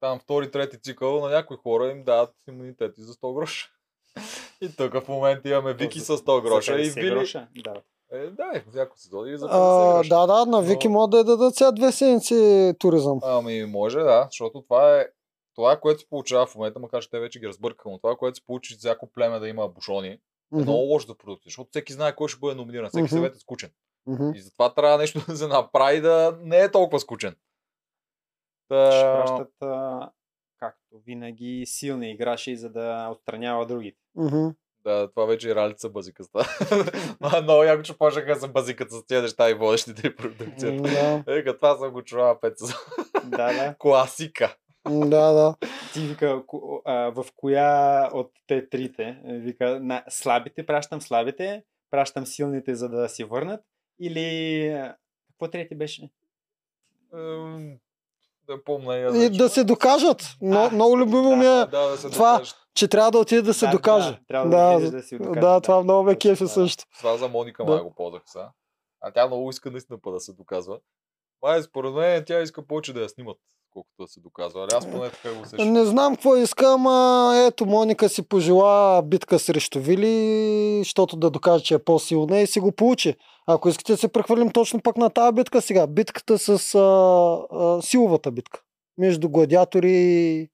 [SPEAKER 1] там втори, трети цикъл на някои хора им дават имунитети за 100 гроша. И тук в момента имаме Вики с 100 гроша и
[SPEAKER 3] За 50
[SPEAKER 1] Вили,
[SPEAKER 3] гроша? Да.
[SPEAKER 1] Е, да, е, всяко се доди и за 50
[SPEAKER 2] А,
[SPEAKER 1] гроша.
[SPEAKER 2] да, да, на Вики
[SPEAKER 1] Но-
[SPEAKER 2] могат да й дадат сега две седмици туризъм.
[SPEAKER 1] Ами може, да, защото това е това, което се получава в момента, макар че те вече ги разбъркаха, но това, което се получи всяко племе да има бушони, е
[SPEAKER 2] Мгм,
[SPEAKER 1] много лошо за продукти, защото всеки знае кой ще бъде номиниран, всеки
[SPEAKER 2] Мгм.
[SPEAKER 1] съвет е скучен.
[SPEAKER 2] мгм.
[SPEAKER 1] И затова трябва нещо да се направи да не е толкова скучен. Та,
[SPEAKER 3] Ще пращат а, как? винаги силни играше, за да отстранява другите.
[SPEAKER 2] Мгм.
[SPEAKER 1] Да, това вече е ралица базиката. Ма, Много яко, че почнаха да се базикат с тези неща и водещите и продукцията.
[SPEAKER 2] Да,
[SPEAKER 1] Ека, това съм го чувал пет сезона.
[SPEAKER 3] да, да.
[SPEAKER 1] Класика.
[SPEAKER 2] да, да.
[SPEAKER 3] Ти вика, ко- а, в коя от те трите? Вика, на слабите, пращам слабите, пращам силните, за да си върнат. Или а, какво трети беше?
[SPEAKER 1] Ем, Да помня и аз.
[SPEAKER 2] И
[SPEAKER 1] вече.
[SPEAKER 2] да се докажат. Но,
[SPEAKER 3] значи. А,
[SPEAKER 2] много любимо ми
[SPEAKER 1] да,
[SPEAKER 2] е,
[SPEAKER 1] да, да се
[SPEAKER 2] това-
[SPEAKER 1] докажеш.
[SPEAKER 2] че трябва да отиде да се
[SPEAKER 3] Да,
[SPEAKER 2] докаже.
[SPEAKER 3] Да, трябва да,
[SPEAKER 2] Да,
[SPEAKER 3] отидеш да, си го докажеш,
[SPEAKER 2] Да, това много ме
[SPEAKER 3] Точно
[SPEAKER 2] кефи
[SPEAKER 3] това е.
[SPEAKER 2] също.
[SPEAKER 1] Това за Моника
[SPEAKER 2] Да.
[SPEAKER 1] да. го ползвах сега. А тя много иска наистина па да се доказва. Май, според мен тя иска повече да я снимат, колкото да се доказва. Али аз поне така го усещам.
[SPEAKER 2] Не знам какво искам, а ето Моника си пожела битка срещу Вили, защото да докаже, че е по-силна и си го получи. Ако искате се прехвърлим точно пък на тази битка сега. Битката с а, а, силовата битка. Между гладиатори и,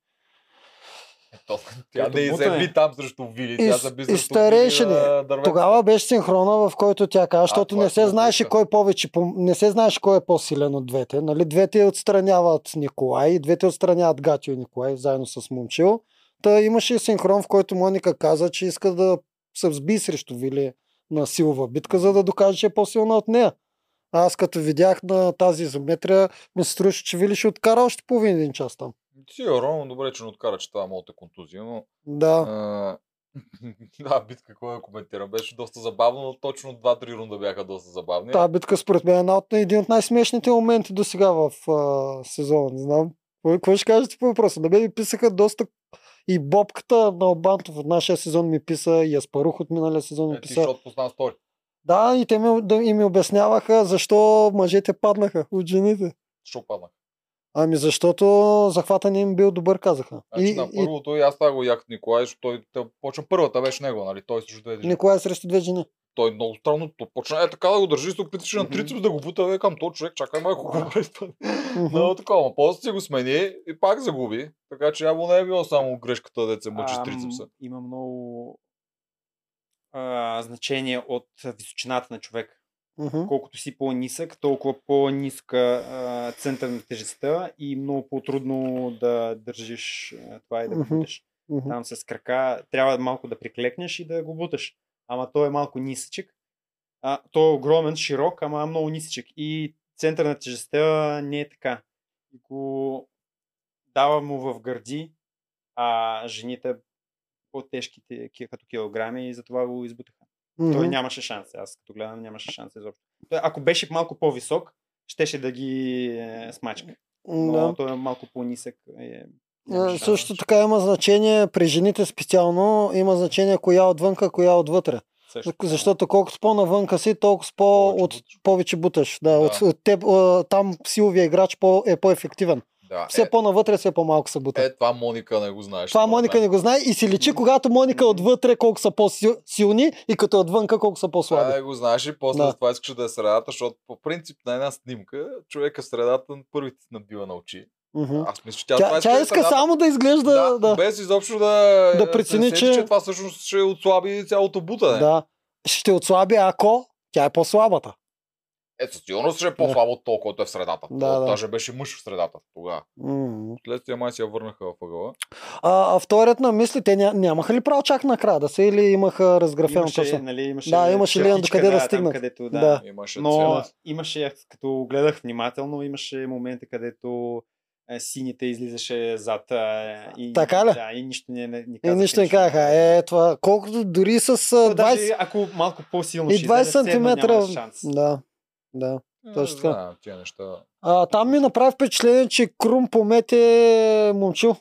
[SPEAKER 1] То- Тя
[SPEAKER 3] Като
[SPEAKER 1] не изеби
[SPEAKER 3] бутане.
[SPEAKER 1] там срещу Вили.
[SPEAKER 2] И
[SPEAKER 1] Тя
[SPEAKER 2] с-
[SPEAKER 1] заби
[SPEAKER 2] и
[SPEAKER 1] срещу
[SPEAKER 2] старейшини.
[SPEAKER 1] Вили на дървето.
[SPEAKER 2] Тогава беше синхрона, в който тя каза, защото
[SPEAKER 1] това
[SPEAKER 2] не
[SPEAKER 1] е
[SPEAKER 2] се
[SPEAKER 1] хубава
[SPEAKER 2] знаеше
[SPEAKER 1] битка.
[SPEAKER 2] кой повече, пом- не се знаеше кой е по-силен от двете. Нали? Двете отстраняват Николай, и двете отстраняват Гатио и Николай, заедно с Момчил. Та имаше и синхрон, в който Моника каза, че иска да се взби срещу Вили на силова битка, за да докаже, че е по-силна от нея. А Аз като видях на тази изометрия, ми се струваше, че Вили ще откара още половин един час там.
[SPEAKER 1] Сигурно, но добре, че не откара, че това е моята контузия, но...
[SPEAKER 2] Да,
[SPEAKER 1] а, Да, битка, кой я коментира. Беше доста забавно, но точно 2-3 рунда бяха доста забавни.
[SPEAKER 2] тази битка според мен е една от, един от най-смешните моменти до сега в а, сезона. Не знам. Кво- Какво ще кажете по въпроса? На мен ми писаха доста и Бобката на Обантов от нашия сезон ми писа, и Аспарух от миналия сезон ми
[SPEAKER 1] Е, Ти,
[SPEAKER 2] писа.
[SPEAKER 1] защото познавам стори.
[SPEAKER 2] Да, и те ми, да, и ми обясняваха защо мъжете паднаха от жените.
[SPEAKER 1] Що падна?
[SPEAKER 2] Ами защото захватът им бил добър, казаха.
[SPEAKER 1] Значи
[SPEAKER 2] И,
[SPEAKER 1] на
[SPEAKER 2] и
[SPEAKER 1] първото и аз това го як Николай, защото той те- почна първата беше него, нали? Той срещу две жени.
[SPEAKER 2] Николай е срещу две жени.
[SPEAKER 1] Той е много странно то почна е така да го държи, се опитваше на
[SPEAKER 3] Мгм.
[SPEAKER 1] трицепс да го бута, викам, то човек, чакай малко го прави това.
[SPEAKER 2] Мгм.
[SPEAKER 1] Но такова, ма после си го смени и пак загуби. Така че явно не е било само грешката да се мъчи с
[SPEAKER 3] Ам,
[SPEAKER 1] трицепса.
[SPEAKER 3] Има много а, значение от височината на човек.
[SPEAKER 2] Мгм.
[SPEAKER 3] Колкото си по-нисък, толкова по-ниска а, център на тежестта и много по-трудно да държиш а, това и да го
[SPEAKER 2] Мгм.
[SPEAKER 3] буташ.
[SPEAKER 2] Мгм.
[SPEAKER 3] Там с крака трябва малко да приклекнеш и да го буташ. Ама той е малко нисъчък. А, той е огромен, широк, ама много нисъчък. И център на тежестта не е така. И го дава му в гърди, а жените по-тежките ки- като килограми и затова го избутаха. Той
[SPEAKER 2] Мгм.
[SPEAKER 3] нямаше шанс. Аз като гледам, нямаше шанс изобщо. Той, ако беше малко по-висок, щеше да ги е, смачка. Но
[SPEAKER 2] Да.
[SPEAKER 3] той е малко по-нисък. Е,
[SPEAKER 2] Е,
[SPEAKER 3] нямаше
[SPEAKER 2] Също
[SPEAKER 3] шанс.
[SPEAKER 2] така има значение при жените специално, има значение коя е отвънка, коя е отвътре.
[SPEAKER 3] Също.
[SPEAKER 2] Защото колкото по-навънка си, толкова с по-
[SPEAKER 1] Повече
[SPEAKER 2] от,
[SPEAKER 1] буташ.
[SPEAKER 2] повече буташ. Да,
[SPEAKER 1] Да.
[SPEAKER 2] От, от теб, а, там силовия играч по, е по-ефективен.
[SPEAKER 1] Да,
[SPEAKER 2] Все
[SPEAKER 1] е,
[SPEAKER 2] по-навътре, все по-малко са бута.
[SPEAKER 1] е, това Моника не го знаеш.
[SPEAKER 2] Това Моника не го знае и си личи,
[SPEAKER 3] Мгм.
[SPEAKER 2] когато Моника е
[SPEAKER 3] Мгм.
[SPEAKER 2] отвътре колко са по-силни и като е отвънка колко са
[SPEAKER 1] това
[SPEAKER 2] по-слаби.
[SPEAKER 1] не го знаеш и после
[SPEAKER 2] Да.
[SPEAKER 1] да. това искаш да е средата, защото по принцип на една снимка човека в средата първите ти набива на очи.
[SPEAKER 2] Мгм.
[SPEAKER 1] Аз мисля, че тя, това
[SPEAKER 2] Тя,
[SPEAKER 1] искаше
[SPEAKER 2] тя
[SPEAKER 1] е да
[SPEAKER 2] иска
[SPEAKER 1] дава.
[SPEAKER 2] само да изглежда...
[SPEAKER 1] да,
[SPEAKER 2] Да,
[SPEAKER 1] без изобщо да,
[SPEAKER 2] Да
[SPEAKER 1] се
[SPEAKER 2] прецени,
[SPEAKER 1] сети,
[SPEAKER 2] че-
[SPEAKER 1] че това всъщност ще отслаби цялото бутане.
[SPEAKER 2] да. Ще отслаби, ако тя е по-слабата.
[SPEAKER 1] Е, със сигурност ще е по-слабо от толкова, който е в средата.
[SPEAKER 2] Да,
[SPEAKER 1] Да,
[SPEAKER 2] да.
[SPEAKER 1] да. Даже беше мъж в средата тогава.
[SPEAKER 2] М.
[SPEAKER 1] След тия май си я върнаха в ъгъла.
[SPEAKER 2] А, а вторият на мисли, те ня, нямаха ли право чак накрая да са или имаха разграфено
[SPEAKER 3] Имаше,
[SPEAKER 2] точно?
[SPEAKER 3] нали, имаше
[SPEAKER 2] Да, имаше линия
[SPEAKER 3] чертичка,
[SPEAKER 2] докъде да
[SPEAKER 3] там,
[SPEAKER 2] стигнат.
[SPEAKER 3] Където, да.
[SPEAKER 2] Да.
[SPEAKER 3] да.
[SPEAKER 1] Имаше Но...
[SPEAKER 3] Но
[SPEAKER 1] цена.
[SPEAKER 3] имаше, като гледах внимателно, имаше моменти, където е, сините излизаше зад а, и,
[SPEAKER 2] Така ли?
[SPEAKER 3] Да, и нищо не, не, не
[SPEAKER 2] И
[SPEAKER 3] казаха.
[SPEAKER 2] нищо не казаха. Е, това, колкото дори с а,
[SPEAKER 3] То даже
[SPEAKER 2] 20...
[SPEAKER 3] ако малко по-силно
[SPEAKER 2] И
[SPEAKER 3] ще излезе,
[SPEAKER 2] 20
[SPEAKER 3] все едно
[SPEAKER 2] сантиметра.
[SPEAKER 3] нямаш шанс.
[SPEAKER 2] Да, да. точно така.
[SPEAKER 1] Да, тия неща.
[SPEAKER 2] А, там ми направи впечатление, че Крум помете момчил.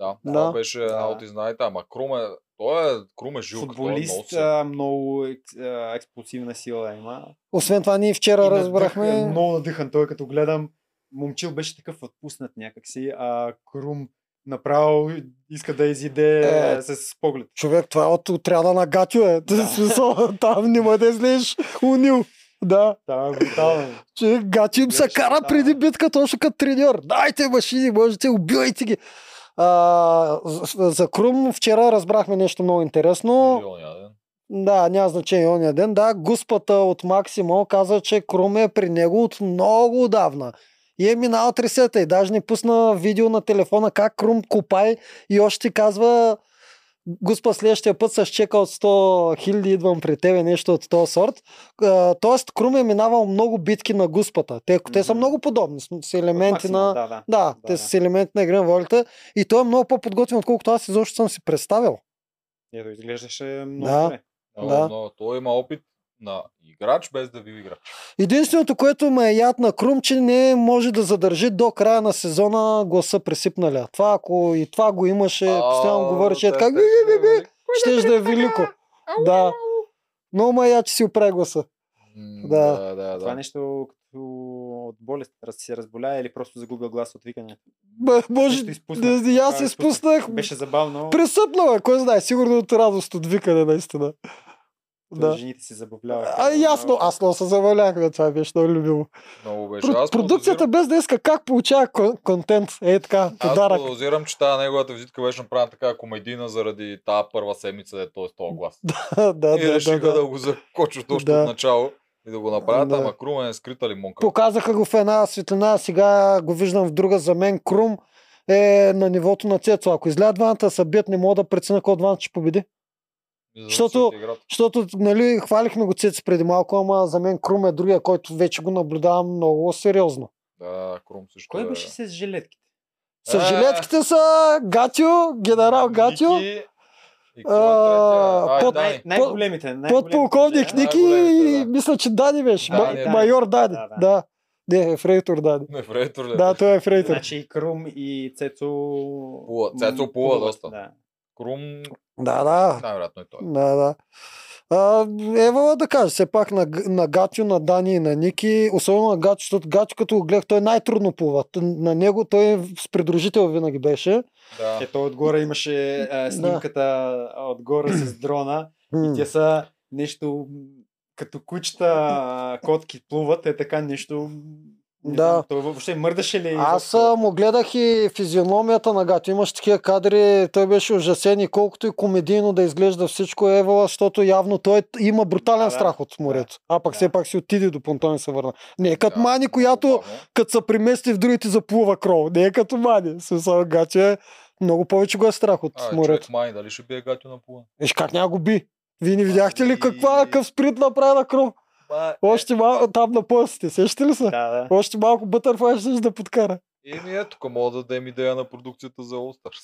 [SPEAKER 1] Да,
[SPEAKER 2] Да.
[SPEAKER 1] да. това беше една
[SPEAKER 3] Да.
[SPEAKER 1] от изнаите. Ама Крум е... Той е... Крум е жилка. Той е много
[SPEAKER 3] Футболист,
[SPEAKER 1] силен.
[SPEAKER 3] а, много ек- а, експлозивна сила има.
[SPEAKER 2] Освен това, ние вчера
[SPEAKER 3] И надъх-
[SPEAKER 2] разбрахме...
[SPEAKER 3] е, Много надъхан той, като гледам. Момчил беше такъв отпуснат някакси, а Крум направо иска да изиде
[SPEAKER 2] Е.
[SPEAKER 3] е. с поглед.
[SPEAKER 2] Човек, това е от отряда на Гатю, е. Да. Смисъл, там не може да излезеш унил. Да,
[SPEAKER 3] Това е брутално.
[SPEAKER 2] че Гатю им се
[SPEAKER 3] Беше,
[SPEAKER 2] кара
[SPEAKER 3] да.
[SPEAKER 2] преди битка точно като треньор. Дайте машини, можете, убивайте ги. А, за, за Крум вчера разбрахме нещо много интересно.
[SPEAKER 1] Или ония ден.
[SPEAKER 2] Да, няма значение ония ден. Да, гуспата от Максимо каза, че Крум е при него от много отдавна. И е минал тресета и даже не пусна видео на телефона как Крум копай и още казва Госпа, следващия път с чека от 100 хиляди идвам при тебе, нещо от този сорт. А, Тоест, Крум е минавал много битки на Гуспата. Те, те са
[SPEAKER 3] Мгм.
[SPEAKER 2] много подобни, с, с елементи
[SPEAKER 3] Максимум,
[SPEAKER 2] на...
[SPEAKER 3] Да, да.
[SPEAKER 2] Да, да, те
[SPEAKER 3] да.
[SPEAKER 2] са с елементи на игра на волята. И той е много по-подготвен, отколкото аз изобщо съм си представил.
[SPEAKER 3] Ето, изглеждаше много
[SPEAKER 2] Да.
[SPEAKER 3] добре.
[SPEAKER 1] Но,
[SPEAKER 2] Да.
[SPEAKER 1] но той има опит на играч без да бил играч.
[SPEAKER 2] Единственото, което ме е яд на Крум, че не може да задържи до края на сезона гласа пресипналя. Това, ако и това го имаше, постоянно говореше е така, би, би, би, би, щеш да е велико. Да. Но ме е яд, че си оправи гласа.
[SPEAKER 1] М,
[SPEAKER 2] Да.
[SPEAKER 1] да, да,
[SPEAKER 3] Това е
[SPEAKER 1] да.
[SPEAKER 3] нещо като от болест, раз се разболя или просто загубил глас от викане.
[SPEAKER 2] Бе, Може,
[SPEAKER 3] Нещо изпуснах.
[SPEAKER 2] да, и аз
[SPEAKER 3] Да,
[SPEAKER 2] се спуснах.
[SPEAKER 3] Беше забавно.
[SPEAKER 2] Пресъпнала, кой знае, сигурно от радост, от викане, наистина.
[SPEAKER 3] Да.
[SPEAKER 1] е
[SPEAKER 2] Да.
[SPEAKER 3] Жените си забавляваха.
[SPEAKER 2] А, ясно,
[SPEAKER 3] Много-
[SPEAKER 2] аз много се завалях, бе, това ми беше много любимо.
[SPEAKER 1] Много беше.
[SPEAKER 2] Про-
[SPEAKER 1] Аз
[SPEAKER 2] Продукцията без да иска как получава кон- контент, е така,
[SPEAKER 1] Аз
[SPEAKER 2] подарък.
[SPEAKER 1] подозирам, че тази неговата визитка беше направена така комедийна заради тази първа седмица, де той с този глас.
[SPEAKER 2] Да, да,
[SPEAKER 1] и решиха
[SPEAKER 2] да,
[SPEAKER 1] да,
[SPEAKER 2] да.
[SPEAKER 1] го закочат още
[SPEAKER 2] Да.
[SPEAKER 1] от начало и да го направят,
[SPEAKER 2] Да.
[SPEAKER 1] ама Крумен е скрита лимонка.
[SPEAKER 2] Показаха го в една светлина, сега го виждам в друга. За мен Крум е на нивото на Цецо. Ако излядат двамата са бият, не мога да преценя кой от двамата ще победи.
[SPEAKER 1] И за да
[SPEAKER 2] защото-
[SPEAKER 1] си играта.
[SPEAKER 2] Защото, нали, хвалихме го Цецо преди малко, ама за мен Крум е другия, който вече го наблюдавам много сериозно.
[SPEAKER 1] Да, Крум също
[SPEAKER 3] Кой
[SPEAKER 1] е.
[SPEAKER 3] беше с жилетките?
[SPEAKER 2] С
[SPEAKER 1] Е.
[SPEAKER 2] жилетките са Гатио, генерал Гатио,
[SPEAKER 1] Ники И кой е третия? Ай,
[SPEAKER 2] под-
[SPEAKER 1] Дани.
[SPEAKER 3] Най-големите. най-големите
[SPEAKER 2] подполковник
[SPEAKER 3] мъже.
[SPEAKER 2] Ники
[SPEAKER 1] най-големите,
[SPEAKER 2] и
[SPEAKER 1] да.
[SPEAKER 2] мисля, че Дани беше.
[SPEAKER 1] Дани,
[SPEAKER 2] Ма-
[SPEAKER 1] Дани.
[SPEAKER 2] Майор Дани.
[SPEAKER 3] Да, да.
[SPEAKER 2] Да. Не, е фрейтор Дани.
[SPEAKER 1] Не, Фрейтор ли?
[SPEAKER 2] Да, той е фрейтор.
[SPEAKER 3] Значи и Крум и Цецо...
[SPEAKER 1] Плува. Цецо плува доста. Крум,
[SPEAKER 2] Да, да.
[SPEAKER 1] най-вероятно е той.
[SPEAKER 2] Да, да. А, Ева да кажа, все пак на, Г- на Гачо, на Дани и на Ники, особено на Гачо, защото Гачо като го гледах, той е най-трудно плува. Т- На него той е с придружител винаги беше.
[SPEAKER 1] Да.
[SPEAKER 3] Ето отгоре имаше а, снимката а, отгоре с дрона. И
[SPEAKER 2] М,
[SPEAKER 3] те са нещо м, като кучета, а, котки плуват, е така нещо... не
[SPEAKER 2] Да.
[SPEAKER 3] знам, Той въобще мърдаше ли?
[SPEAKER 2] Аз а,
[SPEAKER 3] изобщо?
[SPEAKER 2] му гледах и физиономията на Гачо. Имаше такива кадри, той беше ужасен и колкото и комедийно да изглежда всичко Ева, защото явно той т- има брутален
[SPEAKER 3] Да, да.
[SPEAKER 2] страх от морето. А пък
[SPEAKER 3] Да.
[SPEAKER 2] все пак си отиде до понтон и се върна. Не е като
[SPEAKER 1] Да,
[SPEAKER 2] Мани, която
[SPEAKER 1] бавно.
[SPEAKER 2] като се премести в другите заплува крол. Не е като мани. Смисъл, гачо е много повече го е страх от
[SPEAKER 1] А,
[SPEAKER 2] морето.
[SPEAKER 1] човек май, дали ще бие гатио на плуване?
[SPEAKER 2] Виж как няма го би. Вие не Е. видяхте ли каква,
[SPEAKER 1] Ами-
[SPEAKER 2] какъв спринт направи на крол?
[SPEAKER 1] е,
[SPEAKER 2] Още малко там на поясите, сещате ли се?
[SPEAKER 3] Да, да.
[SPEAKER 2] Още малко бътърфлай ще да подкара.
[SPEAKER 1] Еми ето, е, тук мога да дадем идея на продукцията за Остърс.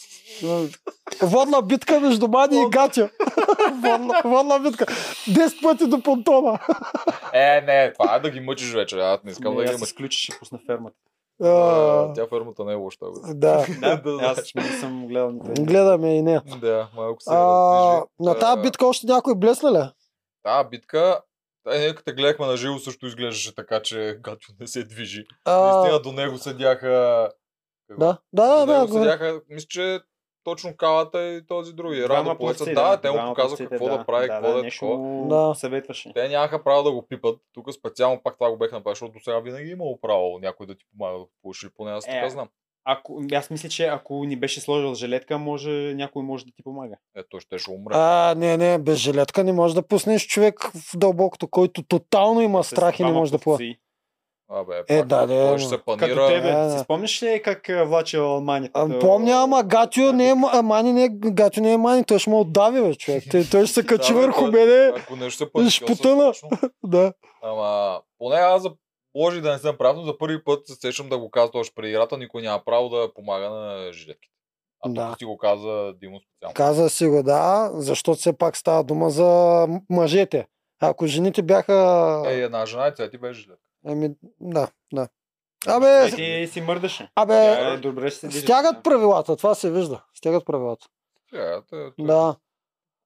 [SPEAKER 2] Водна битка между Мани и Гача. водна, водна битка. 10 пъти до понтона.
[SPEAKER 1] Е, не, това е да ги мъчиш вече. Аз не искам
[SPEAKER 3] Не,
[SPEAKER 1] да ги
[SPEAKER 3] аз
[SPEAKER 1] мъчиш.
[SPEAKER 3] изключиш и пусна фермата.
[SPEAKER 2] А,
[SPEAKER 1] А, Тя фермата не е лоша. бе.
[SPEAKER 2] Да.
[SPEAKER 1] да, да.
[SPEAKER 3] Аз не съм гледал нито един.
[SPEAKER 2] Гледаме и не.
[SPEAKER 1] Да, малко се
[SPEAKER 2] А,
[SPEAKER 1] раздвижи.
[SPEAKER 2] на тази
[SPEAKER 1] Е,
[SPEAKER 2] битка още някой блесна ли?
[SPEAKER 1] Та битка, е, ние като те гледахме на живо, също изглеждаше така, че Гатю не се движи.
[SPEAKER 2] А,
[SPEAKER 1] Наистина до него седяха... Какво?
[SPEAKER 2] да, да,
[SPEAKER 1] До
[SPEAKER 2] да.
[SPEAKER 1] него
[SPEAKER 2] го-
[SPEAKER 1] седяха, мисля, че точно Калата и този други.
[SPEAKER 3] Двама
[SPEAKER 1] Радо Поеца,
[SPEAKER 3] пловци,
[SPEAKER 1] да, те му
[SPEAKER 3] двама
[SPEAKER 1] показаха
[SPEAKER 3] пловците,
[SPEAKER 1] какво да прави, какво да е
[SPEAKER 3] нещо
[SPEAKER 1] такова.
[SPEAKER 3] му
[SPEAKER 2] Да.
[SPEAKER 3] съветваше.
[SPEAKER 1] Те нямаха право да го пипат. Тук специално пак това го бех направил, защото до сега винаги е имало право някой да ти помага да го получи, или поне аз
[SPEAKER 3] Е.
[SPEAKER 1] така знам.
[SPEAKER 3] Ако, аз мисля, че ако ни беше сложил жилетка, може, някой може да ти помага.
[SPEAKER 1] Ето ще ще умре.
[SPEAKER 2] А, не, не, без жилетка не може да пуснеш човек в дълбокото, който тотално има
[SPEAKER 3] С
[SPEAKER 2] страх и не
[SPEAKER 3] двама
[SPEAKER 2] може да плува.
[SPEAKER 3] пловци.
[SPEAKER 1] Абе,
[SPEAKER 2] Е,
[SPEAKER 1] пак,
[SPEAKER 2] да, да,
[SPEAKER 1] Той
[SPEAKER 2] ама.
[SPEAKER 1] ще се
[SPEAKER 3] Като
[SPEAKER 1] планира.
[SPEAKER 2] Да,
[SPEAKER 3] тебе.
[SPEAKER 2] да.
[SPEAKER 3] Си спомняш ли как а, влачил Мани?
[SPEAKER 2] А, Помня, ама Гатио не е, м- а, мани не е, Гатио не е мани, той ще му отдави, бе, човек. Той, той ще се качи
[SPEAKER 1] Да, бе,
[SPEAKER 2] върху
[SPEAKER 3] е
[SPEAKER 1] той-
[SPEAKER 2] мене.
[SPEAKER 1] Ако не ще се
[SPEAKER 2] Ще
[SPEAKER 1] пъти,
[SPEAKER 2] потъна. Да.
[SPEAKER 1] Ама, поне аз за може да не съм прав, но за първи път се сещам да го казват още преди играта, никой няма право да помага на жилетките. А тук
[SPEAKER 2] Да.
[SPEAKER 1] ти го каза Димо специално.
[SPEAKER 2] Каза си го, да, защото все пак става дума за м- мъжете. Ако жените бяха...
[SPEAKER 1] Е, една жена и ця ти беше жилетка.
[SPEAKER 2] Ами, да, да.
[SPEAKER 3] Е,
[SPEAKER 2] Абе,
[SPEAKER 3] ти си мърдаше. Тя е
[SPEAKER 2] абе,
[SPEAKER 3] добре ще се движи.
[SPEAKER 2] стягат правилата, това се вижда. Стягат правилата.
[SPEAKER 1] Тя, е, те, те,
[SPEAKER 3] е
[SPEAKER 2] Да.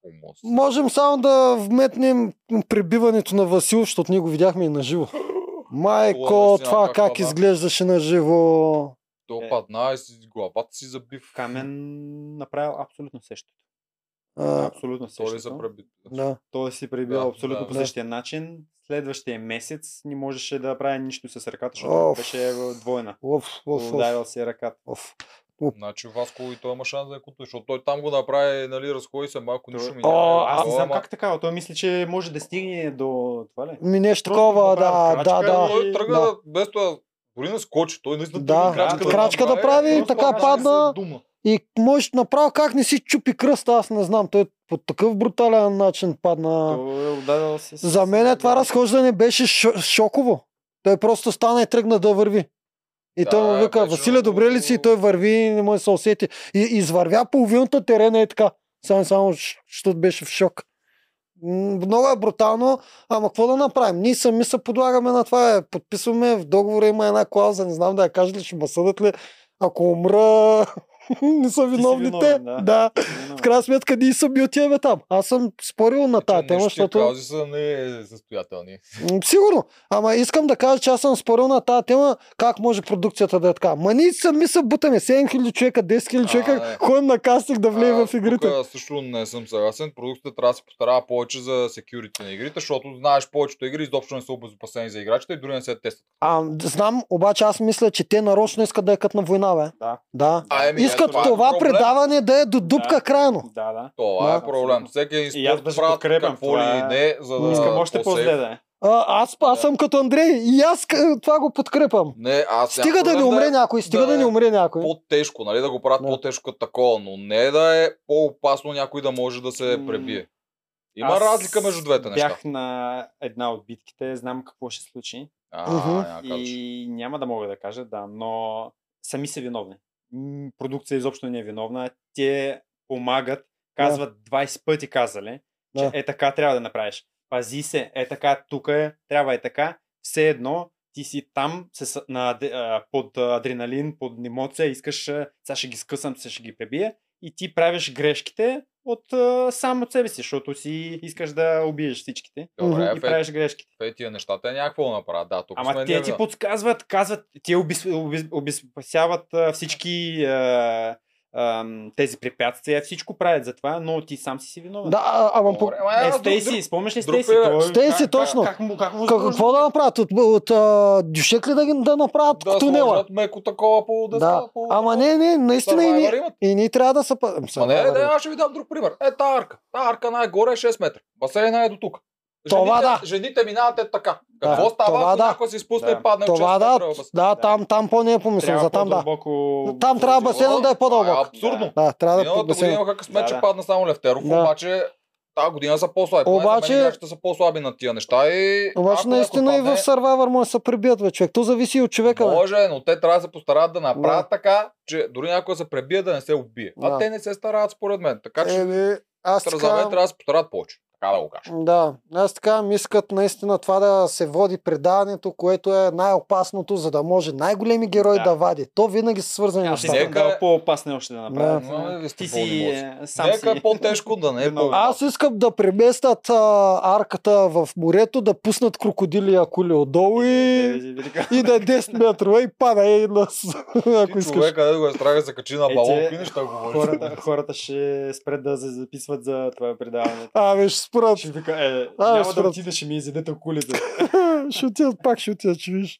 [SPEAKER 1] Умос.
[SPEAKER 2] Можем само да вметнем прибиването на Васил, защото ние го видяхме и на живо. Майко,
[SPEAKER 1] наистина,
[SPEAKER 2] това
[SPEAKER 1] как
[SPEAKER 2] как
[SPEAKER 1] падна.
[SPEAKER 2] изглеждаше на живо.
[SPEAKER 1] То
[SPEAKER 3] Е.
[SPEAKER 1] падна и си, главата си забив.
[SPEAKER 3] Камен направил абсолютно същото.
[SPEAKER 2] А,
[SPEAKER 3] Абсолютно
[SPEAKER 1] Той ли са
[SPEAKER 3] същото.
[SPEAKER 1] преби...
[SPEAKER 2] да.
[SPEAKER 3] Той си пребил
[SPEAKER 1] Да,
[SPEAKER 3] абсолютно
[SPEAKER 1] да.
[SPEAKER 3] по
[SPEAKER 2] Да.
[SPEAKER 3] същия начин. Следващия месец не можеше да прави нищо с ръката, защото
[SPEAKER 2] Оф.
[SPEAKER 3] беше двойна.
[SPEAKER 2] Оф, оф, оф,
[SPEAKER 3] Ударил си ръката.
[SPEAKER 2] оф.
[SPEAKER 1] Значи Васко и той има шанс да е куто, защото той там го направи, нали, разходи се малко,
[SPEAKER 3] Той-
[SPEAKER 1] нищо ми
[SPEAKER 2] О,
[SPEAKER 1] няма.
[SPEAKER 2] аз
[SPEAKER 3] Аз не
[SPEAKER 1] О,
[SPEAKER 3] знам
[SPEAKER 1] ама-
[SPEAKER 3] как така, той мисли, че може да стигне до това ли?
[SPEAKER 2] Ми нещо
[SPEAKER 3] Просто
[SPEAKER 2] такова,
[SPEAKER 3] направи
[SPEAKER 2] да,
[SPEAKER 3] крачка
[SPEAKER 2] да,
[SPEAKER 1] Е,
[SPEAKER 2] да.
[SPEAKER 1] Той тръгна
[SPEAKER 2] да.
[SPEAKER 1] да. без това Дори не скочи. Той наистина
[SPEAKER 2] Да,
[SPEAKER 1] тръгна
[SPEAKER 2] крачка да прави,
[SPEAKER 1] Просто
[SPEAKER 2] така
[SPEAKER 1] даже
[SPEAKER 2] падна.
[SPEAKER 1] не се дума.
[SPEAKER 2] И можеш направо как не си чупи кръста, аз не знам. Той е по такъв брутален начин падна.
[SPEAKER 3] Той е ударил се. с-
[SPEAKER 2] За мен е това разхождане беше шо- шоково. Той просто стана и тръгна да върви. И
[SPEAKER 1] Да,
[SPEAKER 2] той му вика,
[SPEAKER 1] беше
[SPEAKER 2] Василе, добре ли си? И той върви и не му е се усети. И извървя половината терена и така. Само, само, щ- защото беше в шок. М, Много е брутално, ама какво да направим? Ние сами се подлагаме на това. Е. Подписваме, в договора има една клауза, не знам да я кажа ли, ще ме съдат ли. Ако умра, не са виновните.
[SPEAKER 3] виновен, да.
[SPEAKER 2] да.
[SPEAKER 3] Не,
[SPEAKER 2] В крайна сметка ние сами отиваме там. Аз съм спорил на тази
[SPEAKER 1] Те
[SPEAKER 2] тема,
[SPEAKER 1] нещо,
[SPEAKER 2] защото...
[SPEAKER 1] Каузи са не състоятелни.
[SPEAKER 2] М, Сигурно. Ама искам да кажа, че аз съм спорил на тази тема, как може продукцията да е така. Ма ние сами се бутаме. 7000 човека, 10 000 човека,
[SPEAKER 1] да.
[SPEAKER 2] ходим на кастинг да влеем в игрите.
[SPEAKER 1] Тук също не съм съгласен. Продукцията трябва да се постарава повече за security на игрите, защото знаеш, повечето игри изобщо не са обезопасени за играчите и дори не се тестват.
[SPEAKER 2] А, м, знам, обаче аз мисля, че те нарочно искат да е като на война, бе.
[SPEAKER 3] Да.
[SPEAKER 2] Да.
[SPEAKER 1] А, еми,
[SPEAKER 2] Искат
[SPEAKER 1] е
[SPEAKER 2] това
[SPEAKER 1] проблем.
[SPEAKER 2] предаване да е до дупка
[SPEAKER 3] Да.
[SPEAKER 2] крайно.
[SPEAKER 3] Да, да.
[SPEAKER 1] Това
[SPEAKER 2] Да.
[SPEAKER 1] е проблем. Всеки един
[SPEAKER 3] И аз
[SPEAKER 1] спорт
[SPEAKER 3] даже
[SPEAKER 1] правят
[SPEAKER 3] подкрепям
[SPEAKER 1] какво ли
[SPEAKER 3] това, е.
[SPEAKER 1] не, за да...
[SPEAKER 3] Искам още по-зле
[SPEAKER 1] по-сейф.
[SPEAKER 3] да е.
[SPEAKER 2] А, аз, аз
[SPEAKER 1] Да.
[SPEAKER 2] съм като Андрей и аз к- това го подкрепям.
[SPEAKER 1] Не, аз
[SPEAKER 2] Стига да не умре някой, стига
[SPEAKER 1] да
[SPEAKER 2] да не
[SPEAKER 1] е
[SPEAKER 2] умре някой.
[SPEAKER 1] по-тежко, нали, да го правят
[SPEAKER 2] Да.
[SPEAKER 1] по-тежко като такова, но не да е по-опасно някой да може да се
[SPEAKER 3] М,
[SPEAKER 1] пребие. Има
[SPEAKER 3] Аз
[SPEAKER 1] разлика между двете неща.
[SPEAKER 3] Бях на една от битките, знам какво ще случи
[SPEAKER 1] А,
[SPEAKER 2] Мгм.
[SPEAKER 1] няма как да кажеш.
[SPEAKER 3] и няма да мога да кажа, да, но сами са виновни. М, Продукция изобщо не е виновна. Те помагат, казват 20 пъти казали, че
[SPEAKER 2] Да.
[SPEAKER 3] е така трябва да направиш. Пази се, е така, тук е, трябва е така. Все едно ти си там с, на, аде- а, под а, адреналин, под емоция, искаш, а, сега ще ги скъсам, сега ще ги пребия и ти правиш грешките от а, сам от себе си, защото си искаш да убиеш всичките
[SPEAKER 1] Добре,
[SPEAKER 3] и
[SPEAKER 1] Фет,
[SPEAKER 3] правиш грешките.
[SPEAKER 1] Те тия неща, те някакво да направят. Да, тук сме
[SPEAKER 3] Ама те
[SPEAKER 1] ние,
[SPEAKER 3] ти
[SPEAKER 1] бе.
[SPEAKER 3] подсказват, казват, те обис, обис, обезопасяват а, всички а, ам, тези препятствия, всичко правят за това, но ти сам си си виновен.
[SPEAKER 2] Да, а- ама по,
[SPEAKER 1] Добре, ама
[SPEAKER 3] Е,
[SPEAKER 1] аз друг-
[SPEAKER 3] Стейси, спомняш ли
[SPEAKER 1] друг
[SPEAKER 3] Стейси?
[SPEAKER 1] пример.
[SPEAKER 3] Той-
[SPEAKER 2] Стейси,
[SPEAKER 3] как-
[SPEAKER 2] точно.
[SPEAKER 3] Как, как, му- как му
[SPEAKER 2] Как- Какво да направят? От, от а, дюшек ли да ги да направят
[SPEAKER 1] Да,
[SPEAKER 2] тунела?
[SPEAKER 1] сложат меко такова по
[SPEAKER 2] Да.
[SPEAKER 1] деста. по-
[SPEAKER 2] Ама не, не, наистина и
[SPEAKER 1] Survivor
[SPEAKER 2] ние,
[SPEAKER 1] имат.
[SPEAKER 2] и ние трябва да са... па- М,
[SPEAKER 1] Ма не,
[SPEAKER 2] Survivor
[SPEAKER 1] не,
[SPEAKER 2] имат.
[SPEAKER 1] аз ще ви дам друг пример. Е, та арка. Та арка най-горе е 6 метра. Басейна е до тук.
[SPEAKER 2] Това
[SPEAKER 1] жените,
[SPEAKER 2] да.
[SPEAKER 1] Жените минават е така.
[SPEAKER 2] Да,
[SPEAKER 1] Какво става,
[SPEAKER 2] това
[SPEAKER 1] ако
[SPEAKER 2] да.
[SPEAKER 1] някой се изпусне
[SPEAKER 3] Да.
[SPEAKER 1] и падне от 6
[SPEAKER 2] Това
[SPEAKER 1] метра?
[SPEAKER 2] да,
[SPEAKER 1] в басейна?
[SPEAKER 2] да, там, там по-не е помислен,
[SPEAKER 3] Трябва
[SPEAKER 2] за там да.
[SPEAKER 3] по-дълбоко-
[SPEAKER 2] Но там трябва басейна да е
[SPEAKER 1] Това
[SPEAKER 2] по-дълбок.
[SPEAKER 1] е абсурдно.
[SPEAKER 2] Да, трябва да е
[SPEAKER 1] Миналата година
[SPEAKER 2] басейна.
[SPEAKER 1] имаха късмет,
[SPEAKER 3] Да,
[SPEAKER 1] че
[SPEAKER 3] да.
[SPEAKER 1] падна само Левтеров,
[SPEAKER 2] Да.
[SPEAKER 1] обаче тази година са по-слаби. Поне за мен
[SPEAKER 2] Обаче-
[SPEAKER 1] играчите са по-слаби на тия неща и...
[SPEAKER 2] Обаче
[SPEAKER 1] ако е- някой
[SPEAKER 2] наистина и в
[SPEAKER 1] падне,
[SPEAKER 2] Survivor може да се прибият, бе, човек. То зависи и от човека, бе.
[SPEAKER 1] Може, но те трябва да се постарат да направят
[SPEAKER 2] Да.
[SPEAKER 1] така, че дори някой да се пребие да не се убие.
[SPEAKER 2] Да.
[SPEAKER 1] А те не се стараят според мен. Така че
[SPEAKER 2] Еми, Е, аз
[SPEAKER 1] за мен
[SPEAKER 2] така...
[SPEAKER 1] трябва да се постарат повече. Така да го кажа.
[SPEAKER 2] Да, аз така ми искат наистина това да се води предаването, което е най-опасното, за да може най-големи герои да,
[SPEAKER 3] Да.
[SPEAKER 2] вади. То винаги са свързани
[SPEAKER 3] Аз
[SPEAKER 2] нещата.
[SPEAKER 1] Нека-
[SPEAKER 3] искам да е по-опасни още да направят.
[SPEAKER 1] Да. Ама, вие сте
[SPEAKER 3] Ти
[SPEAKER 1] болни
[SPEAKER 3] си
[SPEAKER 1] мозъци.
[SPEAKER 3] е, сам
[SPEAKER 1] Нека е
[SPEAKER 3] си.
[SPEAKER 1] по-тежко да не е
[SPEAKER 3] Виновен.
[SPEAKER 1] по
[SPEAKER 2] Аз искам да преместят а, арката в морето, да пуснат крокодили и акули отдолу и,
[SPEAKER 3] Велика-
[SPEAKER 2] и да е 10 метрова и пада и на... с- ако
[SPEAKER 1] Ти
[SPEAKER 2] искаш.
[SPEAKER 1] човека, къде го е страх, да се качи на
[SPEAKER 3] Е,
[SPEAKER 1] балон,
[SPEAKER 3] те-
[SPEAKER 1] ти неща говориш.
[SPEAKER 3] Хората, хората ще спрат да за- записват за това предаване.
[SPEAKER 2] Абе, ще спрат.
[SPEAKER 3] Ще вика, е,
[SPEAKER 2] А,
[SPEAKER 3] няма
[SPEAKER 2] спрат.
[SPEAKER 3] да отида, ще ми изядете окулите.
[SPEAKER 2] ще отидат, пак ще отидат, ще виж.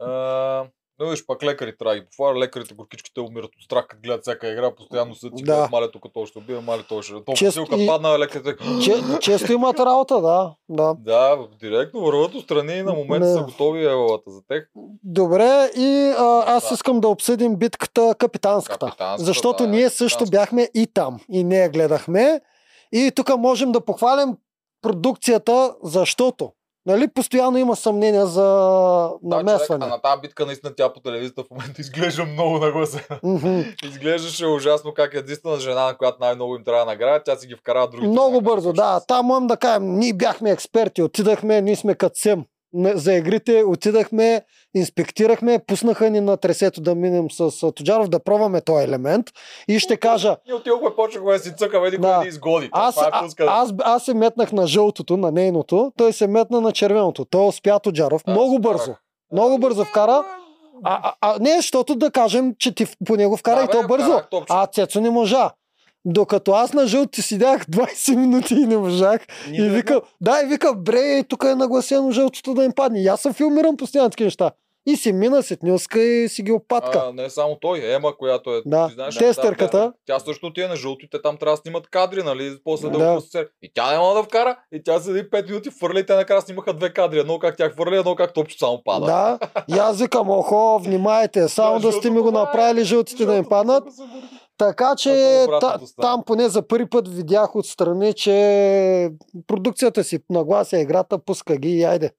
[SPEAKER 1] А, Да виж, пак лекари трябва да ги пофара. Лекарите, горкичките умират от страх, като гледат всяка игра, постоянно са ти
[SPEAKER 2] Да.
[SPEAKER 1] да. мале тук, той ще убие, мале той ще... То
[SPEAKER 2] Чест-
[SPEAKER 1] Чест... като
[SPEAKER 2] и-
[SPEAKER 1] падна, лекарите...
[SPEAKER 2] Че, често имат работа, да. да.
[SPEAKER 1] Да, в- директно върват отстрани и на момента
[SPEAKER 2] Не.
[SPEAKER 1] са готови евалата за тях.
[SPEAKER 2] Добре, и а, аз
[SPEAKER 1] Да.
[SPEAKER 2] искам да обсъдим битката капитанската.
[SPEAKER 1] Капитанската,
[SPEAKER 2] защото
[SPEAKER 1] да,
[SPEAKER 2] ние също
[SPEAKER 1] капитанската.
[SPEAKER 2] бяхме и там. И не я гледахме. И тук можем да похвалим продукцията, защото нали, постоянно има съмнения за
[SPEAKER 1] Да, човек, а
[SPEAKER 2] намесване.
[SPEAKER 1] на тази битка наистина тя по телевизията в момента изглежда много нагласена.
[SPEAKER 2] Мгм.
[SPEAKER 1] Изглеждаше ужасно как единствена жена, на която най-много им трябва да награда, тя си ги вкара другите.
[SPEAKER 2] Много
[SPEAKER 1] награди,
[SPEAKER 2] бързо,
[SPEAKER 1] всъщност.
[SPEAKER 2] да. Там можем да кажем, ние бяхме експерти, отидахме, ние сме като СЕМ. Не- За игрите отидахме, инспектирахме, пуснаха ни на тресето да минем с а, Тоджаров, да пробваме този елемент. И ще кажа,
[SPEAKER 1] Ние отидохме, почнахме да си цъкаме, един
[SPEAKER 2] Да.
[SPEAKER 1] да. изгоди.
[SPEAKER 2] аз,
[SPEAKER 1] Това е
[SPEAKER 2] а,
[SPEAKER 1] пускане.
[SPEAKER 2] аз, аз се метнах на жълтото, на нейното, той се метна на червеното. Той успя Тоджаров
[SPEAKER 1] Да,
[SPEAKER 2] много
[SPEAKER 1] аз вкарах.
[SPEAKER 2] бързо. Много бързо вкара. А, а, а не, защото да кажем, че ти в- по него вкара
[SPEAKER 1] Да,
[SPEAKER 2] и
[SPEAKER 1] бе,
[SPEAKER 2] то бързо.
[SPEAKER 1] вкарах топче.
[SPEAKER 2] а Цецо не можа. Докато аз на жълти седях 20 минути и не можах.
[SPEAKER 3] Нито
[SPEAKER 2] И е
[SPEAKER 3] едно.
[SPEAKER 2] вика, да, и вика, бре, тук е нагласено жълтото да им падне. И аз се филмирам постоянно такива неща. И си мина, си днюска и си ги опатка.
[SPEAKER 1] А, не само той, Ема, която е.
[SPEAKER 2] да,
[SPEAKER 1] ти знаеш, там,
[SPEAKER 2] тестърката.
[SPEAKER 1] Тя също отива на жълто и те там трябва да снимат кадри, нали? После да,
[SPEAKER 2] Да.
[SPEAKER 1] го пуснат. И тя не мога да вкара, и тя седи 5 минути, фърли, и те накрая снимаха две кадри. Едно как тя хвърли, едно как топче само пада.
[SPEAKER 2] Да, и аз викам, охо, внимайте, само да,
[SPEAKER 1] Да,
[SPEAKER 2] сте
[SPEAKER 1] жълтото
[SPEAKER 2] ми го
[SPEAKER 1] пада,
[SPEAKER 2] направили жълтите да им
[SPEAKER 1] Жълтото
[SPEAKER 2] паднат.
[SPEAKER 1] тук се върти.
[SPEAKER 2] Така че
[SPEAKER 1] Точно обратното
[SPEAKER 2] та,
[SPEAKER 1] става.
[SPEAKER 2] там поне за първи път видях отстрани, че продукцията си наглася играта, пуска ги и айде.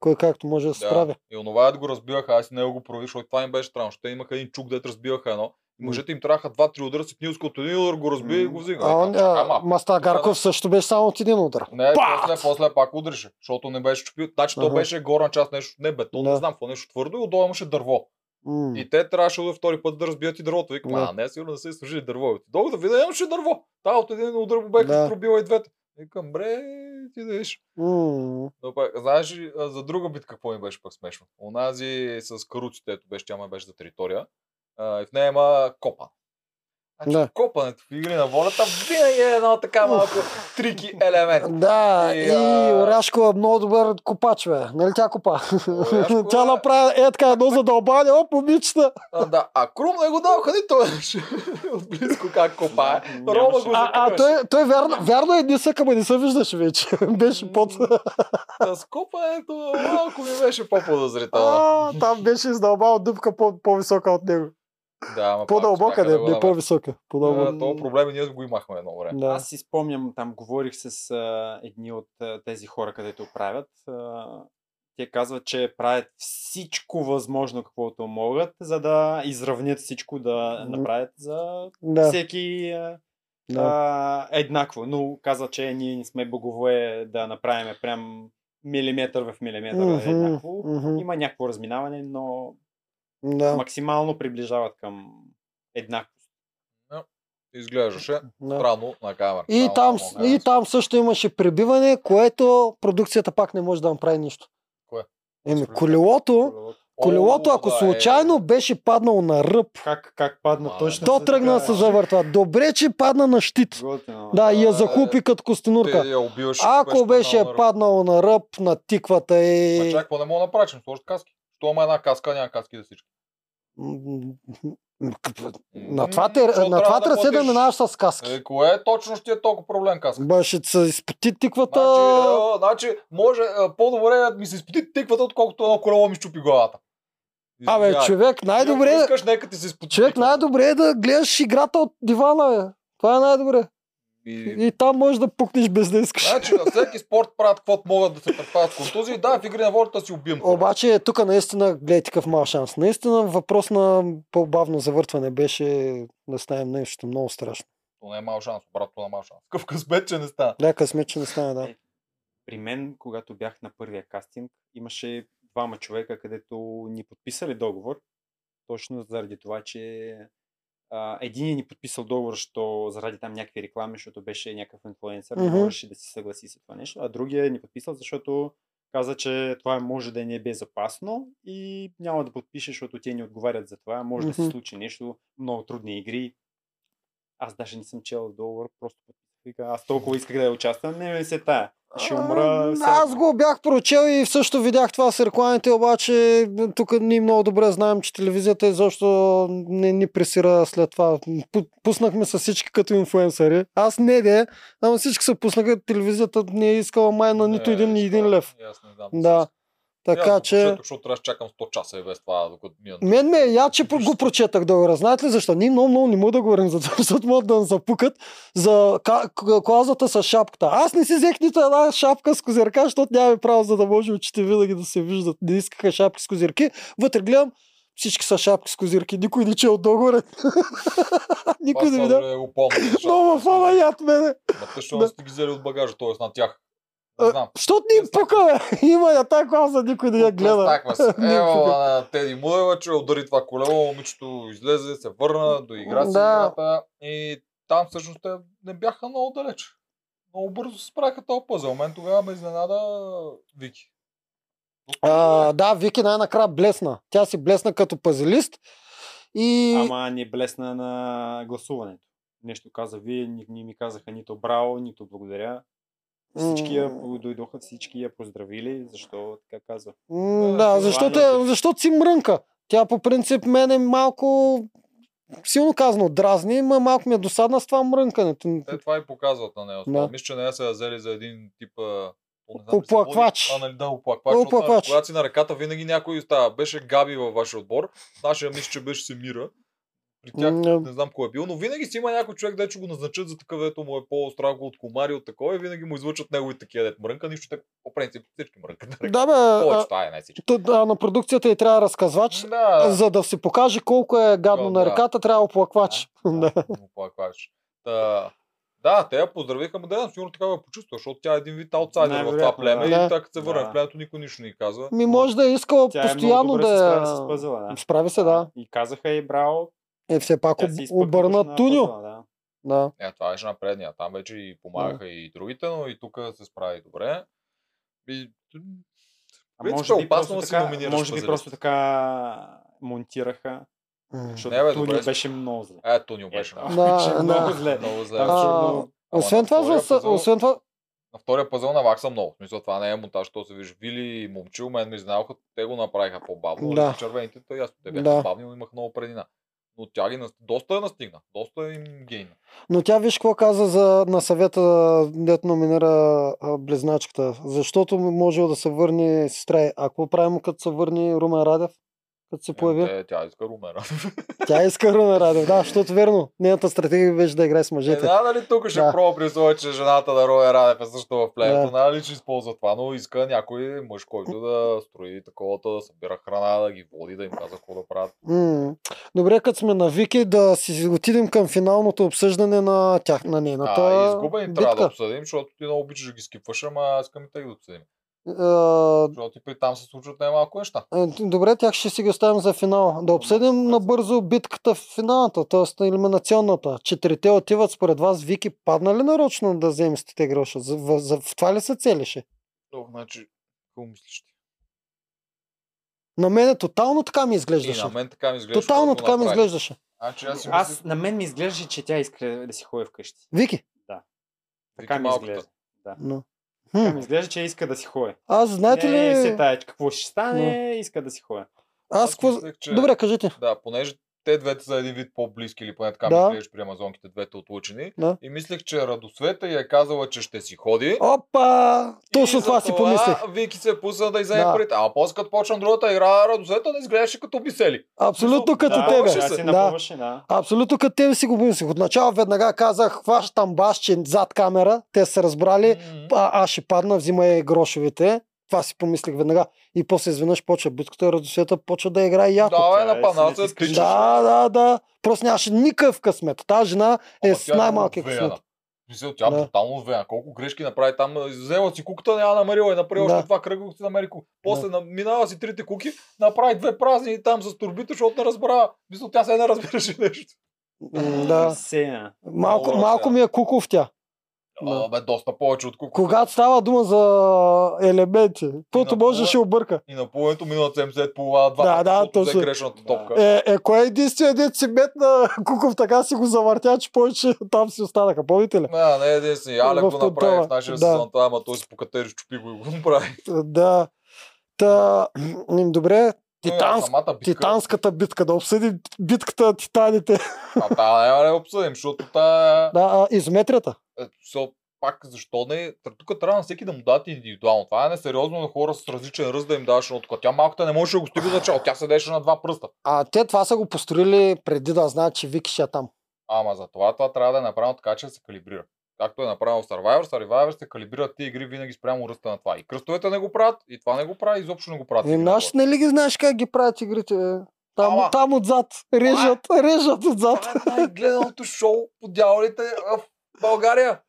[SPEAKER 2] Кой както може да се справя.
[SPEAKER 1] Да. И онова да го разбиваха, аз и него го прових, защото това им беше странно. Ще имаха един чук, дето разбиваха едно. И мъжете им траха два-три удара, си книлска от един удар го разби и го взига.
[SPEAKER 2] А он, а, Маста Гарков
[SPEAKER 1] Гарков
[SPEAKER 2] също беше само от един удар.
[SPEAKER 1] Не,
[SPEAKER 2] Пак!
[SPEAKER 1] после, после пак удреше, защото не беше чупил. Значи то
[SPEAKER 2] Аха.
[SPEAKER 1] беше горна част, нещо, не бетон,
[SPEAKER 2] Да.
[SPEAKER 1] не знам какво, нещо твърдо и отдолу имаше дърво.
[SPEAKER 2] М.
[SPEAKER 1] И те трябваше да втори път да разбият и дървото. Викам,
[SPEAKER 2] Да.
[SPEAKER 1] а, не, сигурно не са и сложили дърво. Долу да видя, имаше дърво. Та от един удар му беха
[SPEAKER 2] Да.
[SPEAKER 1] изтрубила и двете. Викам, бре, ти да виж.
[SPEAKER 2] М.
[SPEAKER 1] Но пак, знаеш ли, а, за друга битка какво ми беше пък смешно? Онази с каруците, ето беше, тя ме беше за територия. А, и в нея има копа. Значи
[SPEAKER 2] Да.
[SPEAKER 1] да. копането в игри на волята винаги е едно така малко трики елемент.
[SPEAKER 2] Да,
[SPEAKER 1] И,
[SPEAKER 2] и,
[SPEAKER 1] а,
[SPEAKER 2] Оряшкова е много добър копач, бе. Нали тя копа?
[SPEAKER 1] Оряшкова-
[SPEAKER 2] тя направи е така едно задълбане, оп, момичета.
[SPEAKER 1] А, да, а Крум не го даваха ни той от близко как копае.
[SPEAKER 3] Да,
[SPEAKER 1] Рома
[SPEAKER 3] нямаше.
[SPEAKER 1] го
[SPEAKER 2] А, а
[SPEAKER 1] закриваше.
[SPEAKER 2] той, той вярно, вярно е нисък, ама не се виждаше вече. беше под...
[SPEAKER 1] Та с копането малко ми беше по-подозрително.
[SPEAKER 2] а, там беше издълбал дупка по- по-висока от него.
[SPEAKER 1] Да, ама пак
[SPEAKER 2] По-дълбока,
[SPEAKER 1] успяха
[SPEAKER 2] е, не,
[SPEAKER 1] да го
[SPEAKER 2] не
[SPEAKER 1] намерят.
[SPEAKER 2] по-висока.
[SPEAKER 1] Да,
[SPEAKER 2] По-дълбока.
[SPEAKER 1] Това е проблем и ние го имахме едно време.
[SPEAKER 2] Да.
[SPEAKER 3] Аз си спомням, там говорих с а, едни от а, тези хора, където правят. А, те казват, че правят всичко възможно, каквото могат, за да изравнят всичко, да
[SPEAKER 2] Мгм.
[SPEAKER 3] направят за
[SPEAKER 2] Да,
[SPEAKER 3] всеки а,
[SPEAKER 2] да.
[SPEAKER 3] а, еднакво. Но казват, че ние не сме богове да направим прям милиметър в милиметър
[SPEAKER 2] Мгм,
[SPEAKER 3] еднакво.
[SPEAKER 2] мгм,
[SPEAKER 3] Има някакво разминаване, но
[SPEAKER 2] Да,
[SPEAKER 3] максимално приближават към еднакво.
[SPEAKER 1] Изглеждаше
[SPEAKER 2] да.
[SPEAKER 1] странно на камера.
[SPEAKER 2] И
[SPEAKER 1] Само
[SPEAKER 2] там,
[SPEAKER 1] това мога да
[SPEAKER 2] и там също имаше пребиване, което продукцията пак не може да направи нищо.
[SPEAKER 1] Кое?
[SPEAKER 2] Еми, колелото, колелото,
[SPEAKER 1] О,
[SPEAKER 2] ако
[SPEAKER 1] да, е.
[SPEAKER 2] случайно беше паднало на ръб,
[SPEAKER 3] Как, как падна
[SPEAKER 1] Мале.
[SPEAKER 3] точно?
[SPEAKER 2] то
[SPEAKER 3] се
[SPEAKER 2] тръгна да
[SPEAKER 3] така,
[SPEAKER 2] се завъртва. Добре, че падна на щит.
[SPEAKER 3] Готино.
[SPEAKER 2] Да, и
[SPEAKER 1] Да,
[SPEAKER 2] я захупи като
[SPEAKER 1] Ти
[SPEAKER 2] костенурка.
[SPEAKER 1] я убиваш,
[SPEAKER 2] Ако беше
[SPEAKER 1] паднал на ръб.
[SPEAKER 2] паднало на ръб, на тиквата е-
[SPEAKER 1] Ма
[SPEAKER 2] и...
[SPEAKER 1] чакай, какво не мога да направя, че ми сложат каски. Що има една каска, няма каски за всички.
[SPEAKER 2] М,
[SPEAKER 1] М,
[SPEAKER 2] На това, те,
[SPEAKER 1] защо
[SPEAKER 2] на
[SPEAKER 1] трябва
[SPEAKER 2] това
[SPEAKER 1] да
[SPEAKER 2] трасе да
[SPEAKER 1] платиш?
[SPEAKER 2] минаваш с каски.
[SPEAKER 1] Е, кое точно ще ти е толкова проблем каска?
[SPEAKER 2] Ба, ще се изпоти тиквата.
[SPEAKER 1] Значи, а, значи може а, по-добре да ми се изпити тиквата, отколкото едно колело ми щупи главата.
[SPEAKER 2] Абе,
[SPEAKER 1] Извинявай.
[SPEAKER 2] човек, най-добре
[SPEAKER 1] Ако
[SPEAKER 2] е,
[SPEAKER 1] искаш, нека ти се изпити.
[SPEAKER 2] човек, най-добре е да гледаш играта от дивана, бе. Това е най-добре.
[SPEAKER 1] И-
[SPEAKER 2] И там можеш да пукнеш без да искаш.
[SPEAKER 1] Значи на всеки спорт правят каквото могат да се предпазят с контузии. Да, в игри на волята си убием. хора.
[SPEAKER 2] Обаче тук наистина гледай такъв мал шанс. Наистина въпрос на по-бавно завъртване беше да станем нещо много страшно.
[SPEAKER 1] То не е мал шанс, брат, то не е мал шанс. Какъв късмет, че не стана.
[SPEAKER 2] Да, късмет, че не стане, да.
[SPEAKER 3] Е, При мен, когато бях на първия кастинг, имаше двама човека, където ни подписали договор. Точно заради това, че а, един ни подписал договор, що заради там някакви реклами, защото беше някакъв инфлуенсър, не
[SPEAKER 2] Мгм.
[SPEAKER 3] можеше да си съгласи с това нещо, а другия ни подписал, защото каза, че това може да не е безопасно и няма да подпише, защото те ни отговарят за това. Може да се
[SPEAKER 2] Мгм.
[SPEAKER 3] случи нещо, много трудни игри. Аз даже не съм чел договор, просто подписах. Аз толкова исках да я участвам, не ми се тая. Ще умра.
[SPEAKER 2] А,
[SPEAKER 3] все
[SPEAKER 2] Аз
[SPEAKER 3] едно.
[SPEAKER 2] го бях прочел и също видях това с рекламите, обаче тук ние много добре знаем, че телевизията изобщо не ни пресира след това. Пу- Пуснахме се всички като инфуенсъри. Аз не де, ама всички се пуснаха. Телевизията не е искала май на нито
[SPEAKER 1] Не,
[SPEAKER 2] един, ни един
[SPEAKER 1] Е, да,
[SPEAKER 2] лев.
[SPEAKER 1] и Аз не знам.
[SPEAKER 2] Да. Така
[SPEAKER 1] Ясно,
[SPEAKER 2] че...
[SPEAKER 1] прочетох, Защото трябва да чакам 100 часа и без това, докато мина.
[SPEAKER 2] Мен ме е я, че про- го прочетах договора. Знаете ли защо? Ние много, много не мога да говорим за това, защото могат да ни запукат за ка- к- клаузата с шапката. Аз не си взех нито една шапка с козирка, защото нямаме право, за да може очите винаги да се виждат. Не искаха шапки с козирки. Вътре гледам, всички са шапки с козирки. Никой не че от договора. Никой не видя.
[SPEAKER 1] да го помня. е нали, защото-
[SPEAKER 2] Но в фана е яд мене.
[SPEAKER 1] Ма те ще не
[SPEAKER 2] Да.
[SPEAKER 1] сте ги взели от багажа, т.е. на тях.
[SPEAKER 2] А,
[SPEAKER 1] Не знам.
[SPEAKER 2] Защото ни им пука, бе. Има я тая клауза, никой не я гледа.
[SPEAKER 1] Стаква се.
[SPEAKER 2] Не,
[SPEAKER 1] Ева
[SPEAKER 2] пука.
[SPEAKER 1] на Теди Мудева, че удари това колело, момичето излезе, се върна, доигра си
[SPEAKER 2] Да.
[SPEAKER 1] играта. И там всъщност те не бяха много далеч. Много бързо се справиха този пъзел. Мен тогава ме изненада Вики.
[SPEAKER 2] А, да, Вики най-накрая блесна. Тя си блесна като пазилист. И...
[SPEAKER 3] Ама не блесна на гласуването. Нещо каза вие, ни, ни ми казаха нито браво, нито благодаря. Всички я
[SPEAKER 2] М.
[SPEAKER 3] по- дойдоха, всички я поздравили, защо така казва.
[SPEAKER 2] М,
[SPEAKER 3] Да,
[SPEAKER 2] да, защото,
[SPEAKER 3] желанието.
[SPEAKER 2] е, защото си мрънка. Тя по принцип мене малко, силно казано, дразни, ма малко ми е досадна с това
[SPEAKER 3] Е,
[SPEAKER 2] мрънкането.
[SPEAKER 1] Те Е, това и показват на нея.
[SPEAKER 2] Да.
[SPEAKER 1] Да. Мисля, че нея са я взели за един тип... а, то не знам,
[SPEAKER 2] Оплаквач.
[SPEAKER 1] ли се води? А, нали, да, оплаквач. защото,
[SPEAKER 2] Оплаквач.
[SPEAKER 1] Когато си на ръката, винаги някой става. Беше Габи във вашия отбор. Нашия мисля, че беше Семира. При тях
[SPEAKER 2] М,
[SPEAKER 1] не знам кой е бил, но винаги си има някой човек, дето ще го назначат за такъв, дето му е по-страх от комари, от такова и винаги му излъчат негови такива дет мрънка, нищо те по принцип всички мрънка. Да,
[SPEAKER 2] Да, бе,
[SPEAKER 1] Повече,
[SPEAKER 2] а,
[SPEAKER 1] това е най всички.
[SPEAKER 2] т- а, на продукцията и трябва разказвач,
[SPEAKER 1] Да,
[SPEAKER 2] за да се покаже колко е гадно
[SPEAKER 1] О,
[SPEAKER 2] на
[SPEAKER 1] да.
[SPEAKER 2] ръката, трябва оплаквач. Да.
[SPEAKER 1] му плакваш. Та, да, те я поздравиха, ма да, знам, сигурно така го почувства, защото тя е един вид аутсайдер в това
[SPEAKER 3] Най-вероятно,
[SPEAKER 1] племе
[SPEAKER 2] да.
[SPEAKER 1] и така като се върне
[SPEAKER 3] Да.
[SPEAKER 1] в племето, никой нищо не й казва.
[SPEAKER 2] Ми може да е искала
[SPEAKER 3] Тя е
[SPEAKER 2] постоянно
[SPEAKER 3] много добре
[SPEAKER 2] да
[SPEAKER 3] се
[SPEAKER 2] е...
[SPEAKER 3] справя с пъзела, да.
[SPEAKER 2] Справи се, да.
[SPEAKER 3] И казаха и браво.
[SPEAKER 2] Е, все пак
[SPEAKER 3] тя
[SPEAKER 2] об-
[SPEAKER 3] се изпъкна точно
[SPEAKER 2] обърна
[SPEAKER 3] на
[SPEAKER 2] Туню.
[SPEAKER 3] пъзела, Да.
[SPEAKER 2] Да.
[SPEAKER 1] Е, това беше на предния. Там вече и помагаха и другите, но и тук се справи добре. И...
[SPEAKER 3] А
[SPEAKER 1] принцип
[SPEAKER 3] може
[SPEAKER 1] е
[SPEAKER 3] би,
[SPEAKER 1] опасно
[SPEAKER 3] просто
[SPEAKER 1] да си
[SPEAKER 3] така,
[SPEAKER 1] номинираш
[SPEAKER 3] може би
[SPEAKER 1] пъзелист.
[SPEAKER 3] просто така монтираха, защото
[SPEAKER 1] Не, бе,
[SPEAKER 3] Туню
[SPEAKER 1] добре.
[SPEAKER 3] беше много зле.
[SPEAKER 1] Е, Тонио беше.
[SPEAKER 3] Ето,
[SPEAKER 2] Да,
[SPEAKER 3] беше
[SPEAKER 2] да.
[SPEAKER 3] много зле.
[SPEAKER 1] Много зле.
[SPEAKER 3] Там
[SPEAKER 2] А,
[SPEAKER 3] сигурно-
[SPEAKER 1] Ама
[SPEAKER 2] Освен
[SPEAKER 1] на
[SPEAKER 2] това, за,
[SPEAKER 1] втория
[SPEAKER 2] са-
[SPEAKER 1] пъзел-
[SPEAKER 2] освен това,
[SPEAKER 1] На втория пъзъл на Вакса много. В смисъл, това не е монтаж, то се виж Вили и момчил, мен ме изненадоха, те го направиха по-бавно.
[SPEAKER 2] Да.
[SPEAKER 1] Да. Червените, то ясно, те бяха
[SPEAKER 2] Да.
[SPEAKER 1] да. бавни, но имах много предина. Но тя ги нас- доста я настигна, доста им гейна.
[SPEAKER 2] Но тя виж какво каза за, на съвета, дет номинира а, близначката. Защото може да се върне сестра. й. А какво правим, като се върне Румен Радев? Като се
[SPEAKER 1] Е,
[SPEAKER 2] появи?
[SPEAKER 1] Те, тя иска румера.
[SPEAKER 2] Тя иска Румен Радев, да, защото верно. Нейната стратегия беше да играе с
[SPEAKER 1] Е,
[SPEAKER 2] мъжете.
[SPEAKER 1] да, нали тук ще
[SPEAKER 2] Да.
[SPEAKER 1] да. пробва при условие, че жената на Роя Радев е също в племето,
[SPEAKER 2] Да.
[SPEAKER 1] да. нали, че използва това, но иска някой мъж, който да строи такова, да събира храна, да ги води, да им казва какво да правят.
[SPEAKER 2] М. Добре, като сме на Вики, да си отидем към финалното обсъждане на тях, на нейната
[SPEAKER 1] А, изгуба им трябва да
[SPEAKER 2] битка.
[SPEAKER 1] обсъдим, защото ти много обичаш да ги скипваш, ама искам и те да обсъдим.
[SPEAKER 2] А,
[SPEAKER 1] Защото и при там се случват най-малко неща.
[SPEAKER 2] Е, д- Добре, тях ще си ги оставим за финал. Да обсъдим набързо битката в финалната, т.е. елиминационната. Четирите отиват според вас. Вики падна ли нарочно да вземе стите гроша? За, в, за, в това ли се целеше?
[SPEAKER 1] То, значи, какво мислиш ти?
[SPEAKER 2] На мене тотално така ми
[SPEAKER 1] И
[SPEAKER 2] изглеждаше.
[SPEAKER 1] Е, на мен така ми изглежда.
[SPEAKER 2] Тотално така ми изглеждаше.
[SPEAKER 1] Значи, аз си мисля,
[SPEAKER 3] Аз, на мен ми изглеждаше, че тя иска да си ходи вкъщи.
[SPEAKER 2] Вики.
[SPEAKER 3] Така ми
[SPEAKER 1] малката.
[SPEAKER 3] изглежда.
[SPEAKER 2] Но.
[SPEAKER 3] Така
[SPEAKER 2] Хм.
[SPEAKER 3] ми изглежда, че иска да си ходи.
[SPEAKER 2] Аз знаете
[SPEAKER 3] Ами, Не
[SPEAKER 2] ли...
[SPEAKER 3] се тая, че какво ще стане, иска да си ходи.
[SPEAKER 2] Аз какво...
[SPEAKER 1] мислех, че-
[SPEAKER 2] Добре, кажете.
[SPEAKER 1] Да, понеже те двете са един вид по-близки или поне така
[SPEAKER 2] Да.
[SPEAKER 1] ми изглеждаш при амазонките, двете отлучени.
[SPEAKER 2] Да.
[SPEAKER 1] И мислех, че Радосвета я е казала, че ще си ходи.
[SPEAKER 2] Опа! Точно
[SPEAKER 1] И
[SPEAKER 2] това си
[SPEAKER 1] затова
[SPEAKER 2] помислих.
[SPEAKER 1] Вики се е пусна да иземе
[SPEAKER 2] Да.
[SPEAKER 1] парите. А после като почна другата игра, Радосвета не изглеждаше като бисели.
[SPEAKER 2] Абсолютно като
[SPEAKER 3] да,
[SPEAKER 2] тебе.
[SPEAKER 3] Тя си
[SPEAKER 2] Да.
[SPEAKER 3] напълваше, да.
[SPEAKER 2] Абсолютно като тебе си го помислих. Отначало веднага казах, хващам баш, че е зад камера. Те са се разбрали.
[SPEAKER 1] М.
[SPEAKER 2] а, аз ще падна, взимай грошовете. Това си помислих веднага. И после изведнъж почва битката, радосията почва да играе яко.
[SPEAKER 1] Да,
[SPEAKER 3] тя
[SPEAKER 1] е
[SPEAKER 3] е
[SPEAKER 1] на панаца,
[SPEAKER 3] силистичка.
[SPEAKER 1] тичаш.
[SPEAKER 2] Да, да, да. Просто нямаше никакъв късмет. Тази жена е
[SPEAKER 1] Ама
[SPEAKER 2] с
[SPEAKER 1] тя е
[SPEAKER 2] най-малкия
[SPEAKER 1] отвеяна.
[SPEAKER 2] късмет.
[SPEAKER 1] Мисля, тя
[SPEAKER 2] Да.
[SPEAKER 1] да. брутално отвеяна. Колко грешки направи там. Взела си куката, няма намерила и направи
[SPEAKER 2] Да.
[SPEAKER 1] още два кръга, си намери кук. После да. минава си трите куки, направи две празни там с турбите, защото не разбра. Мисля, тя се е не разбираше нещо.
[SPEAKER 2] М, Да.
[SPEAKER 3] Сена.
[SPEAKER 2] Малко,
[SPEAKER 1] Много
[SPEAKER 2] малко
[SPEAKER 1] тя.
[SPEAKER 2] ми е куков тя. Да.
[SPEAKER 1] Да. Бе, доста повече от кук.
[SPEAKER 2] Когато става дума за елементи, каквото
[SPEAKER 1] Напълно.
[SPEAKER 2] може да ще обърка.
[SPEAKER 1] И на половинето миналата 70 пола два.
[SPEAKER 2] Да,
[SPEAKER 1] пъти,
[SPEAKER 2] да,
[SPEAKER 1] защото взе
[SPEAKER 2] точно.
[SPEAKER 1] грешната
[SPEAKER 3] Да.
[SPEAKER 1] топка.
[SPEAKER 2] Е, е, кой е единственият дет си метна Куков така си го завъртя, че повече там си останаха. Помните ли? Е,
[SPEAKER 1] Да, не един си. Аля го
[SPEAKER 2] В
[SPEAKER 1] направи
[SPEAKER 2] тотала.
[SPEAKER 1] в нашия
[SPEAKER 2] Да.
[SPEAKER 1] сезон, това, ама той си покатери чупи го и го направи.
[SPEAKER 2] Да. Та, м, добре,
[SPEAKER 1] Но и на
[SPEAKER 2] Титанск-
[SPEAKER 1] самата битка-
[SPEAKER 2] Титанската битка, да обсъдим битката на титаните.
[SPEAKER 1] А та няма да я обсъдим, защото та...
[SPEAKER 2] Да, а, изометрията.
[SPEAKER 1] Е, со, пак защо не? Тр- Тук трябва на всеки да му дадат индивидуално. Това е несериозно на хора с различен ръст да им даваш едно такова. Тя малката не можеше да го стига за чал. Тя седеше на два пръста.
[SPEAKER 2] А те това са го построили преди да знаят, че Вики ще е там.
[SPEAKER 1] Ама за това, това трябва да е направено така, че да се калибрира. Както е направено в Survivor, с Survivor се калибрират тези игри винаги спрямо ръста на това. И кръстовете не го правят, и това не го прави, изобщо не е. го правят.
[SPEAKER 2] И
[SPEAKER 1] игрите
[SPEAKER 2] Е, Ами, наш
[SPEAKER 1] хора.
[SPEAKER 2] не ли ги знаеш как ги правят игрите? бе? Там,
[SPEAKER 1] Ама-
[SPEAKER 2] там отзад. Режат, режат отзад.
[SPEAKER 1] Това е най-гледаното шоу по дяволите в България.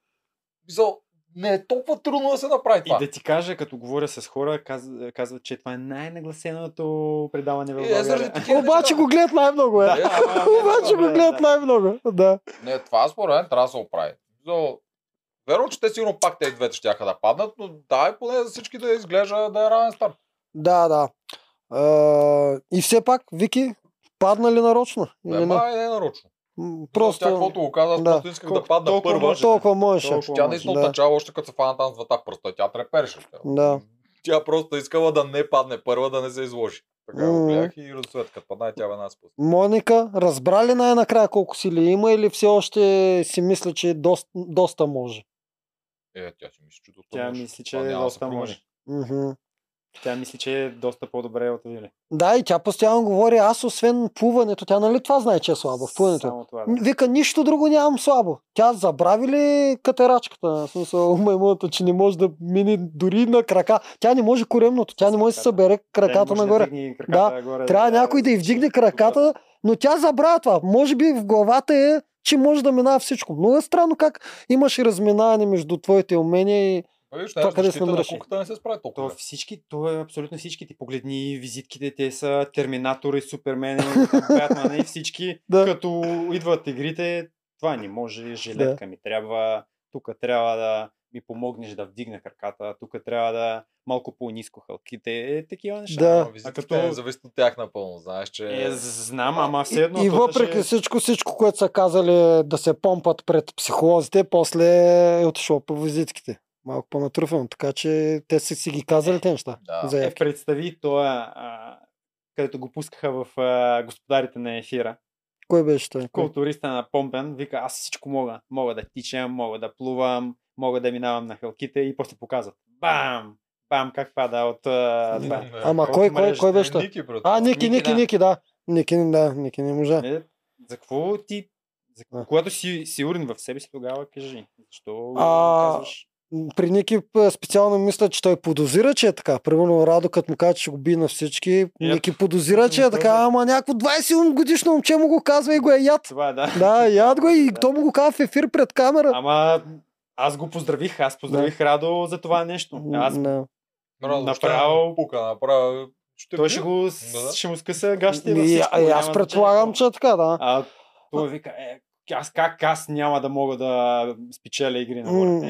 [SPEAKER 1] Мисъл, не е толкова трудно да се направи
[SPEAKER 3] И
[SPEAKER 1] това.
[SPEAKER 3] да ти кажа, като говоря с хора, каз, казват, че това е най-нагласеното предаване в
[SPEAKER 1] И е
[SPEAKER 3] България.
[SPEAKER 1] заради такива
[SPEAKER 2] Обаче
[SPEAKER 1] неща.
[SPEAKER 2] го гледат най-много, е.
[SPEAKER 1] Да, ама не
[SPEAKER 2] Обаче го гледат най-много. Да.
[SPEAKER 1] Не, това според мен трябва да се оправи. Но, верно, че те сигурно пак те двете ще да паднат, но дай поне за всички да изглежда да е равен старт.
[SPEAKER 2] Да, да. А, и все пак, Вики, падна ли нарочно?
[SPEAKER 1] Не,
[SPEAKER 2] Или не?
[SPEAKER 1] ма, не е нарочно.
[SPEAKER 2] М,
[SPEAKER 1] Просто... Тя
[SPEAKER 2] Просто...
[SPEAKER 1] каквото го каза, аз
[SPEAKER 2] Да.
[SPEAKER 1] просто исках да
[SPEAKER 2] Колко-
[SPEAKER 1] падна
[SPEAKER 3] толкова
[SPEAKER 1] първа.
[SPEAKER 3] може.
[SPEAKER 2] Толкова можеше.
[SPEAKER 3] Толкова
[SPEAKER 1] Тя
[SPEAKER 3] може,
[SPEAKER 1] наистина
[SPEAKER 2] да.
[SPEAKER 1] отначало още като се фана там с двата пръста. Тя трепереше. още.
[SPEAKER 2] Да.
[SPEAKER 1] Тя просто искала да не падне първа, да не се изложи. Така го
[SPEAKER 2] Мгм.
[SPEAKER 1] гледах и разсвет, като падна и тя веднага спусна.
[SPEAKER 2] Моника, разбра ли най-накрая колко сили има или все още си мисли, че доста, доста може?
[SPEAKER 1] Е, тя си мисли, че доста
[SPEAKER 3] Тя
[SPEAKER 1] може.
[SPEAKER 3] мисли, че е
[SPEAKER 1] Това няма да се
[SPEAKER 3] доста
[SPEAKER 1] промени.
[SPEAKER 3] може.
[SPEAKER 2] Мгм.
[SPEAKER 3] Тя мисли, че е доста по-добре от Вили.
[SPEAKER 2] Да, и тя постоянно говори, аз освен плуването, тя нали това знае, че е слаба в плуването.
[SPEAKER 3] Само това,
[SPEAKER 2] Н-
[SPEAKER 3] да.
[SPEAKER 2] Вика, нищо друго нямам слабо. Тя забрави ли катерачката? В смисъл, маймуната, че не може да мине дори на крака. Тя не може коремното, тя не може да си събере краката
[SPEAKER 3] Тя не може
[SPEAKER 2] нагоре.
[SPEAKER 3] Да вдигне краката нагоре.
[SPEAKER 2] Трябва някой да й вдигне краката, но тя забравя това. Може би в главата е, че може да минава всичко. Много е странно как имаш и разминаване между твоите умения и...
[SPEAKER 1] Па Виж,
[SPEAKER 2] Това
[SPEAKER 1] това
[SPEAKER 2] къде
[SPEAKER 1] къде
[SPEAKER 2] се
[SPEAKER 1] на
[SPEAKER 2] намираше?
[SPEAKER 1] кухата не се справи толкова.
[SPEAKER 3] То
[SPEAKER 1] добре.
[SPEAKER 3] всички, то е абсолютно всички. Ти погледни визитките, те са Терминатор и Супермен, Бятман и всички.
[SPEAKER 2] Да.
[SPEAKER 3] Като идват игрите, това не може, жилетка ми трябва, тук трябва да ми помогнеш да вдигна краката, тук трябва да малко по-низко хълките, е, такива неща.
[SPEAKER 2] Да.
[SPEAKER 1] Ама визитките
[SPEAKER 3] А като-
[SPEAKER 1] зависи от тях напълно, знаеш, че...
[SPEAKER 3] Е, знам, ама все едно.
[SPEAKER 2] и
[SPEAKER 3] то
[SPEAKER 2] въпреки
[SPEAKER 3] ще-
[SPEAKER 2] всичко, всичко, което са казали е да се помпат пред психолозите, после е отишло по визитките. Малко по-натруфено, така че те са си ги казали те неща.
[SPEAKER 1] Да.
[SPEAKER 2] За
[SPEAKER 3] Е, представи това, а, където го пускаха в а, господарите на ефира.
[SPEAKER 2] Кой беше той? Кой?
[SPEAKER 3] Културиста на Помпен вика, аз всичко мога. Мога да тичам, мога да плувам, мога да минавам на хълките и после показват. Бам! Бам, как пада от... А, това.
[SPEAKER 1] Да.
[SPEAKER 2] Ама
[SPEAKER 3] Кой
[SPEAKER 2] кой,
[SPEAKER 3] мрежа
[SPEAKER 2] кой, кой беше той?
[SPEAKER 1] Ники, брат.
[SPEAKER 2] А, Ники, Ники,
[SPEAKER 3] Ники, да.
[SPEAKER 2] Ники, да. Ники, да, Ники не можа.
[SPEAKER 3] Е, за какво ти... За,
[SPEAKER 2] Да.
[SPEAKER 3] Когато си сигурен в себе си, тогава кажи. Защо
[SPEAKER 2] А,
[SPEAKER 3] казваш?
[SPEAKER 2] При Ники п- специално мисля, че той подозира, че е така. Примерно Радо, като му каже, че ще го би на всички, Ники подозира, че е така, ама някакво 20 годишно момче му го казва и го е яд.
[SPEAKER 3] Това е, да.
[SPEAKER 2] Да, яд го и
[SPEAKER 3] Да.
[SPEAKER 2] то му го казва в ефир пред камера.
[SPEAKER 3] Ама аз го поздравих, аз поздравих Радо за това нещо. Аз
[SPEAKER 2] Да.
[SPEAKER 1] Радо, ще
[SPEAKER 3] направо-
[SPEAKER 1] му Пука, направо... Ще
[SPEAKER 3] Той
[SPEAKER 1] бие.
[SPEAKER 3] ще го
[SPEAKER 1] Да, да.
[SPEAKER 3] с- ще му скъса гащите във
[SPEAKER 2] И,
[SPEAKER 3] всичко.
[SPEAKER 2] и
[SPEAKER 3] няма
[SPEAKER 2] аз
[SPEAKER 3] значение
[SPEAKER 2] предполагам,
[SPEAKER 3] какво.
[SPEAKER 2] че е така, да.
[SPEAKER 3] А той вика, е, аз как аз няма да мога да спечеля игри на
[SPEAKER 2] М.
[SPEAKER 3] море.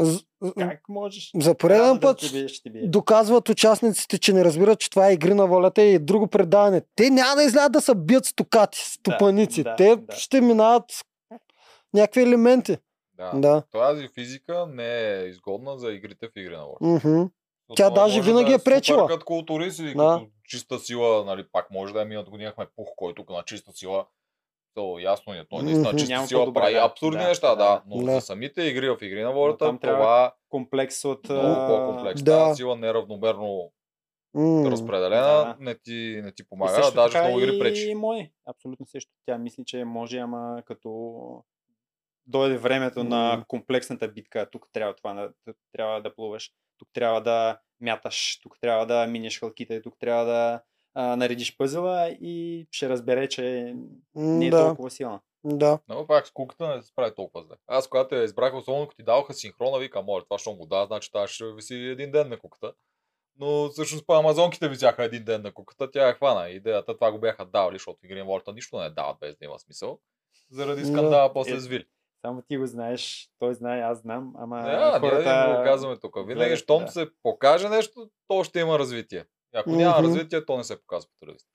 [SPEAKER 3] Е,
[SPEAKER 2] З- з-
[SPEAKER 3] как можеш?
[SPEAKER 2] За
[SPEAKER 3] Радо
[SPEAKER 2] пореден
[SPEAKER 3] да
[SPEAKER 2] път
[SPEAKER 3] Ще ти бие, ще ти бие.
[SPEAKER 2] доказват участниците, че не разбират, че това е игри на волята и друго предаване. Те няма да излязат да са бият стокати, стопаници.
[SPEAKER 3] да,
[SPEAKER 2] Те
[SPEAKER 3] да.
[SPEAKER 2] ще минават някакви елементи.
[SPEAKER 1] Да.
[SPEAKER 2] Да.
[SPEAKER 1] Тази физика не е изгодна за игрите в игри на лош.
[SPEAKER 2] Мгм. Тя даже винаги е пречила.
[SPEAKER 1] Като културист или
[SPEAKER 2] Да.
[SPEAKER 1] като чиста сила, нали, пак може да е минат година имахме пух, който на чиста сила то ясно е. Той наистина
[SPEAKER 2] Мгм.
[SPEAKER 1] чиста
[SPEAKER 3] Няма
[SPEAKER 1] сила
[SPEAKER 3] по-добре,
[SPEAKER 1] прави
[SPEAKER 3] да.
[SPEAKER 1] абсурдни
[SPEAKER 3] Да,
[SPEAKER 1] неща, да.
[SPEAKER 3] да.
[SPEAKER 1] Но
[SPEAKER 2] Да.
[SPEAKER 1] за самите игри в игри на
[SPEAKER 3] Но
[SPEAKER 1] волята
[SPEAKER 3] там трябва
[SPEAKER 1] това
[SPEAKER 3] Комплекс от...
[SPEAKER 1] е
[SPEAKER 3] а,
[SPEAKER 1] много по-комплекс.
[SPEAKER 2] Да.
[SPEAKER 1] Тази сила неравномерно
[SPEAKER 2] М.
[SPEAKER 1] разпределена
[SPEAKER 3] Да.
[SPEAKER 1] не ти, не ти
[SPEAKER 3] и
[SPEAKER 1] помага,
[SPEAKER 3] също
[SPEAKER 1] даже в
[SPEAKER 3] така
[SPEAKER 1] много игри
[SPEAKER 3] и
[SPEAKER 1] пречи.
[SPEAKER 3] мой. Абсолютно също. Тя мисли, че може, ама като дойде времето на
[SPEAKER 2] М.
[SPEAKER 3] комплексната битка, тук трябва, това, на- тук трябва да плуваш, тук трябва да мяташ, тук трябва да минеш халките, тук трябва да а, наредиш пъзела и ще разбере, че
[SPEAKER 2] М,
[SPEAKER 3] не е
[SPEAKER 2] да,
[SPEAKER 3] толкова силна.
[SPEAKER 2] да.
[SPEAKER 1] Но пак с куката не се справи толкова зле. Аз когато я избрах, особено като ти даваха синхрона, викам, моля, това ще му да, значи тази ще виси един ден на куката. Но всъщност по амазонките висяха един ден на куката, тя я хвана. Идеята това го бяха давали, защото игри на волята нищо не дават без да има смисъл. Заради
[SPEAKER 2] Да.
[SPEAKER 1] скандала после
[SPEAKER 3] Е,
[SPEAKER 1] звили.
[SPEAKER 3] Само ти го знаеш, той знае, аз знам, ама
[SPEAKER 1] Да, Е, ние да го казваме тук. Винаги,
[SPEAKER 3] гледат,
[SPEAKER 1] щом
[SPEAKER 3] да.
[SPEAKER 1] се покаже нещо, то ще има развитие. И Ако няма
[SPEAKER 2] Мгм.
[SPEAKER 1] развитие, то не се показва по телевизията.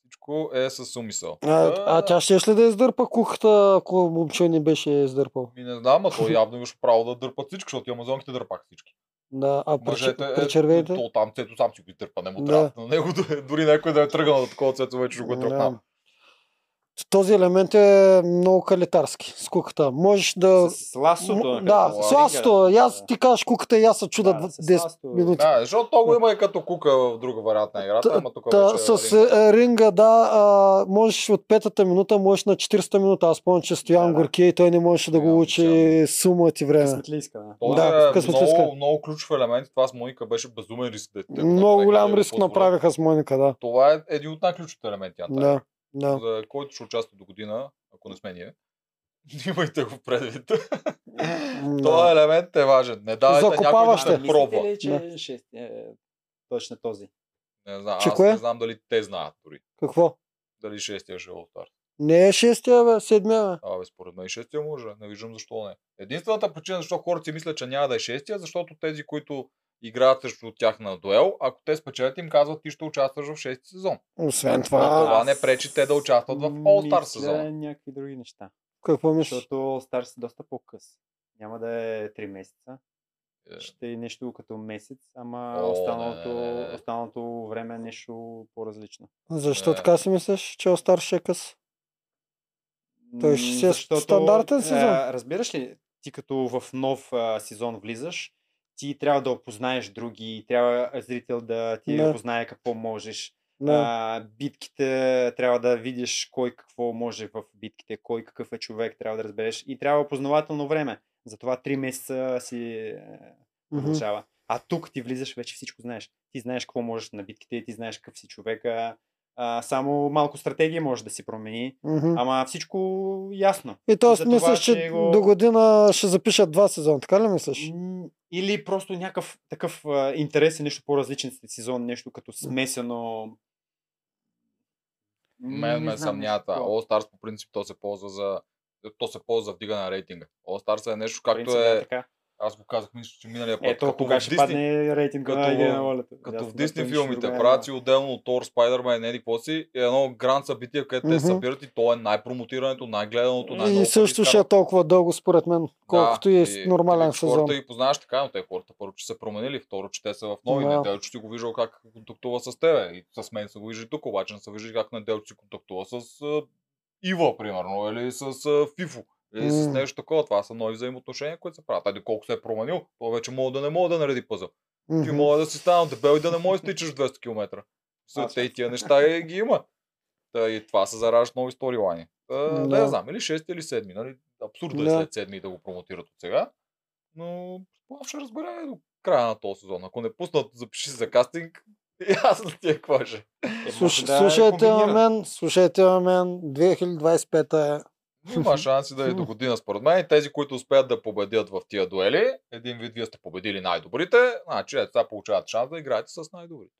[SPEAKER 1] Всичко е с умисъл. Е,
[SPEAKER 2] А,
[SPEAKER 1] Та,
[SPEAKER 2] а тя ще ли да издърпа кухата, ако момче не беше издърпал?
[SPEAKER 1] Ми не знам, а то явно имаш право да дърпат всички, защото и амазонките дърпаха всички.
[SPEAKER 2] Да, а при,
[SPEAKER 1] Мъжете,
[SPEAKER 2] чер-
[SPEAKER 1] е,
[SPEAKER 2] при червените?
[SPEAKER 1] То там цето сам си го изтърпа, не му
[SPEAKER 2] Да.
[SPEAKER 1] трябва. На него дори- дори някой да е тръгнал от такова цето, вече ще го е
[SPEAKER 2] Да.
[SPEAKER 1] тръпнал.
[SPEAKER 2] Този елемент е много калитарски с куката. Можеш да...
[SPEAKER 3] С ласото.
[SPEAKER 2] М-
[SPEAKER 3] като
[SPEAKER 2] да,
[SPEAKER 3] го
[SPEAKER 2] с
[SPEAKER 1] ларинга,
[SPEAKER 2] ласото.
[SPEAKER 3] ринга,
[SPEAKER 2] И Аз ти кажеш куката и аз се чуда
[SPEAKER 3] Да,
[SPEAKER 2] да,
[SPEAKER 3] с е
[SPEAKER 2] 10
[SPEAKER 3] ласото.
[SPEAKER 2] минути.
[SPEAKER 1] Да, защото то го има и като кука в друга вариант на играта,
[SPEAKER 2] Та-
[SPEAKER 1] ама тук
[SPEAKER 2] Та,
[SPEAKER 1] вече... е
[SPEAKER 2] с ринга, ринга да, а, можеш от петата минута, можеш на 40-та минута. Аз помня, че Стоян
[SPEAKER 3] Да, да.
[SPEAKER 2] Горкия и той не можеше да
[SPEAKER 1] Да,
[SPEAKER 2] го учи
[SPEAKER 1] Стоян.
[SPEAKER 2] сумът и време.
[SPEAKER 3] Късметлийска, да.
[SPEAKER 1] Този
[SPEAKER 2] да,
[SPEAKER 1] е
[SPEAKER 2] късметлийска.
[SPEAKER 1] много, много ключов елемент. Това с Моника беше безумен риск. Да, е те го
[SPEAKER 2] Много
[SPEAKER 1] направиха, да
[SPEAKER 2] голям
[SPEAKER 1] го
[SPEAKER 2] риск
[SPEAKER 1] позволят.
[SPEAKER 2] направиха с Моника, да.
[SPEAKER 1] Това е един от най-ключовите елементи на тази игра.
[SPEAKER 2] Да, да.
[SPEAKER 1] за който ще участва до година, ако не сме ние. Имайте го предвид.
[SPEAKER 2] Да.
[SPEAKER 1] Този елемент е важен. Не давайте някой да
[SPEAKER 2] Закопаващ
[SPEAKER 1] ще
[SPEAKER 2] е.
[SPEAKER 1] пробва.
[SPEAKER 3] Мислите ли, че
[SPEAKER 2] Да.
[SPEAKER 3] ще, е, точно този?
[SPEAKER 1] Не знам,
[SPEAKER 2] Че
[SPEAKER 1] аз
[SPEAKER 2] кое?
[SPEAKER 1] не знам дали те знаят дори.
[SPEAKER 2] Какво?
[SPEAKER 1] Дали шестия ще е All-Star.
[SPEAKER 2] Не е шестия, бе, седмия, бе.
[SPEAKER 1] Абе, според мен и шестия може. Не виждам защо не. Единствената причина, защо хората си мислят, че няма да е шестия, защото е тези, които играят срещу тях на дуел, ако те спечелят им казват ти ще участваш в 6 сезон.
[SPEAKER 3] Е,
[SPEAKER 2] Освен
[SPEAKER 1] А,
[SPEAKER 2] това,
[SPEAKER 1] това не пречи те да участват в All-Star
[SPEAKER 3] Мисля,
[SPEAKER 1] сезона.
[SPEAKER 3] някакви други неща.
[SPEAKER 2] какво мислиш?
[SPEAKER 3] Защото All-Star са доста по-къс. Няма да е 3 месеца.
[SPEAKER 1] Е.
[SPEAKER 3] Ще е нещо като месец, ама
[SPEAKER 1] О, не, не, не.
[SPEAKER 3] останалото, останалото време е нещо по-различно.
[SPEAKER 2] Защо
[SPEAKER 1] Да.
[SPEAKER 2] така си мислиш, че Остар ще е къс? Той ще
[SPEAKER 3] М,
[SPEAKER 2] си е стандартен сезон.
[SPEAKER 3] а, разбираш ли, ти като в нов а, сезон влизаш, ти трябва да опознаеш други, трябва зрител да ти
[SPEAKER 2] Да.
[SPEAKER 3] опознае какво можеш.
[SPEAKER 2] Да.
[SPEAKER 3] А, битките, трябва да видиш кой какво може в битките, кой какъв е човек, трябва да разбереш. И трябва познавателно време. Затова 3 месеца си е,
[SPEAKER 2] Мгм.
[SPEAKER 3] получава. А тук ти влизаш, вече всичко знаеш. Ти знаеш какво можеш на битките, ти знаеш какъв си човека. А, само малко стратегия може да си промени,
[SPEAKER 2] Мгм.
[SPEAKER 3] ама всичко ясно.
[SPEAKER 2] И т.е.
[SPEAKER 3] за това
[SPEAKER 2] мислиш,
[SPEAKER 3] ще
[SPEAKER 2] че
[SPEAKER 3] го-
[SPEAKER 2] до година ще запишат два сезона, така ли мислиш?
[SPEAKER 3] М, Или просто някакъв такъв а, интересен, нещо по-различен сезон, нещо като смесено. М, не
[SPEAKER 1] Мен ме
[SPEAKER 3] знам,
[SPEAKER 1] съмнява
[SPEAKER 3] нещо
[SPEAKER 1] това.
[SPEAKER 3] такова.
[SPEAKER 1] All Stars по принцип то се ползва за то се ползва за вдигане на рейтинга. All Stars е нещо,
[SPEAKER 3] В
[SPEAKER 1] както
[SPEAKER 3] принцип, да,
[SPEAKER 1] е...
[SPEAKER 3] така.
[SPEAKER 1] Аз го казах, мисля, че миналия път.
[SPEAKER 3] Ето,
[SPEAKER 1] като
[SPEAKER 3] кога
[SPEAKER 1] в
[SPEAKER 3] Е, ще
[SPEAKER 1] Disney-
[SPEAKER 3] падне рейтинга
[SPEAKER 1] като
[SPEAKER 3] на Игри
[SPEAKER 1] в-
[SPEAKER 3] на волята.
[SPEAKER 1] Като
[SPEAKER 3] Ясно,
[SPEAKER 1] в
[SPEAKER 3] да, то
[SPEAKER 1] Дисни
[SPEAKER 3] нищо
[SPEAKER 1] филмите,
[SPEAKER 3] друго няма.
[SPEAKER 1] правят си отделно Тор, Спайдермен, Еди Поси, е едно гранд събитие, където те се
[SPEAKER 2] Мгм.
[SPEAKER 1] събират и то е най-промотирането, най-гледаното, най
[SPEAKER 2] И също ще е толкова дълго, според мен, колкото и е
[SPEAKER 1] и-
[SPEAKER 2] нормален
[SPEAKER 1] и
[SPEAKER 2] сезон.
[SPEAKER 1] Хората и познаваш така, но те хората първо, че са променили, второ, че те са в нови.
[SPEAKER 2] Да.
[SPEAKER 1] Да. Неделчо си го виждал как контактува с тебе. И с мен са го виждали тук, обаче не са виждали как Неделчо си контактува с а, Ива, примерно, или с а, Фифо. Или с
[SPEAKER 2] М.
[SPEAKER 1] нещо такова. Това са нови взаимоотношения, които се правят. А доколко се е променил, то вече мога да не мога да нареди пъзъл. Ти
[SPEAKER 2] Мгм.
[SPEAKER 1] мога да си стана дебел и да не можеш да тичаш 200 км. Са,
[SPEAKER 3] Аз-
[SPEAKER 1] те и тия неща е, ги има. Та, и това се заражат нови сторилайни. Да.
[SPEAKER 2] Да.
[SPEAKER 1] Не знам, или 6 или 7, нали? Абсурдно
[SPEAKER 2] Да.
[SPEAKER 1] е след 7 да го промотират от сега. Но аз ще разбере до края на този сезон. Ако не пуснат, запиши за кастинг, ясно ти е какво ще.
[SPEAKER 3] Е,
[SPEAKER 2] Слуш,
[SPEAKER 3] може да е
[SPEAKER 2] слушайте ме
[SPEAKER 3] комбинирано.
[SPEAKER 2] мен, слушайте ме мен, 2025 е.
[SPEAKER 1] Има шанси да е до година, според мен. И Тези, които успеят да победят в тия дуели, един вид вие сте победили най-добрите, значи е, сега получават шанс да играете с най-добрите.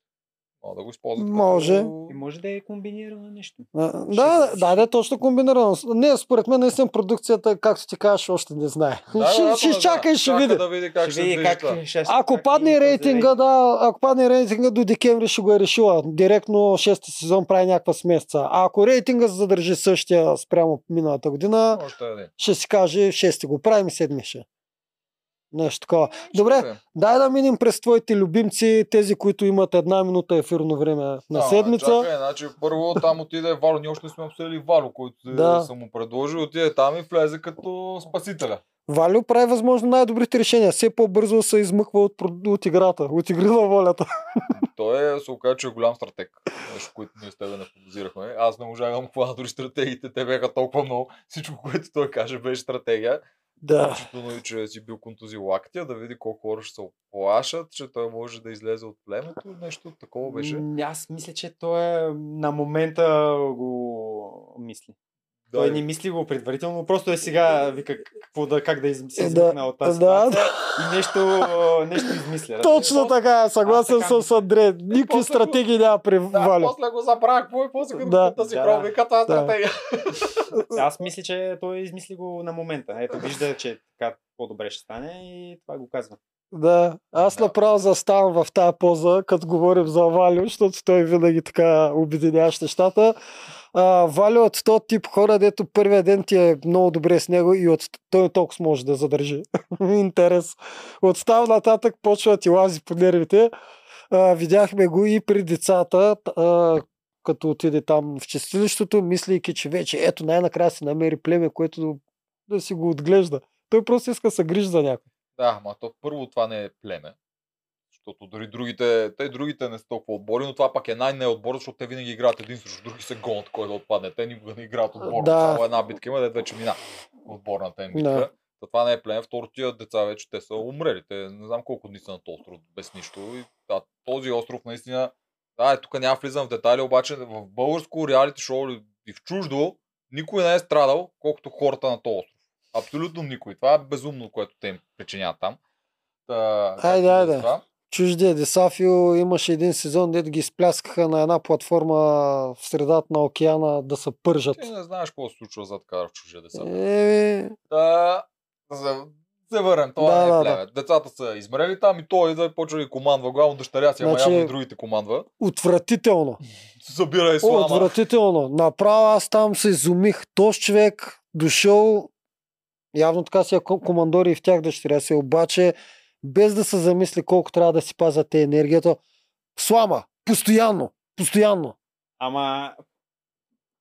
[SPEAKER 1] Мога да го използват.
[SPEAKER 2] Може.
[SPEAKER 1] Като...
[SPEAKER 3] И може да е комбинирано нещо.
[SPEAKER 2] А, Да, да, да, точно комбинирано. Не, според мен наистина продукцията, както ти кажеш, още не знае.
[SPEAKER 1] Да,
[SPEAKER 2] ще
[SPEAKER 1] вероятно
[SPEAKER 2] ще
[SPEAKER 1] да
[SPEAKER 2] изчака
[SPEAKER 1] знае.
[SPEAKER 2] и ще
[SPEAKER 1] Чака
[SPEAKER 2] види.
[SPEAKER 1] Да види как ще
[SPEAKER 3] види
[SPEAKER 1] движи това.
[SPEAKER 3] как, ще,
[SPEAKER 2] Ако
[SPEAKER 3] как и
[SPEAKER 2] падне
[SPEAKER 3] този
[SPEAKER 2] рейтинга, да, ако падне рейтинга до декември ще го е решила. Директно шести сезон прави някаква смесца. А ако рейтинга се задържи същия спрямо миналата година,
[SPEAKER 1] Още един.
[SPEAKER 2] ще си каже шести го правим, седми ще. е. Нещо такова. Добре,
[SPEAKER 1] Ще
[SPEAKER 2] дай да минем през твоите любимци, тези, които имат една минута ефирно време на
[SPEAKER 1] Ама,
[SPEAKER 2] седмица.
[SPEAKER 1] Чакай, значи първо там отиде Вало, ние още не сме обсъдили Вало, който
[SPEAKER 2] Да.
[SPEAKER 1] да. съм му предложил, отиде там и влезе като спасителя.
[SPEAKER 2] Валю прави възможно най-добрите решения. Все по-бързо се измъква от, прод- от играта, от игри на волята.
[SPEAKER 1] Той е, се оказа, че е голям стратег, нещо, което ние с тебе не подозирахме. Аз не можах да му хвана дори стратегиите, те бяха толкова много. Всичко, което той каже, беше стратегия.
[SPEAKER 2] Да.
[SPEAKER 1] Включително и, че си бил контузил лактия, да види колко хора ще се оплашат, че той може да излезе от племето, нещо такова беше.
[SPEAKER 3] М, Аз мисля, че той е на момента го мисли. Да, той
[SPEAKER 1] и-
[SPEAKER 3] не мисли го предварително, просто е сега вика какво да, как да из...
[SPEAKER 2] Е,
[SPEAKER 3] се
[SPEAKER 2] да.
[SPEAKER 3] измъкна от тази
[SPEAKER 2] Да,
[SPEAKER 3] ситуация и нещо, нещо измисля. разбираш?
[SPEAKER 2] Точно така, съгласен
[SPEAKER 3] така
[SPEAKER 2] съм с
[SPEAKER 3] мисля.
[SPEAKER 2] Андре. Никакви
[SPEAKER 1] после-
[SPEAKER 2] стратегии няма при
[SPEAKER 1] Да,
[SPEAKER 2] Валю.
[SPEAKER 1] после го забравя, какво е после като
[SPEAKER 2] Да.
[SPEAKER 1] да, си
[SPEAKER 3] Да,
[SPEAKER 1] да, прави
[SPEAKER 3] да.
[SPEAKER 1] вика тази е
[SPEAKER 2] Да.
[SPEAKER 1] стратегия.
[SPEAKER 3] Аз мисля, че той измисли го на момента. Ето, вижда, че така по-добре ще стане и това го казва.
[SPEAKER 2] Да, аз
[SPEAKER 1] Да.
[SPEAKER 2] направо заставам в тази поза, като говорим за Валю, защото той винаги така обединяваш нещата. А, Валю е от този тип хора, дето първия ден ти е много добре с него и от... той толкова може да задържи интерес. От там нататък почва да ти лази по нервите. А, видяхме го и при децата, а, като отиде там в чистилището, мислейки, че вече ето най-накрая си намери племе, което да си го отглежда. Той просто иска да се грижи за някой.
[SPEAKER 1] Да, ма то първо това не е племе. Защото дори другите, те и другите не са толкова отбори, но това пак е най-неотбор, защото те винаги играят един срещу други се гонят, кой да отпадне. Те никога не играят отборно.
[SPEAKER 2] Да.
[SPEAKER 1] Само една битка има, дед вече мина отборната им битка.
[SPEAKER 2] Да.
[SPEAKER 1] Та това не е племе. Второ, тия деца вече те са умрели. Те не знам колко дни са на този остров без нищо. И, а, този остров наистина... Да, е, тук няма влизам в детайли, обаче в българско реалити шоу или- и в чуждо никой не е страдал, колкото хората на този остров. Абсолютно никой. Това е безумно, което те им причинят там. Та, както
[SPEAKER 2] Айде,
[SPEAKER 1] и да е
[SPEAKER 2] айде.
[SPEAKER 1] това.
[SPEAKER 2] чуждия Десафио имаше един сезон, дето ги изпляскаха на една платформа в средата на океана да се
[SPEAKER 3] Е,
[SPEAKER 2] пържат.
[SPEAKER 1] Ти не знаеш какво се случва зад кара в чужия деца.
[SPEAKER 2] Е,
[SPEAKER 1] Та, за... се върнем. Това
[SPEAKER 2] Да,
[SPEAKER 1] не
[SPEAKER 2] да,
[SPEAKER 1] е да, Децата са измрели там и той идва и почва да ги командва. Главно дъщеря си,
[SPEAKER 2] Значи-
[SPEAKER 1] ама явно и другите командва.
[SPEAKER 2] Отвратително.
[SPEAKER 3] Е,
[SPEAKER 1] Събира и слама.
[SPEAKER 2] Отвратително. Направо аз там се изумих. Този човек дошъл, явно така си е ко- командор и в тях дъщеря си, обаче без да се замисли колко трябва да си пазят те енергията, слама, постоянно, постоянно.
[SPEAKER 3] Ама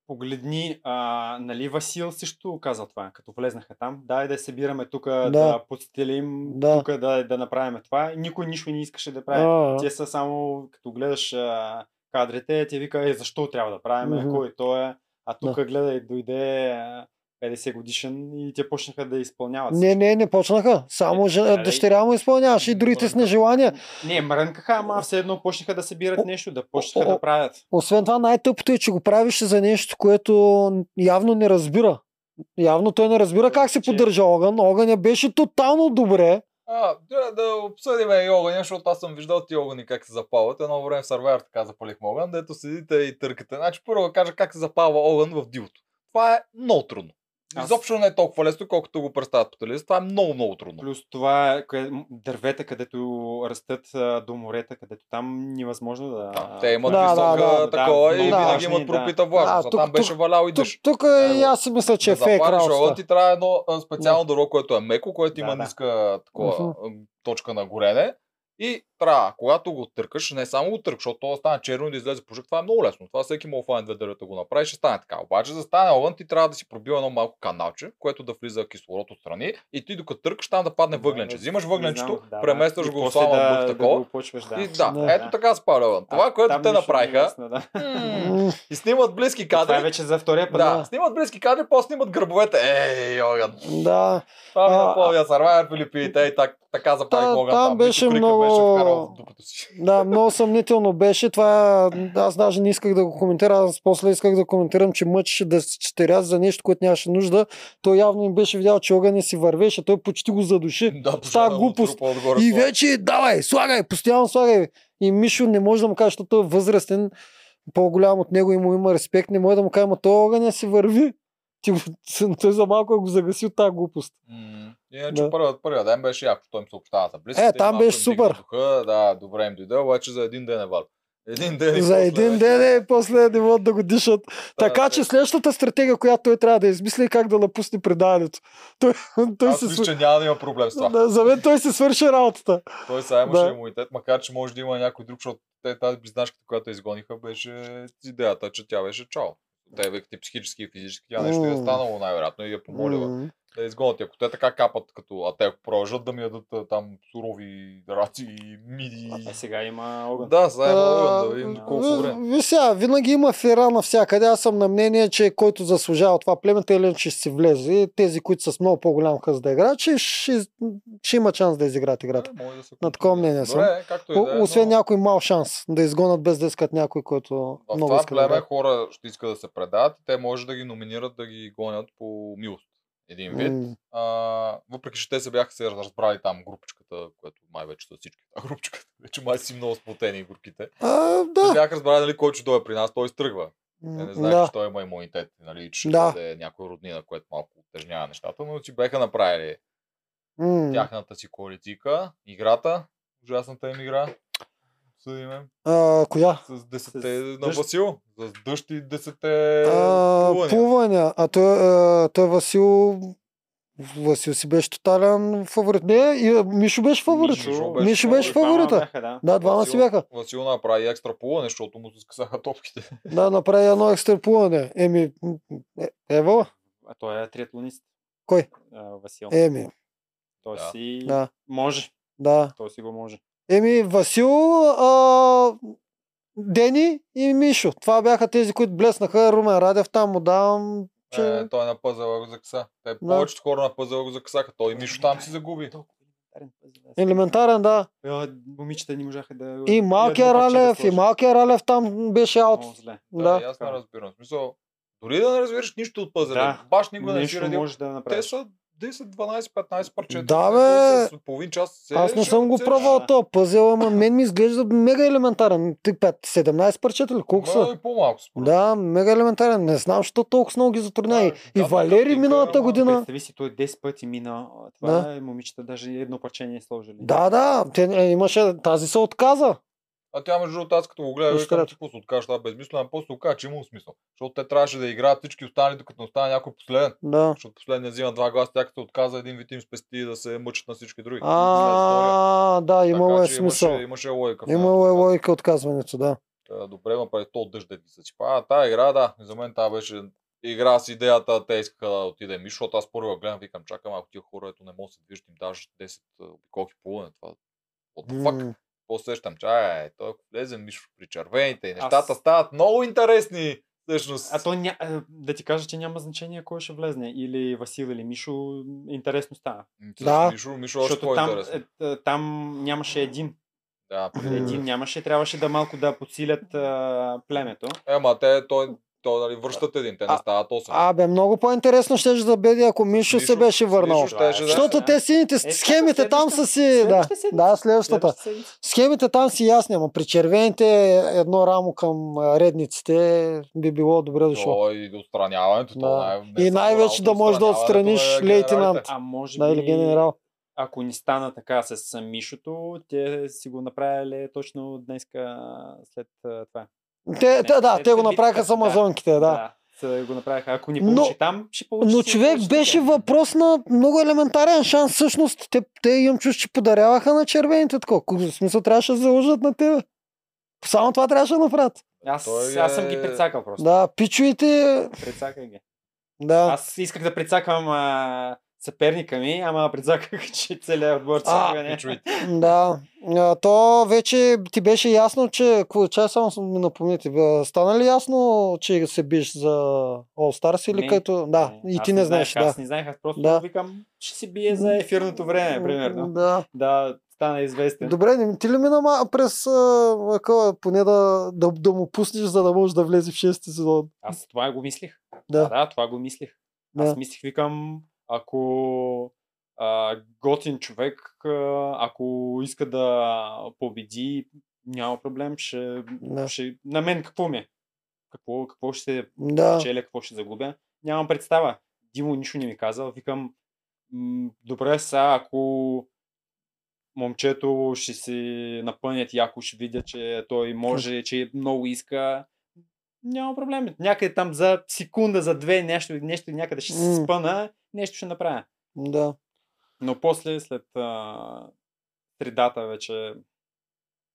[SPEAKER 3] погледни, а, нали Васил също каза това, като влезнаха там. Дай да се събираме тук, да, да подстелим,
[SPEAKER 2] Да.
[SPEAKER 3] да. тук да, да направим това. И Никой нищо не искаше да прави.
[SPEAKER 2] А,
[SPEAKER 3] Те са само, като гледаш а, кадрите, ти вика, е, защо трябва да правим,
[SPEAKER 2] Мгм.
[SPEAKER 3] кой той е. А тук да. гледай, дойде а, 50 годишен и те почнаха да изпълняват.
[SPEAKER 2] не, не, не почнаха. Само
[SPEAKER 3] Е,
[SPEAKER 2] жена,
[SPEAKER 3] гледай.
[SPEAKER 2] дъщеря му изпълняваше и другите с нежелания.
[SPEAKER 3] Не, мрънкаха, ама все едно почнаха да събират
[SPEAKER 2] О,
[SPEAKER 3] нещо, да почнаха
[SPEAKER 2] о, о.
[SPEAKER 3] да правят.
[SPEAKER 2] Освен това, най-тъпото е, че го правиш за нещо, което явно не разбира. Явно той не разбира как
[SPEAKER 1] Значи-
[SPEAKER 2] се
[SPEAKER 3] Че-
[SPEAKER 2] поддържа огън. Огъня беше тотално добре.
[SPEAKER 1] А, да, да обсъдим и огъня, защото аз съм виждал тия огъни как се запалват. Едно време в сервер така запалихме огън, дето седите и търкате. Значи първо да кажа как се запалва огън в дивото. Това е много трудно.
[SPEAKER 3] Аз-
[SPEAKER 1] Изобщо не е толкова лесно, колкото го представят по телевизията. Това е много, много трудно.
[SPEAKER 3] Плюс това е къде, м, дървета, където растат а, до морета, където там невъзможно да...
[SPEAKER 1] Да, те имат
[SPEAKER 2] Да, да,
[SPEAKER 1] висока
[SPEAKER 2] да,
[SPEAKER 3] да,
[SPEAKER 1] такова и
[SPEAKER 2] да,
[SPEAKER 1] винаги
[SPEAKER 3] да.
[SPEAKER 1] имат пропита влажност.
[SPEAKER 2] Да,
[SPEAKER 1] а
[SPEAKER 2] тук-
[SPEAKER 1] там беше
[SPEAKER 2] тук-
[SPEAKER 1] валял и
[SPEAKER 2] Тук,
[SPEAKER 1] дъжд.
[SPEAKER 2] тук и
[SPEAKER 1] Айло.
[SPEAKER 2] аз си мисля, че е
[SPEAKER 1] Да
[SPEAKER 2] фейк
[SPEAKER 1] запалиш
[SPEAKER 2] работа.
[SPEAKER 1] огън, ти трябва едно а, специално дърво, което е меко, което
[SPEAKER 3] Да,
[SPEAKER 1] има
[SPEAKER 3] да.
[SPEAKER 1] ниска такова,
[SPEAKER 2] Мгм.
[SPEAKER 1] а, точка на горене. И трябва, когато го търкаш, не само го търкаш, защото това стане черно и да излезе пожък, това е много лесно. Това всеки му файн две дървета го направи, ще стане така. Обаче за да стане огън, ти трябва да си пробил едно малко каналче, в което да влиза кислород отстрани и ти докато търкаш, там да падне
[SPEAKER 3] Да,
[SPEAKER 1] въгленче.
[SPEAKER 3] да,
[SPEAKER 1] Взимаш
[SPEAKER 3] не
[SPEAKER 1] въгленчето,
[SPEAKER 3] знам, да, да.
[SPEAKER 1] преместваш
[SPEAKER 3] И
[SPEAKER 1] го в
[SPEAKER 3] после
[SPEAKER 1] слама
[SPEAKER 3] да,
[SPEAKER 1] да,
[SPEAKER 3] да
[SPEAKER 1] такова.
[SPEAKER 3] го почваш, да.
[SPEAKER 1] и да,
[SPEAKER 2] Да.
[SPEAKER 1] ето така спаля огън. Това,
[SPEAKER 3] А,
[SPEAKER 1] което
[SPEAKER 3] там
[SPEAKER 1] те
[SPEAKER 3] нищо не е
[SPEAKER 1] направиха,
[SPEAKER 3] ясно, да.
[SPEAKER 1] м,
[SPEAKER 2] М,
[SPEAKER 1] и снимат близки
[SPEAKER 3] Това е
[SPEAKER 1] кадри.
[SPEAKER 3] вече за втория път.
[SPEAKER 1] Да, снимат близки кадри, после снимат гръбовете. Ей, огън.
[SPEAKER 2] Да.
[SPEAKER 1] Това ми
[SPEAKER 2] А,
[SPEAKER 1] напомня Survivor Филипините и так, така
[SPEAKER 2] Та-
[SPEAKER 1] запалих огън
[SPEAKER 2] там
[SPEAKER 1] там. Митю
[SPEAKER 2] беше
[SPEAKER 1] Крика
[SPEAKER 2] много-
[SPEAKER 1] Беше вкарал в дупето си.
[SPEAKER 2] Да, много съмнително беше. Това аз даже не исках да го коментирам. Аз после исках да коментирам, че мъчеше да се четеря за нещо, което нямаше нужда. Той явно им беше видял, че огъня си вървеше. Той почти го задуши.
[SPEAKER 1] Да,
[SPEAKER 2] Става глупост. И
[SPEAKER 1] е
[SPEAKER 2] вече, давай, слагай, постоянно слагай. И Мишо не може да му каже, защото той е възрастен, по-голям от него и му има респект. Не може да му каже, ма той огъня си върви. Ти, го- той за малко е го загасил тази глупост.
[SPEAKER 1] Иначе
[SPEAKER 2] Да.
[SPEAKER 1] да. първият, първият ден беше яко, той им съобщава за близките.
[SPEAKER 2] Е, там
[SPEAKER 1] малко
[SPEAKER 2] беше
[SPEAKER 1] им дигна
[SPEAKER 2] супер.
[SPEAKER 1] Духа, да, добре им дойде, обаче за един ден е вал. Един ден и
[SPEAKER 2] За
[SPEAKER 1] после
[SPEAKER 2] един
[SPEAKER 1] вече- е.
[SPEAKER 2] ден е и после не могат да го дишат.
[SPEAKER 1] Да,
[SPEAKER 2] Така че
[SPEAKER 1] да.
[SPEAKER 2] следващата стратегия, която той трябва да измисли е как да напусне предаването. Той, той
[SPEAKER 1] Аз
[SPEAKER 2] се
[SPEAKER 1] мисля,
[SPEAKER 2] свър...
[SPEAKER 1] че няма да има проблем с това.
[SPEAKER 2] да, за мен той се свърши работата.
[SPEAKER 1] Той сега имаше
[SPEAKER 2] Да.
[SPEAKER 1] имунитет, макар че може да има някой друг, защото те, тази близначката, която я изгониха, беше с идеята, че тя беше чао. Те викат и психически и физически, тя нещо и е
[SPEAKER 2] М.
[SPEAKER 1] станало най-вероятно и я помолила.
[SPEAKER 2] М.
[SPEAKER 1] да изгонят. И Ако те така капат, като а те ако продължат да ми ядат а, там сурови раци и миди.
[SPEAKER 3] Е, сега има огън.
[SPEAKER 1] Да, сега е
[SPEAKER 2] А,
[SPEAKER 1] огън, да видим
[SPEAKER 2] ви-
[SPEAKER 1] колко време.
[SPEAKER 2] ви сега, винаги има фера навсякъде. Аз съм на мнение, че който заслужава това племе, те или ще си влезе. И Тези, които са с много по-голям хъс да играят, ще, ще, ще има шанс да изиграят играта.
[SPEAKER 1] Е, може да се
[SPEAKER 2] На такова
[SPEAKER 1] контролира.
[SPEAKER 2] мнение съм.
[SPEAKER 1] Добре, както и да е,
[SPEAKER 2] О, освен
[SPEAKER 1] но
[SPEAKER 2] някой мал шанс да изгонат без да искат някой, който
[SPEAKER 1] в
[SPEAKER 2] много
[SPEAKER 1] това
[SPEAKER 2] иска да
[SPEAKER 1] племе е
[SPEAKER 2] играе.
[SPEAKER 1] хора ще искат да се предават и те може да ги номинират да ги гонят по милост. Един вид.
[SPEAKER 2] М,
[SPEAKER 1] А, въпреки, че те се бяха се разбрали там групичката, което май вече са всички. А групичката, вече май си много сплотени групите.
[SPEAKER 2] А,
[SPEAKER 1] Да.
[SPEAKER 2] да.
[SPEAKER 1] бяха разбрали, нали, който ще дойде при нас, той изтръгва. Те не знаех,
[SPEAKER 2] да.
[SPEAKER 1] че той има имунитет, нали, че
[SPEAKER 2] Да.
[SPEAKER 1] да. е някой роднина, което малко отежнява нещата, но си бяха направили
[SPEAKER 2] М.
[SPEAKER 1] тяхната си коалитика, играта, ужасната им игра. Съдиме
[SPEAKER 2] А, коя?
[SPEAKER 1] с 10
[SPEAKER 3] С
[SPEAKER 1] на
[SPEAKER 3] дъжд.
[SPEAKER 1] Васил, с дъжд и 10-те
[SPEAKER 2] А,
[SPEAKER 1] Е, плувания.
[SPEAKER 2] плувания. А той, а, той Васил... Васил си беше тотален фаворит. Не, и, Мишо беше фаворит.
[SPEAKER 1] Мишо
[SPEAKER 2] Мишо беше
[SPEAKER 3] Двама
[SPEAKER 2] фаворита.
[SPEAKER 3] бяха, да.
[SPEAKER 2] Да, двама си
[SPEAKER 1] Васил-
[SPEAKER 2] бяха.
[SPEAKER 1] Васил направи екстра плуване, защото му се скъсаха топките.
[SPEAKER 2] Да, направи едно екстърпуване. Еми, м, е- ево,
[SPEAKER 3] А той е триатлонист.
[SPEAKER 2] Кой?
[SPEAKER 3] А, Васил.
[SPEAKER 2] еми,
[SPEAKER 3] Той
[SPEAKER 1] Да.
[SPEAKER 3] си
[SPEAKER 2] да,
[SPEAKER 3] може.
[SPEAKER 2] да.
[SPEAKER 3] Той си го може.
[SPEAKER 2] Еми, Васил, а, Дени и Мишо. Това бяха тези, които блеснаха. Румен Радев там му давам, че...
[SPEAKER 1] Е, той на пъзела го закъса. Те повечето хора на пъзела го закъсаха. Той и Мишо там си загуби.
[SPEAKER 2] Елементарен, да.
[SPEAKER 3] А, Момичета не Е, можаха да...
[SPEAKER 2] И малкия
[SPEAKER 3] едно парче да
[SPEAKER 2] Ралев, и
[SPEAKER 3] сложат.
[SPEAKER 2] малкия Ралев там беше аут.
[SPEAKER 3] Много зле.
[SPEAKER 1] Да,
[SPEAKER 2] Да.
[SPEAKER 1] и Е, аз не разбирам. В Смисъл, дори да не разбираш нищо от пъзела,
[SPEAKER 3] Да.
[SPEAKER 1] баш никога не си
[SPEAKER 3] Нещо
[SPEAKER 1] радил.
[SPEAKER 3] може да
[SPEAKER 1] Те
[SPEAKER 3] направиш.
[SPEAKER 1] са 10, 12, 15 парчета.
[SPEAKER 2] Да,
[SPEAKER 1] които
[SPEAKER 2] бе.
[SPEAKER 1] С половин час се
[SPEAKER 2] Аз не съм го
[SPEAKER 1] ще-
[SPEAKER 2] правил
[SPEAKER 3] да.
[SPEAKER 2] този пъзел, ама мен ми изглежда мега елементарен. Ти 5, 17 парчета ли? Колко
[SPEAKER 1] Ма,
[SPEAKER 2] са?
[SPEAKER 1] и по-малко. според мен.
[SPEAKER 2] Да, мега елементарен. Не знам, защо толкова много ги затрудня. И, и Валери миналата година.
[SPEAKER 3] Представи си, той 10 пъти мина. а, Това да. е момичета, даже и едно парче не е сложили.
[SPEAKER 2] Да, да, те, е, имаше, тази се отказа.
[SPEAKER 1] А тя между другото, аз като го гледам,
[SPEAKER 2] Нищо
[SPEAKER 1] викам,
[SPEAKER 2] ред.
[SPEAKER 1] ти пусто откажа това е безмислено, а после оказа, че имало смисъл. Защото те трябваше да играят всички останали, докато не остане някой последен.
[SPEAKER 2] Да.
[SPEAKER 1] Защото последния взима два гласа, тя като отказа, един вид им спести да се мъчат на всички други. След втория.
[SPEAKER 2] А, да, имало
[SPEAKER 1] Така
[SPEAKER 2] е
[SPEAKER 1] че
[SPEAKER 2] смисъл.
[SPEAKER 1] Имаше, имаше логика. в нея.
[SPEAKER 2] Имало е логика отказването, да.
[SPEAKER 1] Та, Добре, ма прави то дъжд да ги се чипа. А, тая игра, да, за мен тази беше игра с идеята, те искаха да отиде Мишо, защото аз първо я гледам, викам, чакам, ако тия хора, ето не могат да се движат, им даже 10 обиколки половина това. What the fuck?
[SPEAKER 2] М,
[SPEAKER 1] После сещам, чай, е, той ако влезе Мишо при червените и
[SPEAKER 3] Аз-
[SPEAKER 1] нещата стават много интересни, всъщност.
[SPEAKER 3] А то ня... а, да ти кажа, че няма значение кой ще влезне. Или Васил, или Мишо, интересно става.
[SPEAKER 1] М,
[SPEAKER 2] Да.
[SPEAKER 1] всъщност Мишо, Мишо още
[SPEAKER 3] Защото там,
[SPEAKER 1] по-интересно.
[SPEAKER 3] е, е, там нямаше един.
[SPEAKER 1] Да,
[SPEAKER 2] М.
[SPEAKER 3] Един нямаше, трябваше да малко да подсилят а, племето.
[SPEAKER 1] Ема, те, той, той, нали, връщат един, те не
[SPEAKER 2] А-
[SPEAKER 1] стават 8.
[SPEAKER 2] Абе, много по-интересно ще да бъде, ако Мишо се
[SPEAKER 1] Мишо-
[SPEAKER 2] беше върнал.
[SPEAKER 1] Мишо щеше да-
[SPEAKER 2] Защото те сините
[SPEAKER 3] Е,
[SPEAKER 2] схемите там са си... Да,
[SPEAKER 3] следващата седмица.
[SPEAKER 2] да, следващата.
[SPEAKER 3] Следващата седмица.
[SPEAKER 2] Схемите там си ясни, ама при червените е едно рамо към а, редниците би било добре дошло.
[SPEAKER 1] То и отстраняването, то
[SPEAKER 2] Да.
[SPEAKER 1] най- не
[SPEAKER 2] И
[SPEAKER 1] само
[SPEAKER 2] най-вече да
[SPEAKER 1] работа,
[SPEAKER 2] можеш да
[SPEAKER 1] отстраняването
[SPEAKER 2] отстраниш
[SPEAKER 1] на генералите.
[SPEAKER 2] лейтенант.
[SPEAKER 3] А може
[SPEAKER 2] Да, или
[SPEAKER 3] би,
[SPEAKER 2] генерал.
[SPEAKER 3] ако ни стана така с Мишото, те си го направили точно днеска след а, това.
[SPEAKER 2] Те, те, да,
[SPEAKER 3] след
[SPEAKER 2] те го
[SPEAKER 3] битката,
[SPEAKER 2] направиха с
[SPEAKER 3] да.
[SPEAKER 2] амазонките, да.
[SPEAKER 3] са го направиха. Ако ни
[SPEAKER 2] Но-
[SPEAKER 3] получи там, ще получи.
[SPEAKER 2] Но
[SPEAKER 3] си,
[SPEAKER 2] човек
[SPEAKER 3] получи
[SPEAKER 2] беше
[SPEAKER 3] тук.
[SPEAKER 2] въпрос на много елементарен шанс. Всъщност, те, те имам чувство, че подаряваха на червените такова. Ко- В смисъл трябваше да заложат на тебе. Само това трябваше да направят.
[SPEAKER 3] Аз,
[SPEAKER 1] Той
[SPEAKER 3] аз съм
[SPEAKER 1] е-
[SPEAKER 3] ги прецакал просто.
[SPEAKER 2] Да, пичуите...
[SPEAKER 3] Прецаках ги.
[SPEAKER 2] Да.
[SPEAKER 3] Аз исках да прецакам а, съперника ми, ама прецаках, че целият отбор
[SPEAKER 2] А,
[SPEAKER 3] цакаме, не.
[SPEAKER 1] Пичуите.
[SPEAKER 2] Да, а, то вече ти беше ясно, че... ко- Чай само ми напомните, бе, стана ли ясно, че се биш за All Stars или
[SPEAKER 3] Не.
[SPEAKER 2] като... Да,
[SPEAKER 3] Не,
[SPEAKER 2] и
[SPEAKER 3] аз
[SPEAKER 2] ти не знаеш,
[SPEAKER 3] знаех,
[SPEAKER 2] да.
[SPEAKER 3] Аз не знаех, аз просто
[SPEAKER 2] Да.
[SPEAKER 3] викам, ще си бие за ефирното време, примерно.
[SPEAKER 2] Да.
[SPEAKER 3] Да, стана известен.
[SPEAKER 2] Добре, не ти ли мина ма- през а, акъла, поне да, да, да му пуснеш, за да можеш да влезе в 6 сезон?
[SPEAKER 3] Аз това го мислих.
[SPEAKER 2] Да.
[SPEAKER 3] Да, да, това го мислих.
[SPEAKER 2] Да.
[SPEAKER 3] Аз мислих, викам, ако а, готин човек, а, ако иска да победи, няма проблем, ще,
[SPEAKER 2] Да.
[SPEAKER 3] ще... На мен какво ми е? Какво, какво ще
[SPEAKER 2] Да.
[SPEAKER 3] печеля, какво ще загубя? Нямам представа. Димо нищо не ми казал. Викам, м, добре са, ако момчето ще се напънят яко, ще видя, че той може, че много иска. Няма проблем. Някъде там за секунда, за две, нещо, нещо някъде ще се
[SPEAKER 2] М.
[SPEAKER 3] спъна, нещо ще направя.
[SPEAKER 2] Да.
[SPEAKER 3] Но после, след а, тридата вече...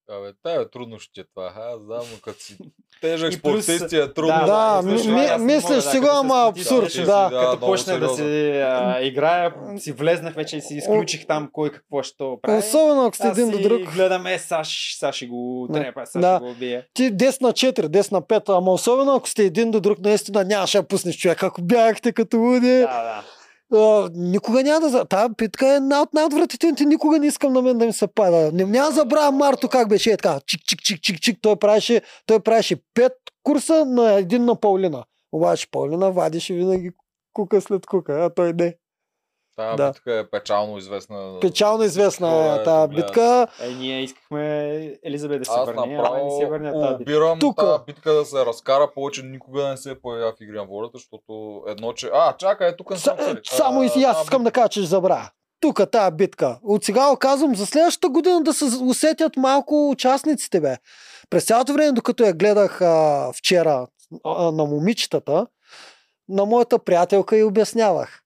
[SPEAKER 1] Абе, тая е трудно ще ти е това. Аз знам, но като си тежък
[SPEAKER 3] И плюс-
[SPEAKER 1] спортист ти е трудно.
[SPEAKER 2] да,
[SPEAKER 3] Да,
[SPEAKER 2] ми,
[SPEAKER 3] слушай,
[SPEAKER 2] ми,
[SPEAKER 3] аз не мога,
[SPEAKER 2] мислиш
[SPEAKER 3] да,
[SPEAKER 2] сега,
[SPEAKER 3] като се
[SPEAKER 2] ама
[SPEAKER 3] сплотиш,
[SPEAKER 2] абсурд,
[SPEAKER 1] ще си- да.
[SPEAKER 2] да.
[SPEAKER 3] Да, като
[SPEAKER 1] много
[SPEAKER 3] почнах да
[SPEAKER 1] сериозно.
[SPEAKER 3] си а, играя, си влезнах вече и си изключих там кой какво ще прави.
[SPEAKER 2] Особено ако сте
[SPEAKER 3] Аз
[SPEAKER 2] един до
[SPEAKER 3] си
[SPEAKER 2] друг.
[SPEAKER 3] гледам, е, Саш, Саш ще го
[SPEAKER 2] Да.
[SPEAKER 3] трепа, Саш
[SPEAKER 2] Да.
[SPEAKER 3] ще го убие.
[SPEAKER 2] Ти 10 на 4, 10 на 5, ама особено ако сте един до друг, наистина нямаше да пуснеш човек. Ако бягахте като луди,
[SPEAKER 3] Да, да.
[SPEAKER 2] а, никога няма да... за- Тая питка е една от най-отвратителните, никога не искам на мен да ми се пада. Не, няма да забравя Марто как беше е така. Чик, чик, чик, чик, чик. Той правеше, той правеше 5 курса на един на Паулина. Обаче Паулина вадеше винаги кука след кука, а той не.
[SPEAKER 1] Тая
[SPEAKER 2] Да.
[SPEAKER 1] битка е печално известна.
[SPEAKER 2] Печално известна
[SPEAKER 1] Хора,
[SPEAKER 2] е тази
[SPEAKER 1] да.
[SPEAKER 2] битка.
[SPEAKER 3] Е, ние искахме Елизабет да се
[SPEAKER 1] Аз
[SPEAKER 3] върне, ама не
[SPEAKER 1] направо
[SPEAKER 3] се върне тази битка.
[SPEAKER 1] обирам
[SPEAKER 2] Тука.
[SPEAKER 1] тази битка да се разкара, повече никога да не се появява в игри на волята, защото едно, че... А, чакай, е, тук не
[SPEAKER 2] Са-
[SPEAKER 1] съм цели.
[SPEAKER 2] Само
[SPEAKER 1] А,
[SPEAKER 2] и аз
[SPEAKER 1] а,
[SPEAKER 2] искам да кажа, че ще забравя. Тук тая битка. От сега го казвам за следващата година да се усетят малко участниците, бе. През цялото време, докато я гледах а, вчера а, на момичетата, на моята приятелка й обяснявах.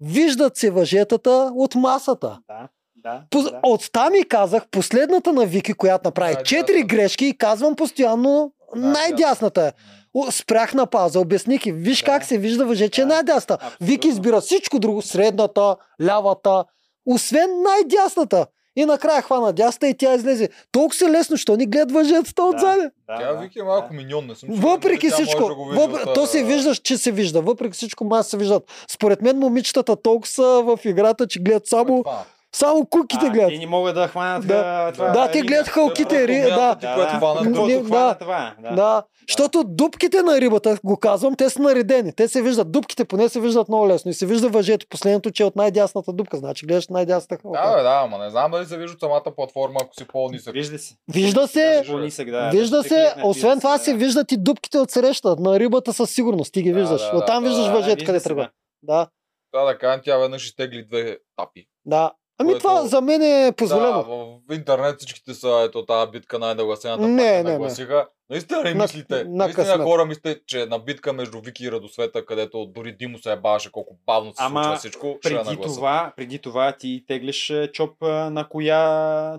[SPEAKER 2] Виждат се въжетата от масата.
[SPEAKER 3] Да, да,
[SPEAKER 2] Поз...
[SPEAKER 3] да.
[SPEAKER 2] Оттам и казах последната на Вики, която направи
[SPEAKER 1] Най-дясната.
[SPEAKER 2] четири грешки и казвам постоянно
[SPEAKER 1] Най-дясната.
[SPEAKER 2] най-дясната е. О, Спрях на пауза, обясних и виж
[SPEAKER 3] Да.
[SPEAKER 2] как се вижда въже, че е
[SPEAKER 3] Да.
[SPEAKER 2] най-дясната.
[SPEAKER 3] Абсолютно.
[SPEAKER 2] Вики избира всичко друго, средната, лявата, освен най-дясната. И накрая хвана дясната и тя излезе. Толкова се лесно, що ни гледат въжетата
[SPEAKER 3] Да,
[SPEAKER 2] отзаде.
[SPEAKER 3] да,
[SPEAKER 1] Тя
[SPEAKER 3] да,
[SPEAKER 1] Вики е малко
[SPEAKER 3] да.
[SPEAKER 1] миньон, не съм сигурен дали
[SPEAKER 2] Въпреки
[SPEAKER 1] тя може
[SPEAKER 2] всичко,
[SPEAKER 1] да го види
[SPEAKER 2] въпре...
[SPEAKER 1] от, а,
[SPEAKER 2] то се вижда, че се вижда. Въпреки всичко, маса се виждат. Според мен момичетата толкова са в играта, че гледат само,
[SPEAKER 1] това. е,
[SPEAKER 2] Само куките
[SPEAKER 3] а,
[SPEAKER 2] гледат.
[SPEAKER 3] те не могат да хванат
[SPEAKER 2] Да.
[SPEAKER 3] а, това.
[SPEAKER 2] Да, те гледат хълките, ри, да.
[SPEAKER 1] Ти, което хванат,
[SPEAKER 3] да,
[SPEAKER 2] не-
[SPEAKER 3] да,
[SPEAKER 2] да.
[SPEAKER 3] да, това е.
[SPEAKER 2] Да.
[SPEAKER 3] Да.
[SPEAKER 2] Защото дупките на рибата, го казвам, те са наредени. Те се виждат. Дупките поне се виждат много лесно. И се вижда въжето последното, че е от най-дясната дупка. Значи гледаш най-дясната хълка.
[SPEAKER 1] Да, бе, да, ама не знам дали се вижда от самата платформа, ако си по-нисък.
[SPEAKER 3] Вижда се.
[SPEAKER 2] Вижда се,
[SPEAKER 3] Даже по-нисък, да.
[SPEAKER 2] вижда
[SPEAKER 3] Даже
[SPEAKER 2] се,
[SPEAKER 3] кликнат,
[SPEAKER 2] освен
[SPEAKER 3] вижда
[SPEAKER 2] това
[SPEAKER 3] да.
[SPEAKER 2] се виждат и дупките от среща. На рибата със сигурност ти ги
[SPEAKER 1] Да,
[SPEAKER 2] виждаш.
[SPEAKER 1] да, да,
[SPEAKER 2] Оттам
[SPEAKER 1] да,
[SPEAKER 2] виждаш
[SPEAKER 1] да,
[SPEAKER 2] въжето
[SPEAKER 3] вижда
[SPEAKER 2] къде
[SPEAKER 3] се,
[SPEAKER 2] тръгва.
[SPEAKER 3] да.
[SPEAKER 2] Да,
[SPEAKER 1] Да, да кажем, тя веднъж изтегли две тапи.
[SPEAKER 2] да. Ами
[SPEAKER 1] Което-
[SPEAKER 2] това за мен е
[SPEAKER 1] Да,
[SPEAKER 2] позволено.
[SPEAKER 1] в в интернет всичките са, ето тази битка най-нагласената.
[SPEAKER 2] Не,
[SPEAKER 1] пак я
[SPEAKER 2] не, не.
[SPEAKER 1] нагласиха. Наистина ли
[SPEAKER 2] На-
[SPEAKER 1] мислите?
[SPEAKER 2] на
[SPEAKER 1] Наистина
[SPEAKER 2] късмет.
[SPEAKER 1] хора мислите, че на битка между Вики и Радосвета, където дори Димо се ебаваше колко бавно се
[SPEAKER 3] Ама
[SPEAKER 1] случва всичко, ще е я
[SPEAKER 3] Преди
[SPEAKER 1] нагласа.
[SPEAKER 3] това, преди това ти теглиш е, чоп а, на коя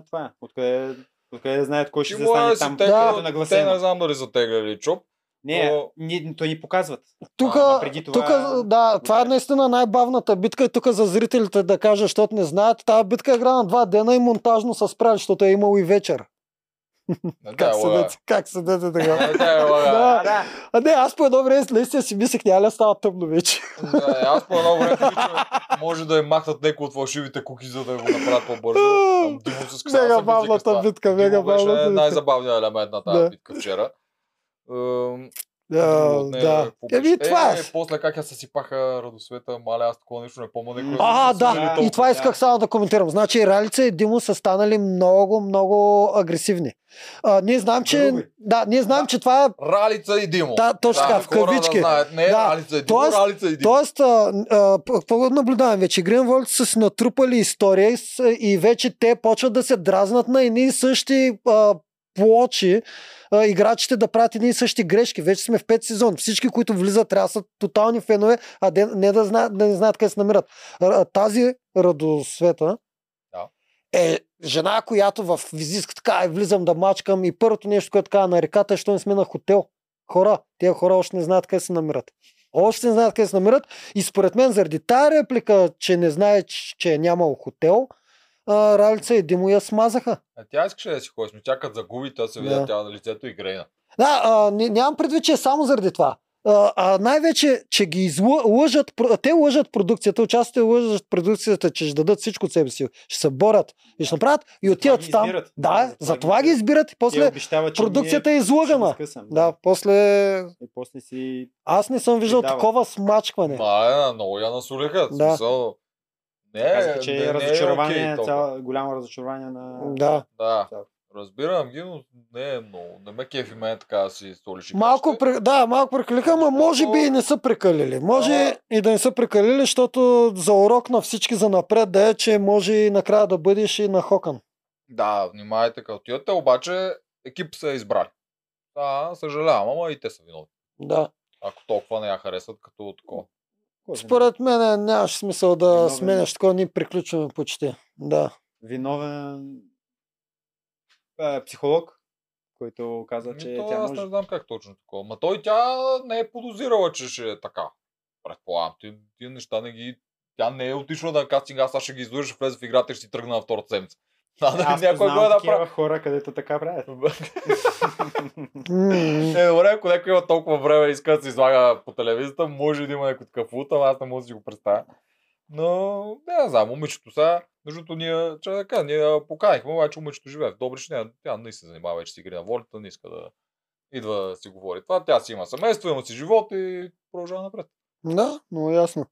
[SPEAKER 3] това? е? Откъде, откъде знаят кой ще
[SPEAKER 1] Чего е
[SPEAKER 3] застане
[SPEAKER 1] си
[SPEAKER 3] там?
[SPEAKER 1] те,
[SPEAKER 2] Да,
[SPEAKER 1] като-
[SPEAKER 3] като
[SPEAKER 1] те не
[SPEAKER 3] нагласено.
[SPEAKER 1] знам дали са тегляли чоп.
[SPEAKER 3] Не,
[SPEAKER 1] но-
[SPEAKER 3] ни, то ни показват.
[SPEAKER 2] Тук,
[SPEAKER 1] А,
[SPEAKER 3] ма преди това-
[SPEAKER 2] тук, да, това е
[SPEAKER 3] Добре.
[SPEAKER 2] наистина най-бавната битка и тук за зрителите да кажа, защото не знаят. Тая битка е игра на два дена и монтажно са спряли, защото е имало и вечер.
[SPEAKER 1] Не
[SPEAKER 2] Как
[SPEAKER 1] те
[SPEAKER 2] се
[SPEAKER 1] лъга.
[SPEAKER 2] дете, как се дете така?
[SPEAKER 1] Не те лъга.
[SPEAKER 2] Да.
[SPEAKER 3] да.
[SPEAKER 2] А не, аз по едно време наистина си мислех, няма ли да става тъмно вече.
[SPEAKER 1] Да, е, аз по едно време мисля, че може да я махнат някои от фалшивите куки, за да го направят по-бързо. Ам, Димо с кса,
[SPEAKER 2] Мега
[SPEAKER 1] съм
[SPEAKER 2] бавната
[SPEAKER 1] вика с това.
[SPEAKER 2] битка,
[SPEAKER 1] Димо
[SPEAKER 2] мега
[SPEAKER 1] беше
[SPEAKER 2] бавната битка.
[SPEAKER 1] най-забавният елемент на тази
[SPEAKER 2] Да.
[SPEAKER 1] битка вчера. Ам,
[SPEAKER 2] Да,
[SPEAKER 1] от нея
[SPEAKER 2] да.
[SPEAKER 1] какво беше?
[SPEAKER 2] Еми това.
[SPEAKER 1] Е, после как я съсипаха Радосвета, мале, аз такова нещо не помня. никога.
[SPEAKER 2] А,
[SPEAKER 1] Съм се
[SPEAKER 2] да,
[SPEAKER 1] силили
[SPEAKER 2] и това
[SPEAKER 1] толкова.
[SPEAKER 2] исках само да коментирам. Значи Ралица и Димо са станали много, много агресивни. А, ние знам, че...
[SPEAKER 3] Груби.
[SPEAKER 2] Да, ние знам,
[SPEAKER 1] Да.
[SPEAKER 2] че това е...
[SPEAKER 1] Ралица и Димо.
[SPEAKER 2] Да, точно така, в
[SPEAKER 1] хора
[SPEAKER 2] кавички.
[SPEAKER 1] Да знаят. Не,
[SPEAKER 2] Да,
[SPEAKER 1] Ралица и Димо,
[SPEAKER 2] тоест-
[SPEAKER 1] Ралица и Димо.
[SPEAKER 2] Тоест, а, а, какво наблюдавам вече? Гринволд са си натрупали история и с- и вече те почват да се дразнат на едни и същи а, плочи, а, играчите да правят едни и същи грешки. Вече сме в пет сезон. Всички, които влизат, трябва да са тотални фенове, а де, не да, знаят, да не знаят къде се намират. Р- Тази радосвета
[SPEAKER 1] Да.
[SPEAKER 2] е жена, която в визитка така «Ай, влизам да мачкам и първото нещо, което казва на реката е, що не сме на хотел. Хора, тези хора още не знаят къде се намират. Още не знаят къде се намират. И според мен, заради тая реплика, че не знае, че- че е нямал хотел, а, Ралица и Димо я смазаха.
[SPEAKER 1] А Е, Тя искаше да си ходи, но тя като загуби, тя се
[SPEAKER 2] Да.
[SPEAKER 1] видя тя на лицето и грейна.
[SPEAKER 2] Да, а, не, нямам предвид, че е само заради това. А, а най-вече, че ги излъ, лъжат, про- те лъжат продукцията, участвате лъжат продукцията, че ще дадат всичко от себе си, ще се борят и ще направят и
[SPEAKER 3] Затова
[SPEAKER 2] отиват
[SPEAKER 3] ги
[SPEAKER 2] там.
[SPEAKER 3] избират. Да,
[SPEAKER 2] Да,
[SPEAKER 3] затова
[SPEAKER 2] за
[SPEAKER 3] ги
[SPEAKER 2] това ги
[SPEAKER 3] избират.
[SPEAKER 2] избират и
[SPEAKER 3] Те
[SPEAKER 2] после
[SPEAKER 3] обещават, че
[SPEAKER 2] продукцията е
[SPEAKER 3] ние ще
[SPEAKER 2] излъгана.
[SPEAKER 3] разкъсам,
[SPEAKER 2] Да, после
[SPEAKER 3] И после си...
[SPEAKER 2] аз не съм виждал
[SPEAKER 3] Предават.
[SPEAKER 2] такова смачкване.
[SPEAKER 1] Мале, е, много я насолиха.
[SPEAKER 2] Да.
[SPEAKER 1] Да. Смисъл, не,
[SPEAKER 3] Казаха, че
[SPEAKER 1] не, не
[SPEAKER 3] е разочарование,
[SPEAKER 1] окей толкова.
[SPEAKER 3] цяло- голямо разочарование на...
[SPEAKER 2] Да.
[SPEAKER 1] Да.
[SPEAKER 3] Да.
[SPEAKER 1] Разбирам ги, но не е много. Не ме кефи мен така да си столиш.
[SPEAKER 2] Малко, пре- да, малко прекалиха, но може би и не са прекалили. Може
[SPEAKER 1] Ама-
[SPEAKER 2] и да не са прекалили, защото за урок на всички за напред да е, че може и накрая да бъдеш и на Хокън.
[SPEAKER 1] Да, внимавайте като отивате, обаче екип са избрали. Да, съжалявам, ама и те са виновни.
[SPEAKER 2] Да.
[SPEAKER 1] Ако толкова не я харесват като такова.
[SPEAKER 3] Кой знае?
[SPEAKER 2] Според мен нямаше смисъл да
[SPEAKER 3] Виновен.
[SPEAKER 2] сменяш такова, ние приключваме почти. Да.
[SPEAKER 3] Виновен а, психолог, който каза,
[SPEAKER 1] Значи,
[SPEAKER 3] че
[SPEAKER 1] то,
[SPEAKER 3] тя
[SPEAKER 1] аз
[SPEAKER 3] може...
[SPEAKER 1] не знам как точно такова. Ма той тя не е подозирала, че ще е така. Предполагам, ти, тия неща не ги... Тя не е отишла на кастинг, аз сега ще ги излъжа, ще влезе в играта и ще си тръгна на втората седмица. Да,
[SPEAKER 3] Аз
[SPEAKER 1] някой го е
[SPEAKER 3] познавам такива
[SPEAKER 1] направил.
[SPEAKER 3] хора, където така правят.
[SPEAKER 2] М,
[SPEAKER 1] Е, добре, ако някой има толкова време и иска да се излага по телевизията, може да има някой такъв лут, ама аз не мога да си го представя. Но, не, не знам, момичето сега, между другото, ние, че да кажа, ние я поканихме, обаче момичето живее в Добрич, не, тя не се занимава вече с игри на волята, не иска да идва да си говори това. Тя си има семейство, има си живот и продължава напред.
[SPEAKER 2] Да, много ясно.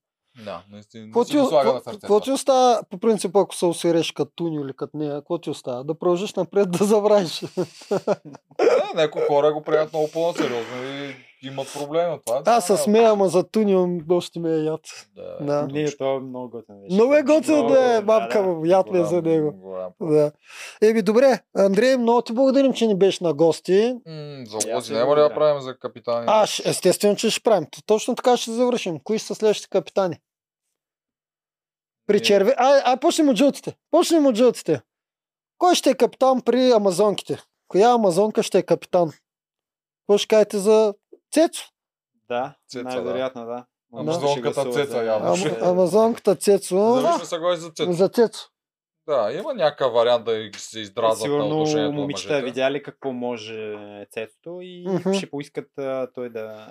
[SPEAKER 1] Да, наистина, не
[SPEAKER 2] Какво
[SPEAKER 1] си
[SPEAKER 2] ти,
[SPEAKER 1] го слага
[SPEAKER 2] какво,
[SPEAKER 1] на сърцето.
[SPEAKER 2] какво ти остава, по принцип, ако се усиреш като Туни или като нея, какво ти остава? Да продължиш напред да забравиш.
[SPEAKER 1] Да, Е, Някои хора го приемат много по-сериозно и имат проблеми. Това,
[SPEAKER 2] Аз се
[SPEAKER 1] това е-
[SPEAKER 2] смея, ама за Туни още ми е яд.
[SPEAKER 1] Да,
[SPEAKER 2] Да.
[SPEAKER 1] точно.
[SPEAKER 3] Не, то е много готин вече.
[SPEAKER 2] Много е готино
[SPEAKER 3] Много
[SPEAKER 2] да е,
[SPEAKER 3] готин,
[SPEAKER 2] мамка
[SPEAKER 3] да.
[SPEAKER 2] му, яд ми е за
[SPEAKER 1] Голям-
[SPEAKER 2] него.
[SPEAKER 1] голям проблем.
[SPEAKER 2] Да. Еми, добре, Андрей, много ти благодарим, че ни беше на гости.
[SPEAKER 1] М,
[SPEAKER 3] Е, аз
[SPEAKER 1] Залози няма
[SPEAKER 3] си
[SPEAKER 1] ли да
[SPEAKER 3] благодаря.
[SPEAKER 1] правим за капитани?
[SPEAKER 2] А, ще- естествено, че ще правим. Точно така ще завършим. Кои ще са следващите капитани? При
[SPEAKER 1] Ние-
[SPEAKER 2] черве... А, а почнем от жълтите. Почнем от жълтите. Кой ще е капитан при амазонките? Коя амазонка ще е капитан? Какво ще кажете за Цецо?
[SPEAKER 3] Да,
[SPEAKER 1] Цеца,
[SPEAKER 3] най-вероятно да.
[SPEAKER 1] Амазонката Цеца, явно.
[SPEAKER 2] Ам,
[SPEAKER 1] ще-
[SPEAKER 2] амазонката Цецо.
[SPEAKER 1] Зависи да се годи за цето.
[SPEAKER 2] За Цецо.
[SPEAKER 1] Да, има някакъв вариант да ги се издразнат на
[SPEAKER 3] Сигурно
[SPEAKER 1] отношението на
[SPEAKER 3] момичета
[SPEAKER 1] мъжете.
[SPEAKER 3] видяли какво може Цецото и
[SPEAKER 2] Мгм.
[SPEAKER 3] ще поискат а, той да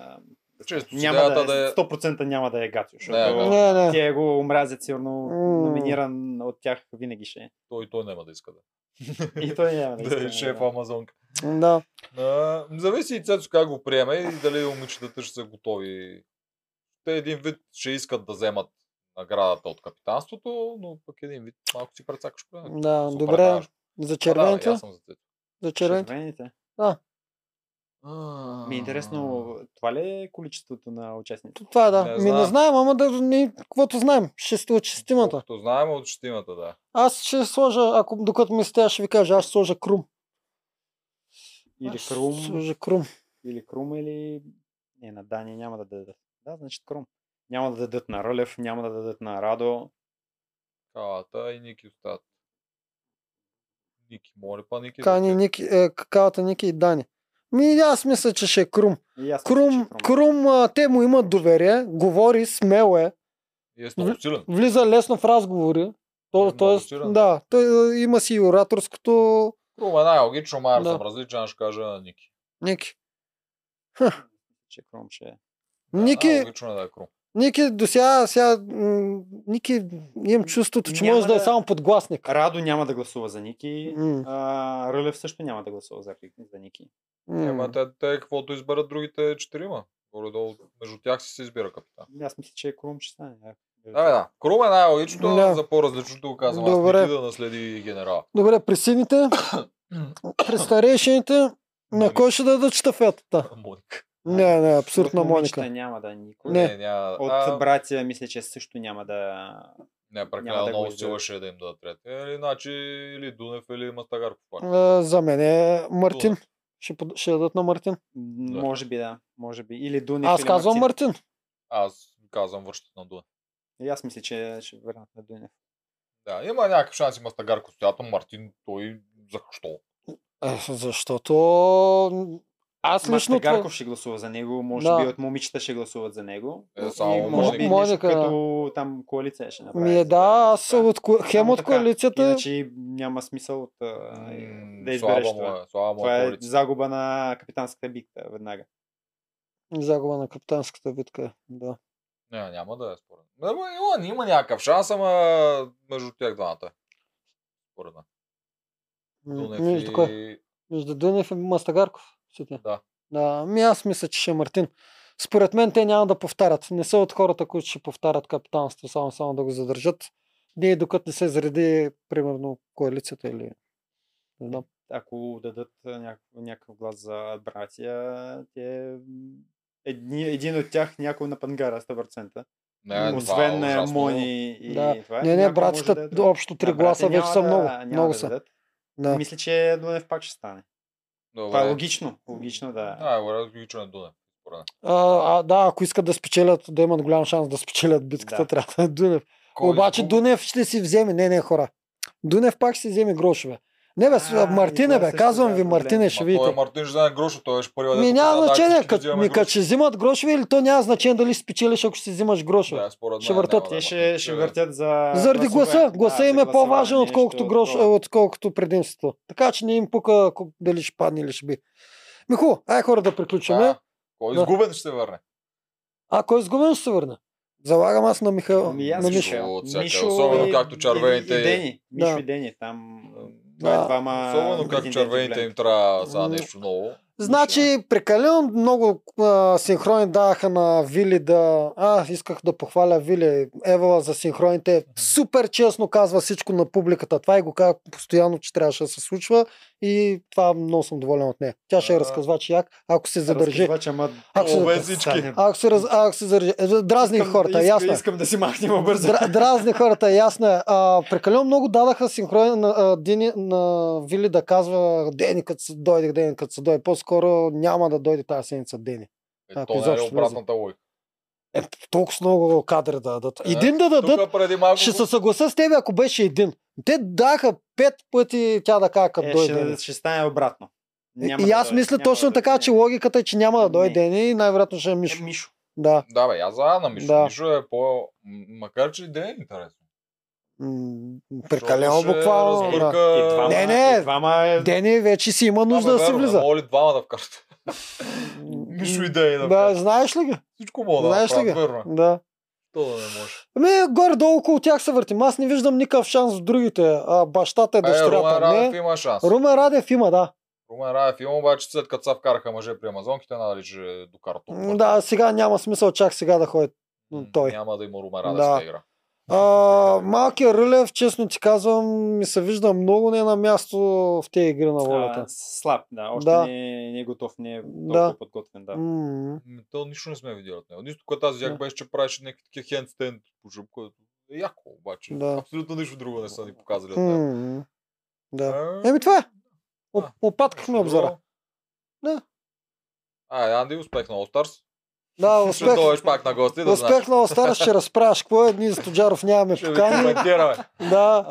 [SPEAKER 1] Често
[SPEAKER 3] Няма да,
[SPEAKER 1] да
[SPEAKER 3] е,
[SPEAKER 1] е...
[SPEAKER 3] 100% няма да е Гатио, защото
[SPEAKER 1] Да, да.
[SPEAKER 2] Не, не.
[SPEAKER 3] те го омразят сигурно,
[SPEAKER 2] М.
[SPEAKER 3] номиниран от тях винаги ще е.
[SPEAKER 1] Той, той няма да иска да.
[SPEAKER 3] И той няма
[SPEAKER 1] да е шеф Амазонка.
[SPEAKER 2] Да.
[SPEAKER 1] А, зависи и Цецо как го приеме и дали момичетата ще са готови. Те един вид ще искат да вземат наградата от капитанството, но пък един вид малко си прецакаш. колене.
[SPEAKER 2] Да,
[SPEAKER 1] Се
[SPEAKER 2] добре.
[SPEAKER 1] оправдаваш.
[SPEAKER 2] За
[SPEAKER 1] А, да,
[SPEAKER 2] червените?
[SPEAKER 1] бе, аз съм за Цецо.
[SPEAKER 2] За червените.
[SPEAKER 3] Червените.
[SPEAKER 1] А,
[SPEAKER 3] Ми е интересно, това ли е количеството на участниците?
[SPEAKER 2] Това е да.
[SPEAKER 1] Не
[SPEAKER 2] Ми не
[SPEAKER 1] знам.
[SPEAKER 2] знаем, ама да ни, каквото знаем. Ще сте от шестимата.
[SPEAKER 1] Колкото знаем от четимата, да.
[SPEAKER 2] Аз ще сложа, ако докато ми сте, аз ще ви кажа, аз ще сложа крум.
[SPEAKER 3] Или
[SPEAKER 2] Аз ще
[SPEAKER 3] Крум,
[SPEAKER 2] Сложа крум.
[SPEAKER 3] или Крум, или... Не, на Дани няма да дадат. Да, значи Крум. Няма да дадат на Рълев, няма да дадат на Радо.
[SPEAKER 1] Калата и Ники остат. Ники, моля па Ники. да
[SPEAKER 2] Кани,
[SPEAKER 1] отиде.
[SPEAKER 2] Ники, е, какавата Ники и Дани. Ми аз мисля, че ще е крум.
[SPEAKER 3] И аз мисля, че е-
[SPEAKER 2] Крум, крум а, те му имат доверие, говори, смело е,
[SPEAKER 1] И е много силен.
[SPEAKER 2] влиза лесно в разговори. То,
[SPEAKER 1] Е,
[SPEAKER 2] тоест,
[SPEAKER 1] много силен.
[SPEAKER 2] да, той а, има си и ораторското
[SPEAKER 1] Крум е най-логично, Майер
[SPEAKER 2] Да.
[SPEAKER 1] съм различен, аз ще кажа на Ники.
[SPEAKER 2] Ники.
[SPEAKER 3] Че Крум ще е.
[SPEAKER 1] Да,
[SPEAKER 2] Ники,
[SPEAKER 1] Най-логично е да е Крум.
[SPEAKER 2] Ники до сега, сега, м, Ники, имам чувството, че
[SPEAKER 3] Няма
[SPEAKER 2] може да е
[SPEAKER 3] да-
[SPEAKER 2] само подгласник.
[SPEAKER 3] Радо няма да гласува за Ники.
[SPEAKER 2] М,
[SPEAKER 3] А, Рълев също няма да гласува за, за Ники.
[SPEAKER 2] м.
[SPEAKER 1] Ема те, те каквото изберат другите четирима. Горе-долу, между тях си се избира капитан.
[SPEAKER 3] Аз мисля, че Крум ще стане. да.
[SPEAKER 1] Да, бе, да. Крум е най-логичното,
[SPEAKER 2] Да.
[SPEAKER 1] да. за по-различното го казвам. Добре.
[SPEAKER 2] Добре.
[SPEAKER 1] Аз Ники да наследи генерала.
[SPEAKER 2] Добре, при сините, при старейшините, на
[SPEAKER 1] Мони-
[SPEAKER 2] кой ще дадат штафетата?
[SPEAKER 1] Моника.
[SPEAKER 2] Не, не,
[SPEAKER 3] От
[SPEAKER 2] абсурдна
[SPEAKER 3] момичета
[SPEAKER 2] Моника.
[SPEAKER 3] Няма да е никой.
[SPEAKER 2] Не.
[SPEAKER 1] няма,
[SPEAKER 3] От
[SPEAKER 1] а,
[SPEAKER 3] братя мисля, че също няма да...
[SPEAKER 1] не,
[SPEAKER 3] няма
[SPEAKER 1] прекалено
[SPEAKER 3] да го
[SPEAKER 1] много
[SPEAKER 3] изберат.
[SPEAKER 1] сила ще е да им дадат трети. Е, Иначе или Дунев, или Мастагарков. пак.
[SPEAKER 2] А, За мен е Мартин. Ще, под- ще дадат на Мартин.
[SPEAKER 3] М, Може би да. Може би. Или Дунев.
[SPEAKER 2] Аз
[SPEAKER 3] или
[SPEAKER 2] казвам
[SPEAKER 3] Мартин.
[SPEAKER 2] Мартин.
[SPEAKER 1] Аз казвам връщат на Дунев.
[SPEAKER 3] И аз мисля, че ще върнат на Дунев.
[SPEAKER 1] Да, има някакъв шанс и Мастагарков стоят, но Мартин той защо?
[SPEAKER 2] Е, защото аз лично... това-
[SPEAKER 3] Мастагарков ще гласува за него, може
[SPEAKER 2] Да.
[SPEAKER 3] би от момичета ще гласуват за него.
[SPEAKER 1] Е, само
[SPEAKER 3] и
[SPEAKER 1] Моника.
[SPEAKER 3] може би нещо
[SPEAKER 2] Моника, да.
[SPEAKER 3] като там коалиция ще направи.
[SPEAKER 2] Ми е
[SPEAKER 3] за-
[SPEAKER 2] да, аз
[SPEAKER 3] за
[SPEAKER 2] съм
[SPEAKER 3] това.
[SPEAKER 2] от, ко- хем
[SPEAKER 3] Само
[SPEAKER 2] от
[SPEAKER 3] така.
[SPEAKER 2] коалицията...
[SPEAKER 3] Иначе няма смисъл от, а,
[SPEAKER 1] М,
[SPEAKER 3] да избереш
[SPEAKER 1] слаба му
[SPEAKER 3] това.
[SPEAKER 1] е, Слаба му
[SPEAKER 3] Това
[SPEAKER 1] е
[SPEAKER 3] е
[SPEAKER 1] коалиция.
[SPEAKER 3] загуба на капитанската битка веднага.
[SPEAKER 2] Загуба на капитанската битка. Да.
[SPEAKER 1] Не, няма да е според. мен. Ама Има, има някакъв шанс, ама между тях двамата. Според мен.
[SPEAKER 2] М,
[SPEAKER 1] Дунев
[SPEAKER 2] Между
[SPEAKER 1] и-
[SPEAKER 2] кой? Между Дънев и Мастагарков. Сетя.
[SPEAKER 1] Да.
[SPEAKER 2] Да, ми аз мисля, че ще е Мартин. Според мен те няма да повтарят. Не са от хората, които ще повтарят капитанство, само само да го задържат. Ние докато не се зареди, примерно, коалицията или... Не знам.
[SPEAKER 3] Ако дадат някакъв, някакъв глас за братия, те... м, Едни, един от тях някой на пангара 100%.
[SPEAKER 1] Не, това е
[SPEAKER 3] Освен на
[SPEAKER 1] ужасно.
[SPEAKER 3] Мони и
[SPEAKER 2] Да.
[SPEAKER 3] това.
[SPEAKER 2] Не, не,
[SPEAKER 3] някой може
[SPEAKER 2] братята,
[SPEAKER 3] да е друг.
[SPEAKER 2] общо три
[SPEAKER 3] Да, братя
[SPEAKER 2] гласа вече
[SPEAKER 3] няма
[SPEAKER 2] са
[SPEAKER 3] да-
[SPEAKER 2] много.
[SPEAKER 3] няма
[SPEAKER 2] много
[SPEAKER 3] да
[SPEAKER 2] са.
[SPEAKER 3] дадат.
[SPEAKER 2] Да.
[SPEAKER 3] Мисля, че Дунев пак ще стане. Това е
[SPEAKER 1] Добре.
[SPEAKER 3] логично. Логично да.
[SPEAKER 1] Да, е логично е Дунев. според мен.
[SPEAKER 2] А, а, да, ако искат да спечелят, да имат голям шанс да спечелят битката,
[SPEAKER 3] Да.
[SPEAKER 2] трябва да е Дунев.
[SPEAKER 1] Кой
[SPEAKER 2] Обаче
[SPEAKER 1] загуби?
[SPEAKER 2] Дунев ще си вземе. Не, не, хора. Дунев пак ще си вземе грошове. Не, бе,
[SPEAKER 3] А,
[SPEAKER 2] а,
[SPEAKER 3] и
[SPEAKER 2] Мартине,
[SPEAKER 3] това
[SPEAKER 2] бе,
[SPEAKER 3] също,
[SPEAKER 2] казвам
[SPEAKER 3] да,
[SPEAKER 2] ви,
[SPEAKER 3] проблем.
[SPEAKER 2] Мартине, ще
[SPEAKER 1] Ма той е
[SPEAKER 2] видите.
[SPEAKER 1] Мартин ще вземе гроша, той е ще първия
[SPEAKER 2] Ми
[SPEAKER 1] дето
[SPEAKER 2] няма
[SPEAKER 1] каза, да,
[SPEAKER 2] значение,
[SPEAKER 1] всички
[SPEAKER 2] като,
[SPEAKER 1] взимаме
[SPEAKER 2] ми,
[SPEAKER 1] гроша.
[SPEAKER 2] като ще взимат грошове или то няма значение дали ще спечелиш, ако ще си взимаш грошове.
[SPEAKER 1] Да, според
[SPEAKER 2] ще
[SPEAKER 1] мен
[SPEAKER 2] въртат.
[SPEAKER 1] няма да
[SPEAKER 3] Те
[SPEAKER 1] има.
[SPEAKER 3] ще, ще въртят за.
[SPEAKER 2] Заради гласа. Гласа им
[SPEAKER 3] за
[SPEAKER 2] е по-важен,
[SPEAKER 3] гласуване,
[SPEAKER 2] отколкото,
[SPEAKER 3] нещо
[SPEAKER 2] грош,
[SPEAKER 3] такова.
[SPEAKER 2] отколкото предимството. Така че не им пука ко- дали ще падне или ще би. Ми хубаво, ай хора да приключваме.
[SPEAKER 1] Да, Кой
[SPEAKER 2] Да.
[SPEAKER 1] изгубен ще се върне?
[SPEAKER 2] А кой изгубен ще се върне? Залагам аз на Михаил.
[SPEAKER 3] Ами аз
[SPEAKER 2] е, на
[SPEAKER 1] Мишо.
[SPEAKER 2] Мишо.
[SPEAKER 3] Мишо.
[SPEAKER 1] От всяка- особено
[SPEAKER 3] и-
[SPEAKER 1] както червените-
[SPEAKER 3] И, и Дени. Мишо
[SPEAKER 2] Да.
[SPEAKER 3] и Дени. Там.
[SPEAKER 2] Да.
[SPEAKER 3] Да. Двама
[SPEAKER 1] Особено как
[SPEAKER 3] претенденти
[SPEAKER 1] червените им
[SPEAKER 3] големи.
[SPEAKER 1] трябва сега
[SPEAKER 2] М.
[SPEAKER 1] нещо ново.
[SPEAKER 2] Значи, прекалено много а, синхрони даваха на Вили да... А, исках да похваля Вили Евала за синхроните. Супер честно казва всичко на публиката. Това и го казва постоянно, че трябваше да се случва. И това много съм доволен от нея. Тя ще е
[SPEAKER 1] А.
[SPEAKER 2] разказвач як, ако се задържи.
[SPEAKER 3] Разказвач, ама
[SPEAKER 2] Ако се-
[SPEAKER 3] обе всички.
[SPEAKER 1] Стане.
[SPEAKER 2] Ако се, раз... ако се задържи. Е, Дразни
[SPEAKER 3] Искам-
[SPEAKER 2] хората,
[SPEAKER 3] иска-
[SPEAKER 2] ясно е.
[SPEAKER 3] Искам да си махнем бързо.
[SPEAKER 2] Дра- Дразни хората, ясно е. А, прекалено много дадаха синхрони на, а, Дени, на Вили да казва Дени като се дойде, Дени като се дойде. По-скоро няма да дойде тази седмица Дени.
[SPEAKER 1] Е,
[SPEAKER 2] ако
[SPEAKER 1] то не е
[SPEAKER 2] изобщо влезе.
[SPEAKER 1] обратната логика.
[SPEAKER 2] Е, толкова много кадри да дадат.
[SPEAKER 1] Е,
[SPEAKER 2] Един да дадат,
[SPEAKER 1] Тук преди малко...
[SPEAKER 2] ще
[SPEAKER 1] го-
[SPEAKER 2] се съглася с теб, ако беше един. Те даха пет пъти тя да каже като
[SPEAKER 3] Е,
[SPEAKER 2] дойде. Дени.
[SPEAKER 3] ще, ще стане обратно. Няма
[SPEAKER 2] и
[SPEAKER 3] да
[SPEAKER 2] аз
[SPEAKER 3] дойде,
[SPEAKER 2] мисля
[SPEAKER 3] няма
[SPEAKER 2] точно
[SPEAKER 3] да дойде. Ами-
[SPEAKER 2] така, че логиката е, че няма да дойде
[SPEAKER 3] Не.
[SPEAKER 2] Дени и най-вероятно ще е
[SPEAKER 3] Е,
[SPEAKER 2] Мишо.
[SPEAKER 3] Мишо.
[SPEAKER 2] Да.
[SPEAKER 1] Да, бе, аз за на Мишо.
[SPEAKER 2] Да.
[SPEAKER 1] Мишо е по... м, Макар, че и да е интересно.
[SPEAKER 2] М, Прекалено
[SPEAKER 1] Защото ще
[SPEAKER 2] буквално.
[SPEAKER 1] разбърка-
[SPEAKER 2] да.
[SPEAKER 3] И двама-
[SPEAKER 2] Не, не.
[SPEAKER 3] и Двама е
[SPEAKER 2] Дени вече си има нужда да,
[SPEAKER 1] бе,
[SPEAKER 2] се
[SPEAKER 1] верно,
[SPEAKER 2] влиза.
[SPEAKER 1] Моли двама да вкарат.
[SPEAKER 2] М,
[SPEAKER 1] Нищо и да е да.
[SPEAKER 2] Да,
[SPEAKER 1] кажа.
[SPEAKER 2] знаеш ли ги?
[SPEAKER 1] Всичко мога да
[SPEAKER 2] знаеш ли
[SPEAKER 1] направя,
[SPEAKER 2] ги?
[SPEAKER 1] верно. е.
[SPEAKER 2] Да.
[SPEAKER 1] То да не може.
[SPEAKER 2] Ами, горе-долу около тях се въртим. Аз не виждам никакъв шанс в другите. А, бащата и
[SPEAKER 1] Е, Румен
[SPEAKER 2] дъщерята.
[SPEAKER 1] Радев
[SPEAKER 2] не.
[SPEAKER 1] има шанс.
[SPEAKER 2] Румен Радев има, да.
[SPEAKER 1] Румен Радев има, обаче след като са вкараха мъже при Амазонките, нали че докара
[SPEAKER 2] М,
[SPEAKER 1] толкова.
[SPEAKER 2] Да, сега няма смисъл чак сега да ходи
[SPEAKER 1] М,
[SPEAKER 2] той.
[SPEAKER 1] Няма да има Румен
[SPEAKER 2] Да.
[SPEAKER 1] Радев да. игра.
[SPEAKER 2] А, малкият Рълев, честно ти казвам, ми се вижда много не на място в тези игри на волята.
[SPEAKER 3] А, слаб, да. Още
[SPEAKER 2] Да.
[SPEAKER 3] Не, не е готов, не е толкова
[SPEAKER 2] Да.
[SPEAKER 3] подготвен, да.
[SPEAKER 2] М,
[SPEAKER 1] М, То нищо не сме видели от него. Нищо, което аз
[SPEAKER 2] Да.
[SPEAKER 1] видях, беше, че правеше някакви такива хендстенд по жъб, което е яко, обаче.
[SPEAKER 2] Да.
[SPEAKER 1] Абсолютно нищо друго не са ни показали от него.
[SPEAKER 2] м, Да.
[SPEAKER 1] Е,
[SPEAKER 2] Еми това е. О-
[SPEAKER 1] А,
[SPEAKER 2] Опаткахме обзора. Да.
[SPEAKER 1] Да. А, Анди, успех на All Stars.
[SPEAKER 2] Да,
[SPEAKER 1] Ще
[SPEAKER 2] успех.
[SPEAKER 1] дойдеш пак на гости, да знаеш.
[SPEAKER 2] Успех на Остара ще разправяш. Какво е? Ние с Тоджаров нямаме
[SPEAKER 1] Ще ви
[SPEAKER 2] покани.
[SPEAKER 1] коментираме.
[SPEAKER 2] Да.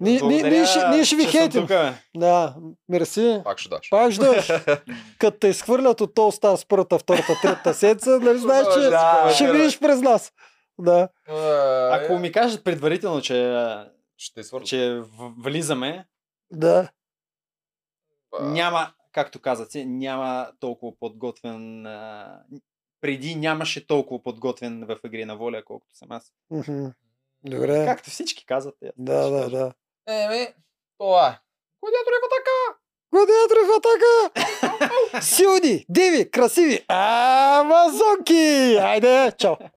[SPEAKER 2] Ни- ни-
[SPEAKER 3] Благодаря,
[SPEAKER 2] ние ще- Ние ще ви
[SPEAKER 3] че съм
[SPEAKER 2] хейтим.
[SPEAKER 3] тук, бе.
[SPEAKER 2] Да, мерси.
[SPEAKER 1] Пак ще даш.
[SPEAKER 2] Пак ще Като те е изхвърлят от All Stars първата, втората, третата седмица, нали знаеш, че
[SPEAKER 3] Да,
[SPEAKER 2] ще видиш през нас. Да.
[SPEAKER 3] Ако ми кажат предварително, че,
[SPEAKER 1] Е, Ще свърши.
[SPEAKER 3] че в- влизаме,
[SPEAKER 2] Да.
[SPEAKER 3] няма, както казате, няма толкова подготвен. а, Преди нямаше толкова подготвен в игри на воля, колкото съм аз.
[SPEAKER 2] Мгм. Добре.
[SPEAKER 3] Както всички казвате.
[SPEAKER 2] Да, да, да.
[SPEAKER 1] Еми, това е. Годият река така.
[SPEAKER 2] Гладиаторов атака! Силни, диви, красиви, амазонки! Айде, чао!